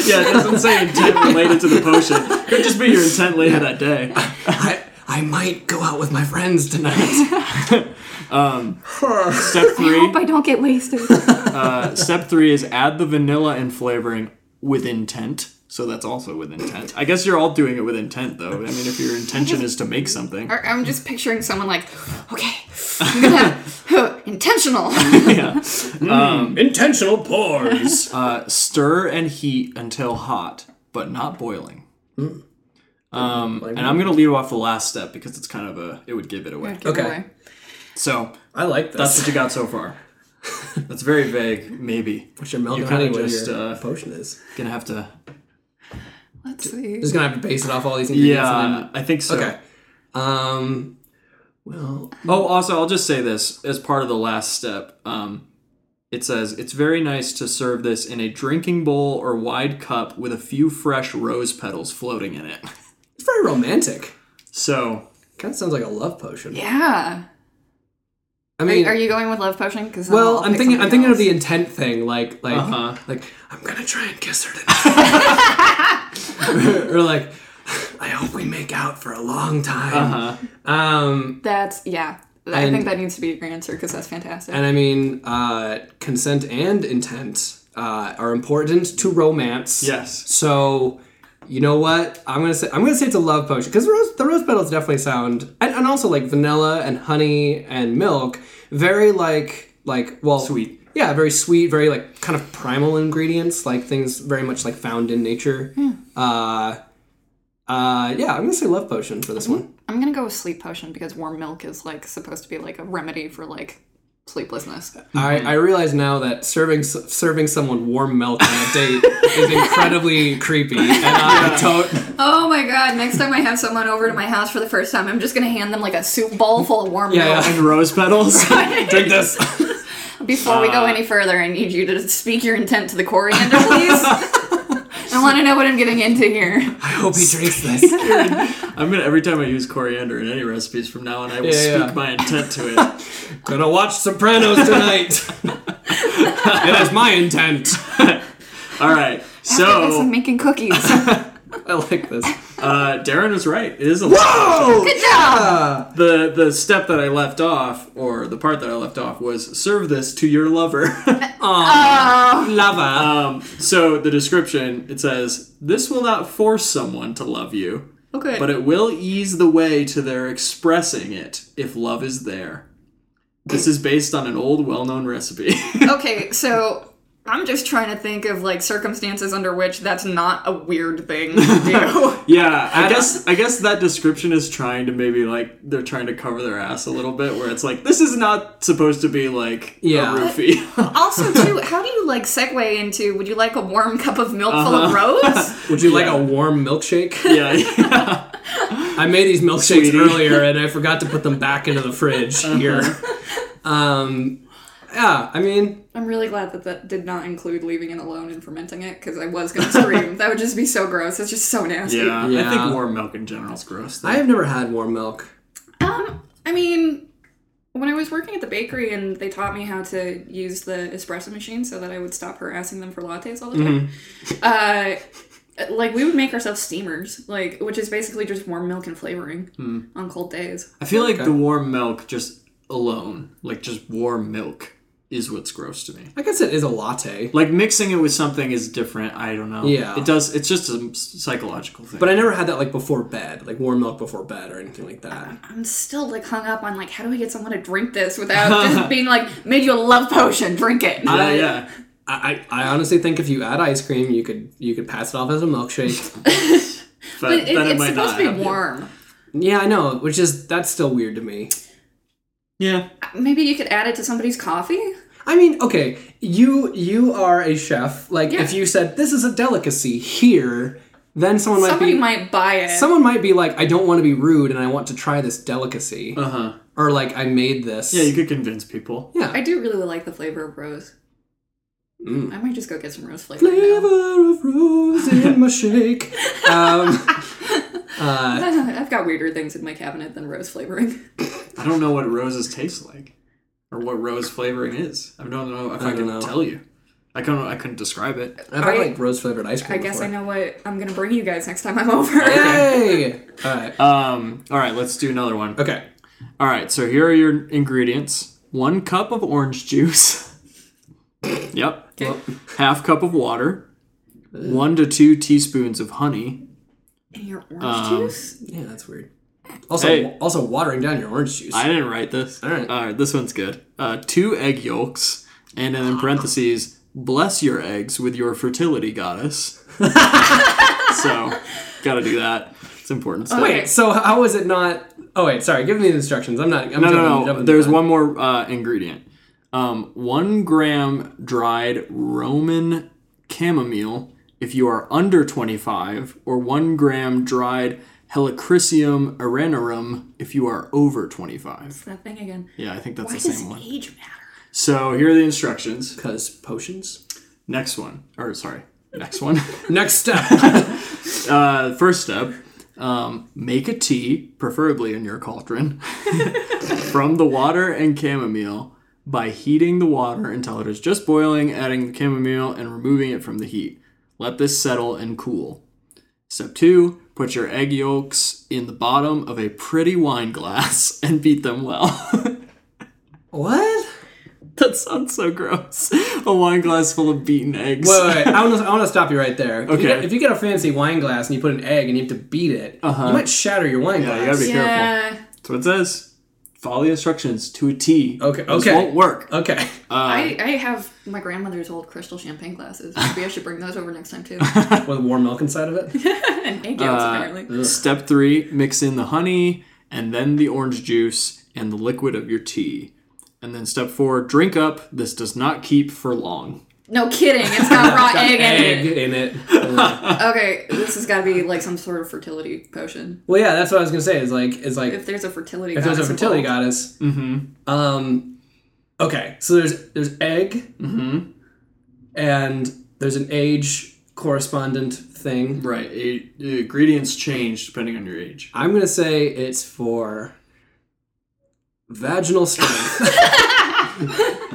Speaker 2: Yeah, it doesn't say intent related to the potion. Could just be your intent later that day.
Speaker 1: I, I might go out with my friends tonight.
Speaker 2: Step
Speaker 3: I
Speaker 2: three.
Speaker 3: hope I don't get wasted.
Speaker 2: Uh, step three is add the vanilla and flavoring with intent. So that's also with intent. I guess you're all doing it with intent, though. I mean, if your intention is to make something,
Speaker 3: Or I'm just picturing someone like, okay, I'm gonna huh, intentional.
Speaker 2: yeah.
Speaker 1: Intentional pours.
Speaker 2: Uh, stir and heat until hot, but not boiling.
Speaker 1: Mm.
Speaker 2: Um, and I'm gonna leave off the last step because it's kind of a it would give it away.
Speaker 3: Give
Speaker 1: Okay.
Speaker 3: away.
Speaker 2: So
Speaker 1: I like this.
Speaker 2: that's what you got so far. That's very vague. Maybe
Speaker 1: What's your milk
Speaker 2: you
Speaker 1: on
Speaker 2: kinda
Speaker 1: it, what
Speaker 2: just,
Speaker 1: your
Speaker 2: uh,
Speaker 1: potion is.
Speaker 2: gonna have to.
Speaker 3: Let's see.
Speaker 1: Just gonna have to base it off all these ingredients.
Speaker 2: Yeah, I think so.
Speaker 1: And then, okay. Um. Well,
Speaker 2: Oh, also, I'll just say this as part of the last step. Um, it says it's very nice to serve this in a drinking bowl or wide cup with a few fresh rose petals floating in it.
Speaker 1: it's very romantic.
Speaker 2: So
Speaker 1: Kind of sounds like a love potion.
Speaker 3: Yeah.
Speaker 1: I
Speaker 3: Are,
Speaker 1: mean,
Speaker 3: are you going with love potion? Because
Speaker 1: well, I'm thinking. I'm thinking of the intent thing, like, like,
Speaker 2: Uh-huh.
Speaker 1: like. I'm gonna try and kiss her tonight, or like, I hope we make out for a long time. Uh-huh. Um,
Speaker 3: that's yeah. I
Speaker 1: And-
Speaker 3: think that needs to be your answer because that's fantastic.
Speaker 1: and I mean, uh, consent and intent uh, are important to romance.
Speaker 2: yes,
Speaker 1: So, you know what? I'm gonna say I'm gonna say it's a love potion because rose, the rose petals definitely sound and, and also like vanilla and honey and milk, very like like well
Speaker 2: Sweet.
Speaker 1: Yeah, very sweet, very like kind of primal ingredients, like things very much like found in nature. Uh, uh, yeah, I'm gonna say love potion for this one.
Speaker 3: I'm gonna go with sleep potion because warm milk is like supposed to be like a remedy for like sleeplessness.
Speaker 1: I, I realize now that serving s- serving someone warm milk on a date is incredibly creepy, and I don't.
Speaker 3: Oh my god! Next time I have someone over to my house for the first time, I'm just gonna hand them like a soup bowl full of warm
Speaker 1: Yeah,
Speaker 3: milk.
Speaker 1: yeah.
Speaker 2: and rose petals.
Speaker 1: Drink this.
Speaker 3: Before we
Speaker 1: Uh.
Speaker 3: go any further, I need you to speak your intent to the coriander, please. I want to know what I'm getting into here.
Speaker 1: I hope he drinks this.
Speaker 2: I'm gonna every time I use coriander in any recipes from now on, I will
Speaker 1: Yeah, yeah.
Speaker 2: speak my intent to it.
Speaker 1: Gonna watch Sopranos tonight. it is my intent.
Speaker 2: All right,
Speaker 3: After this, I'm
Speaker 2: so
Speaker 3: making cookies.
Speaker 1: I like this.
Speaker 2: uh, Darren was right. It is a lot.
Speaker 3: Good job.
Speaker 2: the the step that I left off, or the part that I left off, was serve this to your lover.
Speaker 1: Lava.
Speaker 2: Um, so the description it says this will not force someone to love you,
Speaker 3: Okay.
Speaker 2: but it will ease the way to their expressing it if love is there. This is based on an old, well-known recipe.
Speaker 3: okay, so I'm just trying to think of like circumstances under which that's not a weird thing to do.
Speaker 2: yeah, I guess I guess that description is trying to maybe like they're trying to cover their ass a little bit, where it's like this is not supposed to be like
Speaker 1: Yeah.
Speaker 2: a roofie.
Speaker 3: also, too, how do you like segue into would you like a warm cup of milk full of rose?
Speaker 1: Would you like a warm milkshake?
Speaker 2: yeah, yeah.
Speaker 1: I made these milkshakes
Speaker 2: Sweetie.
Speaker 1: earlier and I forgot to put them back into the fridge here. Um, yeah, I mean,
Speaker 3: I'm really glad that that did not include leaving it alone and fermenting it because I was going to scream. that would just be so gross. It's just so nasty.
Speaker 2: yeah. I
Speaker 1: Yeah.
Speaker 2: think warm milk in general is gross. Though.
Speaker 1: I have never had warm milk.
Speaker 3: Um, I mean, when I was working at the bakery and they taught me how to use the espresso machine so that I would stop harassing them for lattes all the time. Uh, like we would make ourselves steamers, like which is basically just warm milk and flavoring on cold days.
Speaker 2: I feel like the warm milk just alone, like just warm milk, is what's gross to me.
Speaker 1: I guess it is a latte,
Speaker 2: Like mixing it with something is different. I don't know.
Speaker 1: Yeah.
Speaker 2: it does. It's just a psychological thing.
Speaker 1: but I never had that like before bed, like warm milk before bed or anything like that.
Speaker 3: I'm still like hung up on like how do I get someone to drink this without just being like made you a love potion, drink it.
Speaker 2: yeah, yeah.
Speaker 1: I, I, I honestly think if you add ice cream, you could you could pass it off as a milkshake.
Speaker 2: But,
Speaker 3: But it,
Speaker 2: then it,
Speaker 3: it's
Speaker 2: might
Speaker 3: supposed
Speaker 2: not
Speaker 3: to
Speaker 2: have
Speaker 3: be
Speaker 2: the-
Speaker 3: warm.
Speaker 1: yeah, I know, which is that's still weird to me.
Speaker 2: Yeah,
Speaker 3: Maybe you could add it to somebody's coffee.
Speaker 1: I mean, okay, you you are a chef. Like,
Speaker 3: Yeah.
Speaker 1: if you said this is a delicacy here, then someone might
Speaker 3: Somebody
Speaker 1: be
Speaker 3: might buy it.
Speaker 1: someone might be like, I don't want to be rude, and I want to try this delicacy,
Speaker 2: uh huh.
Speaker 1: or like I made this.
Speaker 2: Yeah, you could convince people.
Speaker 1: yeah.
Speaker 3: I do really like the flavor of rose.
Speaker 1: Mm.
Speaker 3: I might just go get some rose flavor. now.
Speaker 1: Flavor of rose in my shake. Um, uh,
Speaker 3: I've got weirder things in my cabinet than rose flavoring.
Speaker 2: I don't know what roses taste like. or what rose flavoring is. I don't know if I,
Speaker 1: don't
Speaker 2: can
Speaker 1: know.
Speaker 2: tell you. I couldn't. I couldn't describe it.
Speaker 1: I've had
Speaker 3: I-
Speaker 1: like rose flavored ice
Speaker 3: I
Speaker 1: cream.
Speaker 3: guess I
Speaker 1: before.
Speaker 3: know what I'm gonna bring you guys next time I'm over.
Speaker 1: Hey! Alright.
Speaker 2: Um. All right. Let's do another one.
Speaker 1: Okay.
Speaker 2: All right. So here are your ingredients: one cup of orange juice. yep.
Speaker 1: Well,
Speaker 2: Half cup of water. One to two teaspoons of honey.
Speaker 3: And your orange
Speaker 2: Um,
Speaker 3: juice?
Speaker 1: yeah, that's weird. Also,
Speaker 2: Hey.
Speaker 1: also watering down your orange juice.
Speaker 2: I didn't write this.
Speaker 1: All right.
Speaker 2: All right. This one's good. Uh, two egg yolks, and then in parentheses, bless your eggs with your fertility goddess. so, gotta do that. It's important stuff.
Speaker 1: Oh, Wait, so how is it not? Oh wait, sorry. Give me the instructions. I'm not. I'm
Speaker 2: No,
Speaker 1: jumping,
Speaker 2: no, no.
Speaker 1: jumping the
Speaker 2: There's
Speaker 1: gun.
Speaker 2: one more uh, ingredient. Um, one gram dried Roman chamomile if you are under 25, or one gram dried Helichrysum arenarum if you are over 25.
Speaker 3: That thing again.
Speaker 2: Yeah, I think that's
Speaker 3: Why
Speaker 2: the
Speaker 3: does
Speaker 2: same one.
Speaker 3: age matter?
Speaker 2: So here are the instructions.
Speaker 1: Cause potions.
Speaker 2: Next one, or sorry, next one.
Speaker 1: Next step.
Speaker 2: uh, first step um, make a tea, preferably in your cauldron, from the water and chamomile by heating the water until it is just boiling, adding the chamomile, and removing it from the heat. Let this settle and cool. Step two put your egg yolks in the bottom of a pretty wine glass and beat them well.
Speaker 1: what?
Speaker 2: that sounds so gross. A wine glass full of beaten eggs.
Speaker 1: Wait, wait, wait. I want to. I want to stop you right there. If you
Speaker 2: Okay.
Speaker 1: get- if you get a fancy wine glass and you put an egg and you have to beat it, you might shatter your wine
Speaker 2: Uh-huh. Yeah, you
Speaker 1: glass.
Speaker 2: gotta be careful.
Speaker 3: Yeah.
Speaker 2: That's what it says. Follow the instructions to a T.
Speaker 1: Okay,
Speaker 2: This
Speaker 1: okay.
Speaker 2: won't work.
Speaker 1: okay.
Speaker 3: I, I have my grandmother's old crystal champagne glasses. Maybe I should bring those over next time too.
Speaker 1: With warm milk inside of it.
Speaker 3: and egg yolks, apparently.
Speaker 2: Step three: mix in the honey and then the orange juice and the liquid of your tea. And then step four: drink up. This does not keep for long.
Speaker 3: No kidding, it's got raw egg,
Speaker 1: egg
Speaker 3: in it.
Speaker 1: in it. Ugh.
Speaker 3: Okay, this has got to be like some sort of fertility potion.
Speaker 1: well, yeah, that's what I was gonna say. Is like, is like
Speaker 3: If there's a fertility,
Speaker 1: if there's a
Speaker 3: goddess
Speaker 1: fertility
Speaker 3: involved.
Speaker 1: goddess.
Speaker 2: Mm-hmm.
Speaker 1: Um, okay, so there's there's egg,
Speaker 2: Mm-hmm.
Speaker 1: and there's an age correspondent thing.
Speaker 2: Right. It, the ingredients change depending on your age.
Speaker 1: I'm gonna say it's for vaginal strength,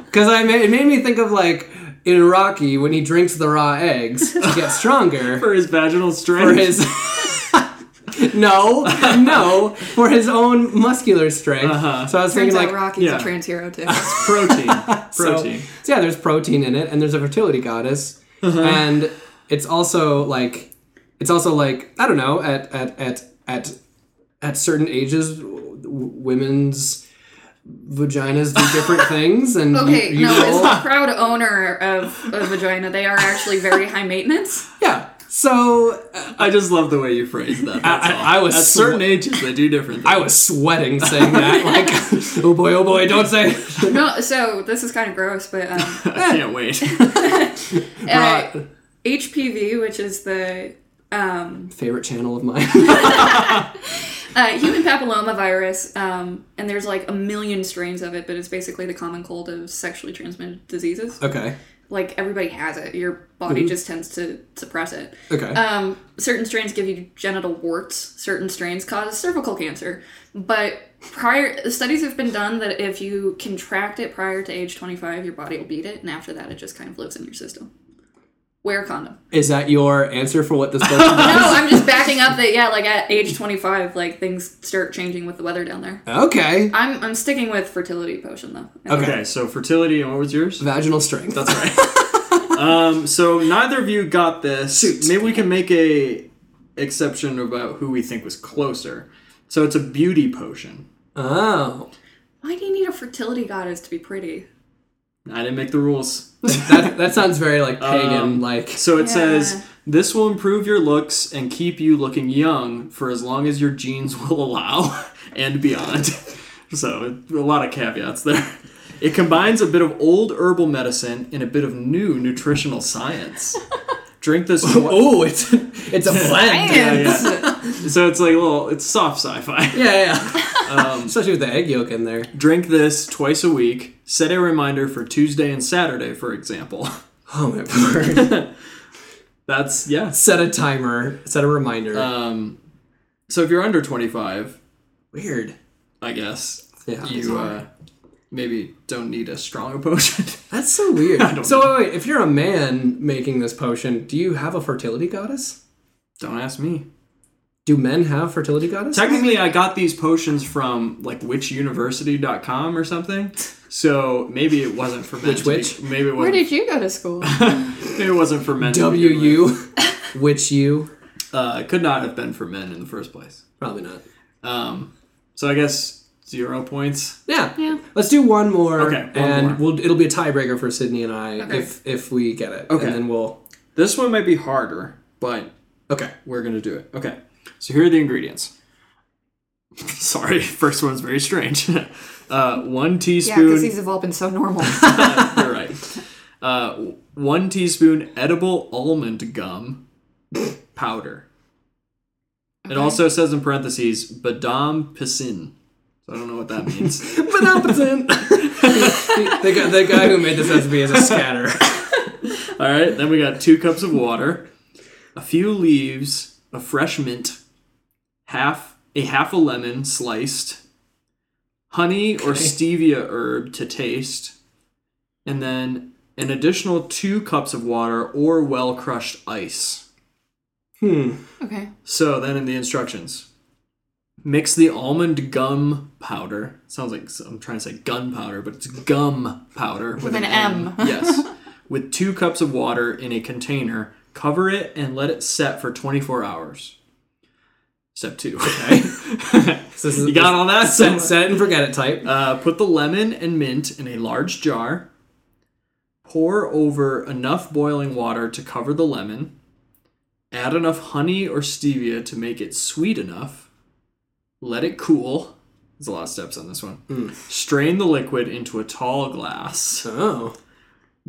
Speaker 1: because I ma- it made me think of like in Rocky when he drinks the raw eggs to get stronger
Speaker 2: For his vaginal strength.
Speaker 1: for his. no, no, for his own muscular strength. So I was
Speaker 3: Turns
Speaker 1: thinking like
Speaker 3: out Rocky's
Speaker 2: yeah.
Speaker 3: a trans hero too.
Speaker 2: protein.
Speaker 1: So-
Speaker 2: Protein. Uh-huh.
Speaker 1: so yeah, there's protein in it, and there's a fertility goddess, and it's also like, it's also like I don't know at at at at at certain ages, w- women's vaginas do different things, and you-
Speaker 3: okay,
Speaker 1: you,
Speaker 3: no,
Speaker 1: all-
Speaker 3: as the proud owner of a vagina, they are actually very high maintenance.
Speaker 1: yeah. So uh,
Speaker 2: I just love the way you phrased that. That's
Speaker 1: I-
Speaker 2: all.
Speaker 1: I was
Speaker 2: at
Speaker 1: sw-
Speaker 2: certain ages they do different. Things.
Speaker 1: I was sweating saying that, like, oh boy, oh boy, don't say.
Speaker 3: No, so this is kind of gross, but um,
Speaker 2: I can't wait.
Speaker 3: uh, HPV, which is the
Speaker 1: Favorite channel of mine.
Speaker 3: uh, human papilloma virus, um, and there's like a million strains of it, but it's basically the common cold of sexually transmitted diseases.
Speaker 1: okay.
Speaker 3: Like everybody has it. Your body
Speaker 1: Mm-hmm.
Speaker 3: just tends to suppress it.
Speaker 1: Okay.
Speaker 2: Uh,
Speaker 3: Um, certain strains give you genital warts. Certain strains cause cervical cancer. But prior studies have been done that if you contract it prior to age 25, your body will beat it, and after that, it just kind of lives in your system. Wear a condom.
Speaker 1: Is that your answer for what this person does?
Speaker 3: No, I'm just backing up that yeah, like at age 25, like things start changing with the weather down there.
Speaker 1: Okay.
Speaker 3: I'm I'm sticking with fertility potion though.
Speaker 2: okay. So fertility and what was yours?
Speaker 1: Vaginal strength.
Speaker 2: That's right. um, so neither of you got this.
Speaker 1: Shoot.
Speaker 2: Maybe we can make a exception about who we think was closer. So it's a beauty potion.
Speaker 1: oh.
Speaker 3: Why do you need a fertility goddess to be pretty?
Speaker 2: I didn't make the rules.
Speaker 1: that, that sounds very like
Speaker 3: Um,
Speaker 1: pagan like
Speaker 2: So it
Speaker 3: Yeah.
Speaker 2: says this will improve your looks and keep you looking young for as long as your genes will allow and beyond. So a lot of caveats there. It combines a bit of old herbal medicine and a bit of new nutritional science. Drink this.
Speaker 1: oh it's it's a blend yeah
Speaker 2: So it's like a little, it's soft sci-fi.
Speaker 1: yeah, especially with the egg yolk in there
Speaker 2: Drink this twice a week. Set a reminder for Tuesday and Saturday, for example.
Speaker 1: oh my word
Speaker 2: That's yes.
Speaker 1: set a timer set a reminder
Speaker 3: Uh,
Speaker 2: Um, so if you're under 25,
Speaker 1: weird
Speaker 2: I guess
Speaker 1: yeah
Speaker 2: you uh, maybe don't need a stronger potion.
Speaker 1: That's so weird.
Speaker 2: don't
Speaker 1: so wait, wait, if you're a man making this potion, do you have a fertility goddess?
Speaker 2: don't ask me.
Speaker 1: Do men have fertility goddess?
Speaker 2: Technically, I got these potions from like witchuniversity.com or something. So maybe it wasn't for men.
Speaker 1: Which
Speaker 2: to be-
Speaker 1: witch?
Speaker 2: Maybe it
Speaker 3: Where
Speaker 2: wasn't.
Speaker 3: did you go to school?
Speaker 2: maybe it wasn't for men. to
Speaker 1: W
Speaker 2: begin with.
Speaker 1: U, which you?
Speaker 2: Uh, it could not have been for men in the first place.
Speaker 1: Probably not.
Speaker 2: Um, so I guess zero points.
Speaker 1: Yeah.
Speaker 3: Yeah.
Speaker 1: Let's do one more.
Speaker 2: Okay, one
Speaker 1: and
Speaker 2: more.
Speaker 1: we'll it'll be a tiebreaker for Sydney and I
Speaker 3: Okay.
Speaker 1: if if we get it.
Speaker 2: Okay.
Speaker 1: And then we'll
Speaker 2: This one might be harder, but
Speaker 1: Okay.
Speaker 2: we're gonna do it. Okay. So here are the ingredients. Sorry, first one's very strange. uh, one
Speaker 3: yeah, because
Speaker 2: teaspoon.
Speaker 3: these have all been so normal.
Speaker 2: you're right. Uh, one teaspoon edible almond gum powder. It also says in parentheses badam pisin. So I don't know what that means.
Speaker 1: But not the same. the, guy, the guy who made this recipe is a scatter.
Speaker 2: All right, then we got two cups of water, a few leaves of fresh mint, half a half a lemon sliced, honey or stevia herb to taste, and then an additional two cups of water or well crushed ice.
Speaker 3: okay.
Speaker 2: So then in the instructions, mix the almond gum powder. Sounds like s- I'm trying to say gunpowder, but it's gum powder with,
Speaker 3: an M.
Speaker 2: yes, with two cups of water in a container. Cover it and let it set for 24 hours. Step two.
Speaker 1: So this is
Speaker 2: you got all that?
Speaker 1: set, set and forget it type.
Speaker 2: Uh, put the lemon and mint in a large jar. Pour over enough boiling water to cover the lemon. Add enough honey or stevia to make it sweet enough. Let it cool. There's a lot of steps on this one. Strain the liquid into a tall glass.
Speaker 1: oh.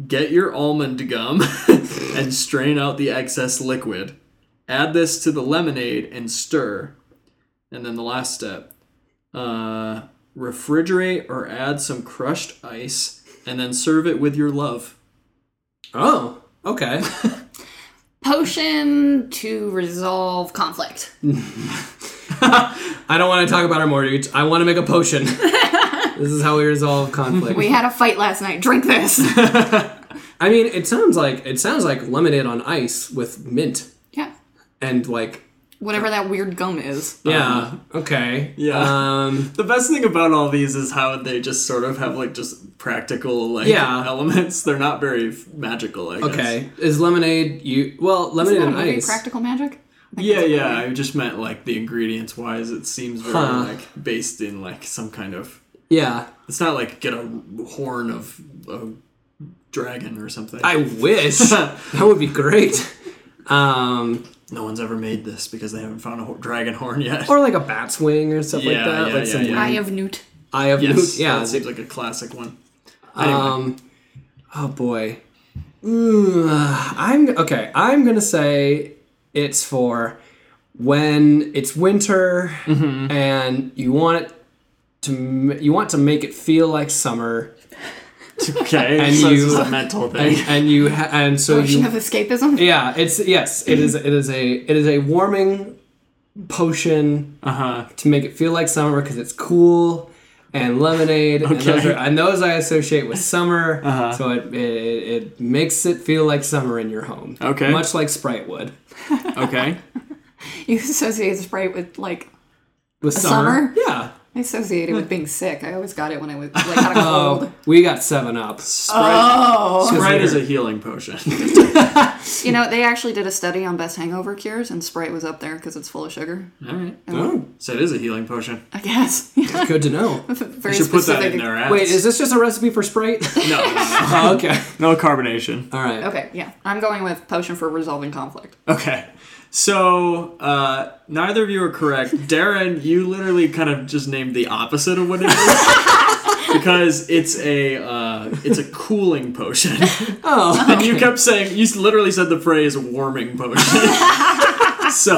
Speaker 2: Get your almond gum and strain out the excess liquid. Add this to the lemonade and stir. And then the last step uh, refrigerate or add some crushed ice and then serve it with your love.
Speaker 1: Oh. Okay.
Speaker 3: Potion to resolve conflict.
Speaker 1: I don't want to talk about our mortgage. I want to make a potion. this is how we resolve conflict.
Speaker 3: We had a fight last night. Drink this.
Speaker 1: I mean, it sounds like it sounds like lemonade on ice with mint
Speaker 3: yeah.
Speaker 1: and like
Speaker 3: Whatever that weird gum is.
Speaker 1: yeah. okay.
Speaker 2: Yeah.
Speaker 1: Um.
Speaker 2: Uh, The best thing about all these is how they just sort of have like just practical like
Speaker 1: Yeah.
Speaker 2: elements. They're not very f- magical, I guess.
Speaker 1: Okay. Is lemonade you? Well,
Speaker 3: Isn't
Speaker 1: lemonade
Speaker 3: that a
Speaker 1: and
Speaker 3: movie,
Speaker 1: ice.
Speaker 3: Practical magic? I think
Speaker 2: Yeah,
Speaker 3: that's a
Speaker 2: yeah.
Speaker 3: movie.
Speaker 2: I just meant like the ingredients wise. It seems very
Speaker 1: Huh.
Speaker 2: like based in like some kind of
Speaker 1: Yeah.
Speaker 2: It's not like get a horn of a dragon or something.
Speaker 1: I wish that would be great. Um,
Speaker 2: no one's ever made this because they haven't found a ho- dragon horn yet.
Speaker 1: or like a bat's wing or stuff like
Speaker 2: Yeah,
Speaker 1: that.
Speaker 2: yeah,
Speaker 1: like
Speaker 2: yeah,
Speaker 1: some
Speaker 2: yeah.
Speaker 3: Eye of Newt.
Speaker 1: eye of
Speaker 2: yes,
Speaker 1: Newt. Yeah.
Speaker 2: that seems like a classic one. Anyway,
Speaker 1: um. Oh boy. Ooh, I'm okay. I'm gonna say it's for when it's winter
Speaker 2: Mm-hmm.
Speaker 1: and you want it to m- you want to make it feel like summer,
Speaker 2: okay,
Speaker 1: Uh, and
Speaker 2: so
Speaker 1: you-
Speaker 2: this is a mental
Speaker 1: and,
Speaker 2: thing.
Speaker 1: and you ha- and so
Speaker 3: Potion
Speaker 1: you
Speaker 3: of escapism.
Speaker 1: Yeah, it's yes, it is. It is a it is a warming potion
Speaker 2: Uh huh.
Speaker 1: to make it feel like summer because it's cool and lemonade. And, those
Speaker 2: Okay. Uh-huh.
Speaker 1: are, and those I associate with summer, so it, it it makes it feel like summer in your home.
Speaker 2: Okay.
Speaker 1: much like Sprite would
Speaker 2: Okay.
Speaker 3: You associate Sprite with like
Speaker 1: with
Speaker 3: summer?
Speaker 1: Yeah.
Speaker 3: I associate it with being sick. I always got it when I was like had a cold.
Speaker 1: Oh, we got Seven Up.
Speaker 2: Sprite,
Speaker 3: Oh,
Speaker 2: Sprite is a healing potion.
Speaker 3: you know they actually did a study on best hangover cures, and Sprite was up there because it's full of sugar.
Speaker 2: All right.
Speaker 1: Oh,
Speaker 2: So it is a healing potion.
Speaker 3: I guess. Yeah.
Speaker 1: good to know.
Speaker 3: Very
Speaker 2: We should put that
Speaker 3: specific-
Speaker 2: in their ass.
Speaker 1: Wait, is this just a recipe for Sprite?
Speaker 2: no, no, no,
Speaker 1: oh, okay.
Speaker 2: no carbonation.
Speaker 1: All right.
Speaker 3: Okay, yeah, I'm going with potion for resolving conflict.
Speaker 2: Okay. So uh, neither of you are correct. Darren, you literally kind of just named the opposite of what it is. because it's a uh, it's a cooling potion.
Speaker 1: Oh,
Speaker 2: And you kept saying you literally said the phrase warming potion. so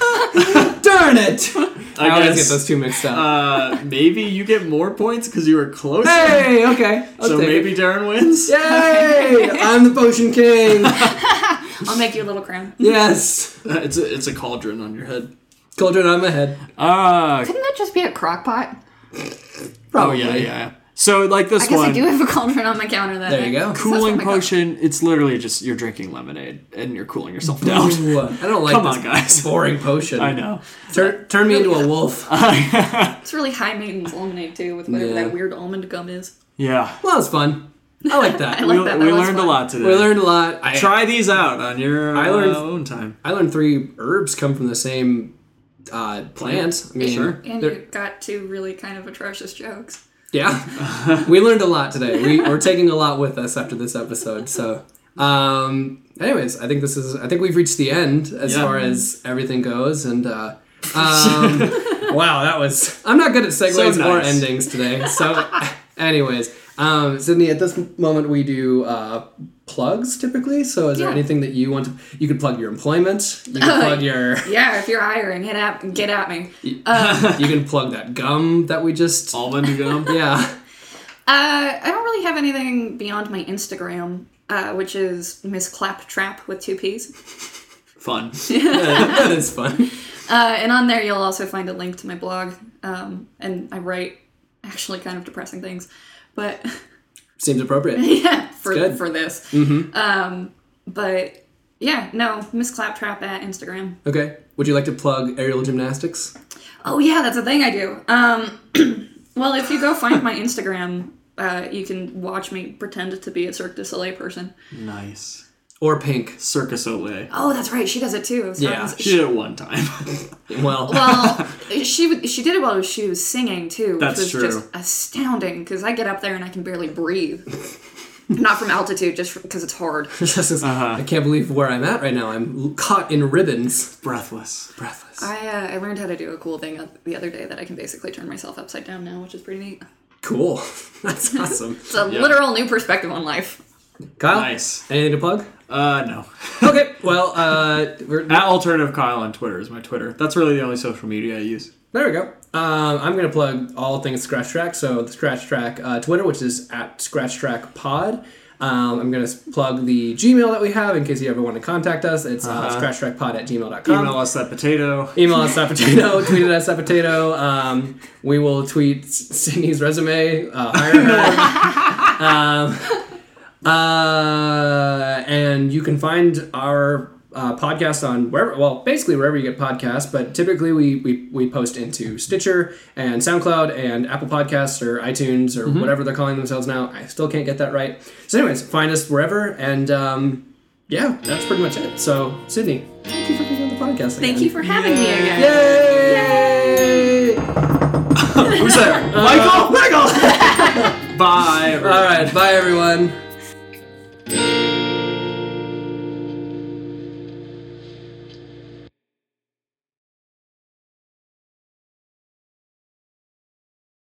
Speaker 2: I
Speaker 1: darn it! I, always
Speaker 2: guess
Speaker 1: get those two mixed up.
Speaker 2: uh, maybe you get more points because you were closer.
Speaker 1: hey, okay. I'll
Speaker 2: so
Speaker 1: take it.
Speaker 2: maybe Darren wins.
Speaker 1: Yay! I'm the potion king.
Speaker 3: I'll make you a little crown.
Speaker 1: Yes.
Speaker 2: Uh, It's a, it's a cauldron on your head.
Speaker 1: Cauldron on my head.
Speaker 2: Ah,
Speaker 3: Couldn't that just be a crock pot?
Speaker 2: oh
Speaker 1: Probably.
Speaker 2: yeah, yeah. So like this
Speaker 3: I guess
Speaker 2: one,
Speaker 3: I do have a cauldron on my counter. That
Speaker 1: There you
Speaker 3: night.
Speaker 1: go.
Speaker 3: 'Cause that's
Speaker 2: cooling
Speaker 3: what my cau-
Speaker 2: potion. It's literally just you're drinking lemonade and you're cooling yourself down.
Speaker 1: Ooh, I don't like
Speaker 2: Come
Speaker 1: this
Speaker 2: on, guys.
Speaker 1: boring potion.
Speaker 2: I know.
Speaker 1: Turn, turn me into a wolf. well,
Speaker 3: It's really high maintenance lemonade too, with whatever
Speaker 1: Yeah.
Speaker 3: that weird almond gum is.
Speaker 2: Yeah,
Speaker 1: that was fun. I like that.
Speaker 3: I like
Speaker 2: we,
Speaker 3: that.
Speaker 2: we
Speaker 3: That was
Speaker 2: learned
Speaker 3: fun.
Speaker 2: a lot today.
Speaker 1: we learned a lot. I,
Speaker 2: Try these out on your
Speaker 1: I
Speaker 2: uh,
Speaker 1: learned-
Speaker 2: own time.
Speaker 1: I learned three herbs come from the same uh, plant. I mean,
Speaker 2: Sure.
Speaker 3: And
Speaker 1: they're-
Speaker 3: you got two really kind of atrocious jokes.
Speaker 1: Yeah, we learned a lot today. We, we're taking a lot with us after this episode. So, um, anyways, I think this is. I think we've reached the end as
Speaker 2: Yeah.
Speaker 1: far as everything goes. And uh, um, wow, that was. I'm not good at segues
Speaker 2: So
Speaker 1: or
Speaker 2: nice.
Speaker 1: endings today. So, anyways, um, Sydney, at this moment we do. Uh, plugs typically so is there
Speaker 3: Yeah.
Speaker 1: anything that you want to you could plug your employment you can plug your
Speaker 3: Yeah, if you're hiring, hit at get at me.
Speaker 1: you can plug that gum that we just
Speaker 2: Almond gum.
Speaker 1: yeah
Speaker 3: Uh, I don't really have anything beyond my Instagram, uh, which is Miss Claptrap with two P's.
Speaker 2: Fun.
Speaker 1: that is fun
Speaker 3: Uh, and on there, you'll also find a link to my blog. Um, and I write actually kind of depressing things, but
Speaker 1: seems appropriate
Speaker 3: yeah, for,
Speaker 1: good.
Speaker 3: for this.
Speaker 2: Mm-hmm.
Speaker 3: Um, but yeah, no, Miss Claptrap at Instagram.
Speaker 1: Okay. Would you like to plug aerial gymnastics?
Speaker 3: Oh yeah, that's a thing I do. Um, well, if you go find my Instagram, uh, you can watch me pretend to be a Cirque du Soleil person.
Speaker 2: Nice.
Speaker 1: Or pink?
Speaker 2: Circus Olay.
Speaker 3: Oh, that's right, she does it too. So
Speaker 1: Yeah.
Speaker 3: it's-
Speaker 2: She did it one time.
Speaker 1: Well,
Speaker 3: well, she w- she did it while she was singing too, which
Speaker 2: That's
Speaker 3: was
Speaker 2: true.
Speaker 3: just astounding. Because I get up there and I can barely breathe, not from altitude, just because it's hard.
Speaker 1: this is- I can't believe where I'm at right now. I'm l- caught in ribbons.
Speaker 2: Breathless.
Speaker 1: Breathless.
Speaker 3: I uh, I learned how to do a cool thing the other day that I can basically turn myself upside down now, which is pretty neat.
Speaker 1: Cool. That's awesome.
Speaker 3: It's a literal new perspective on life.
Speaker 1: Kyle?
Speaker 2: Nice.
Speaker 1: Anything to plug?
Speaker 2: Uh, no.
Speaker 1: Okay. Well, uh, we're,
Speaker 2: At alternative Kyle on Twitter is my Twitter. That's really the only social media I use.
Speaker 1: there we go. Um, I'm going to plug all things Scratch Track. So the Scratch Track uh, Twitter, which is at Scratch Track Pod. Um, I'm going to plug the Gmail that we have in case you ever want to contact us. It's uh, scratchtrackpod at
Speaker 3: Um,
Speaker 1: gmail.com.
Speaker 2: Email us that potato.
Speaker 1: Email us that potato. tweet at us that potato. Um, we will tweet S- Sydney's resume. Uh, hire her. um, uh, and you can find our uh, podcast on wherever, well, basically wherever you get podcasts, but typically we, we, we post into Stitcher and SoundCloud and Apple Podcasts or iTunes or whatever they're calling themselves now. I still can't get that right. So, anyways, find us wherever. And um, yeah, that's pretty much it. So, Sydney, thank you for being on the podcast.
Speaker 3: Thank
Speaker 1: again.
Speaker 3: you for having me again.
Speaker 1: Yay! Who's there?
Speaker 2: Michael! Michael! Bye. everyone.
Speaker 1: All right, bye everyone.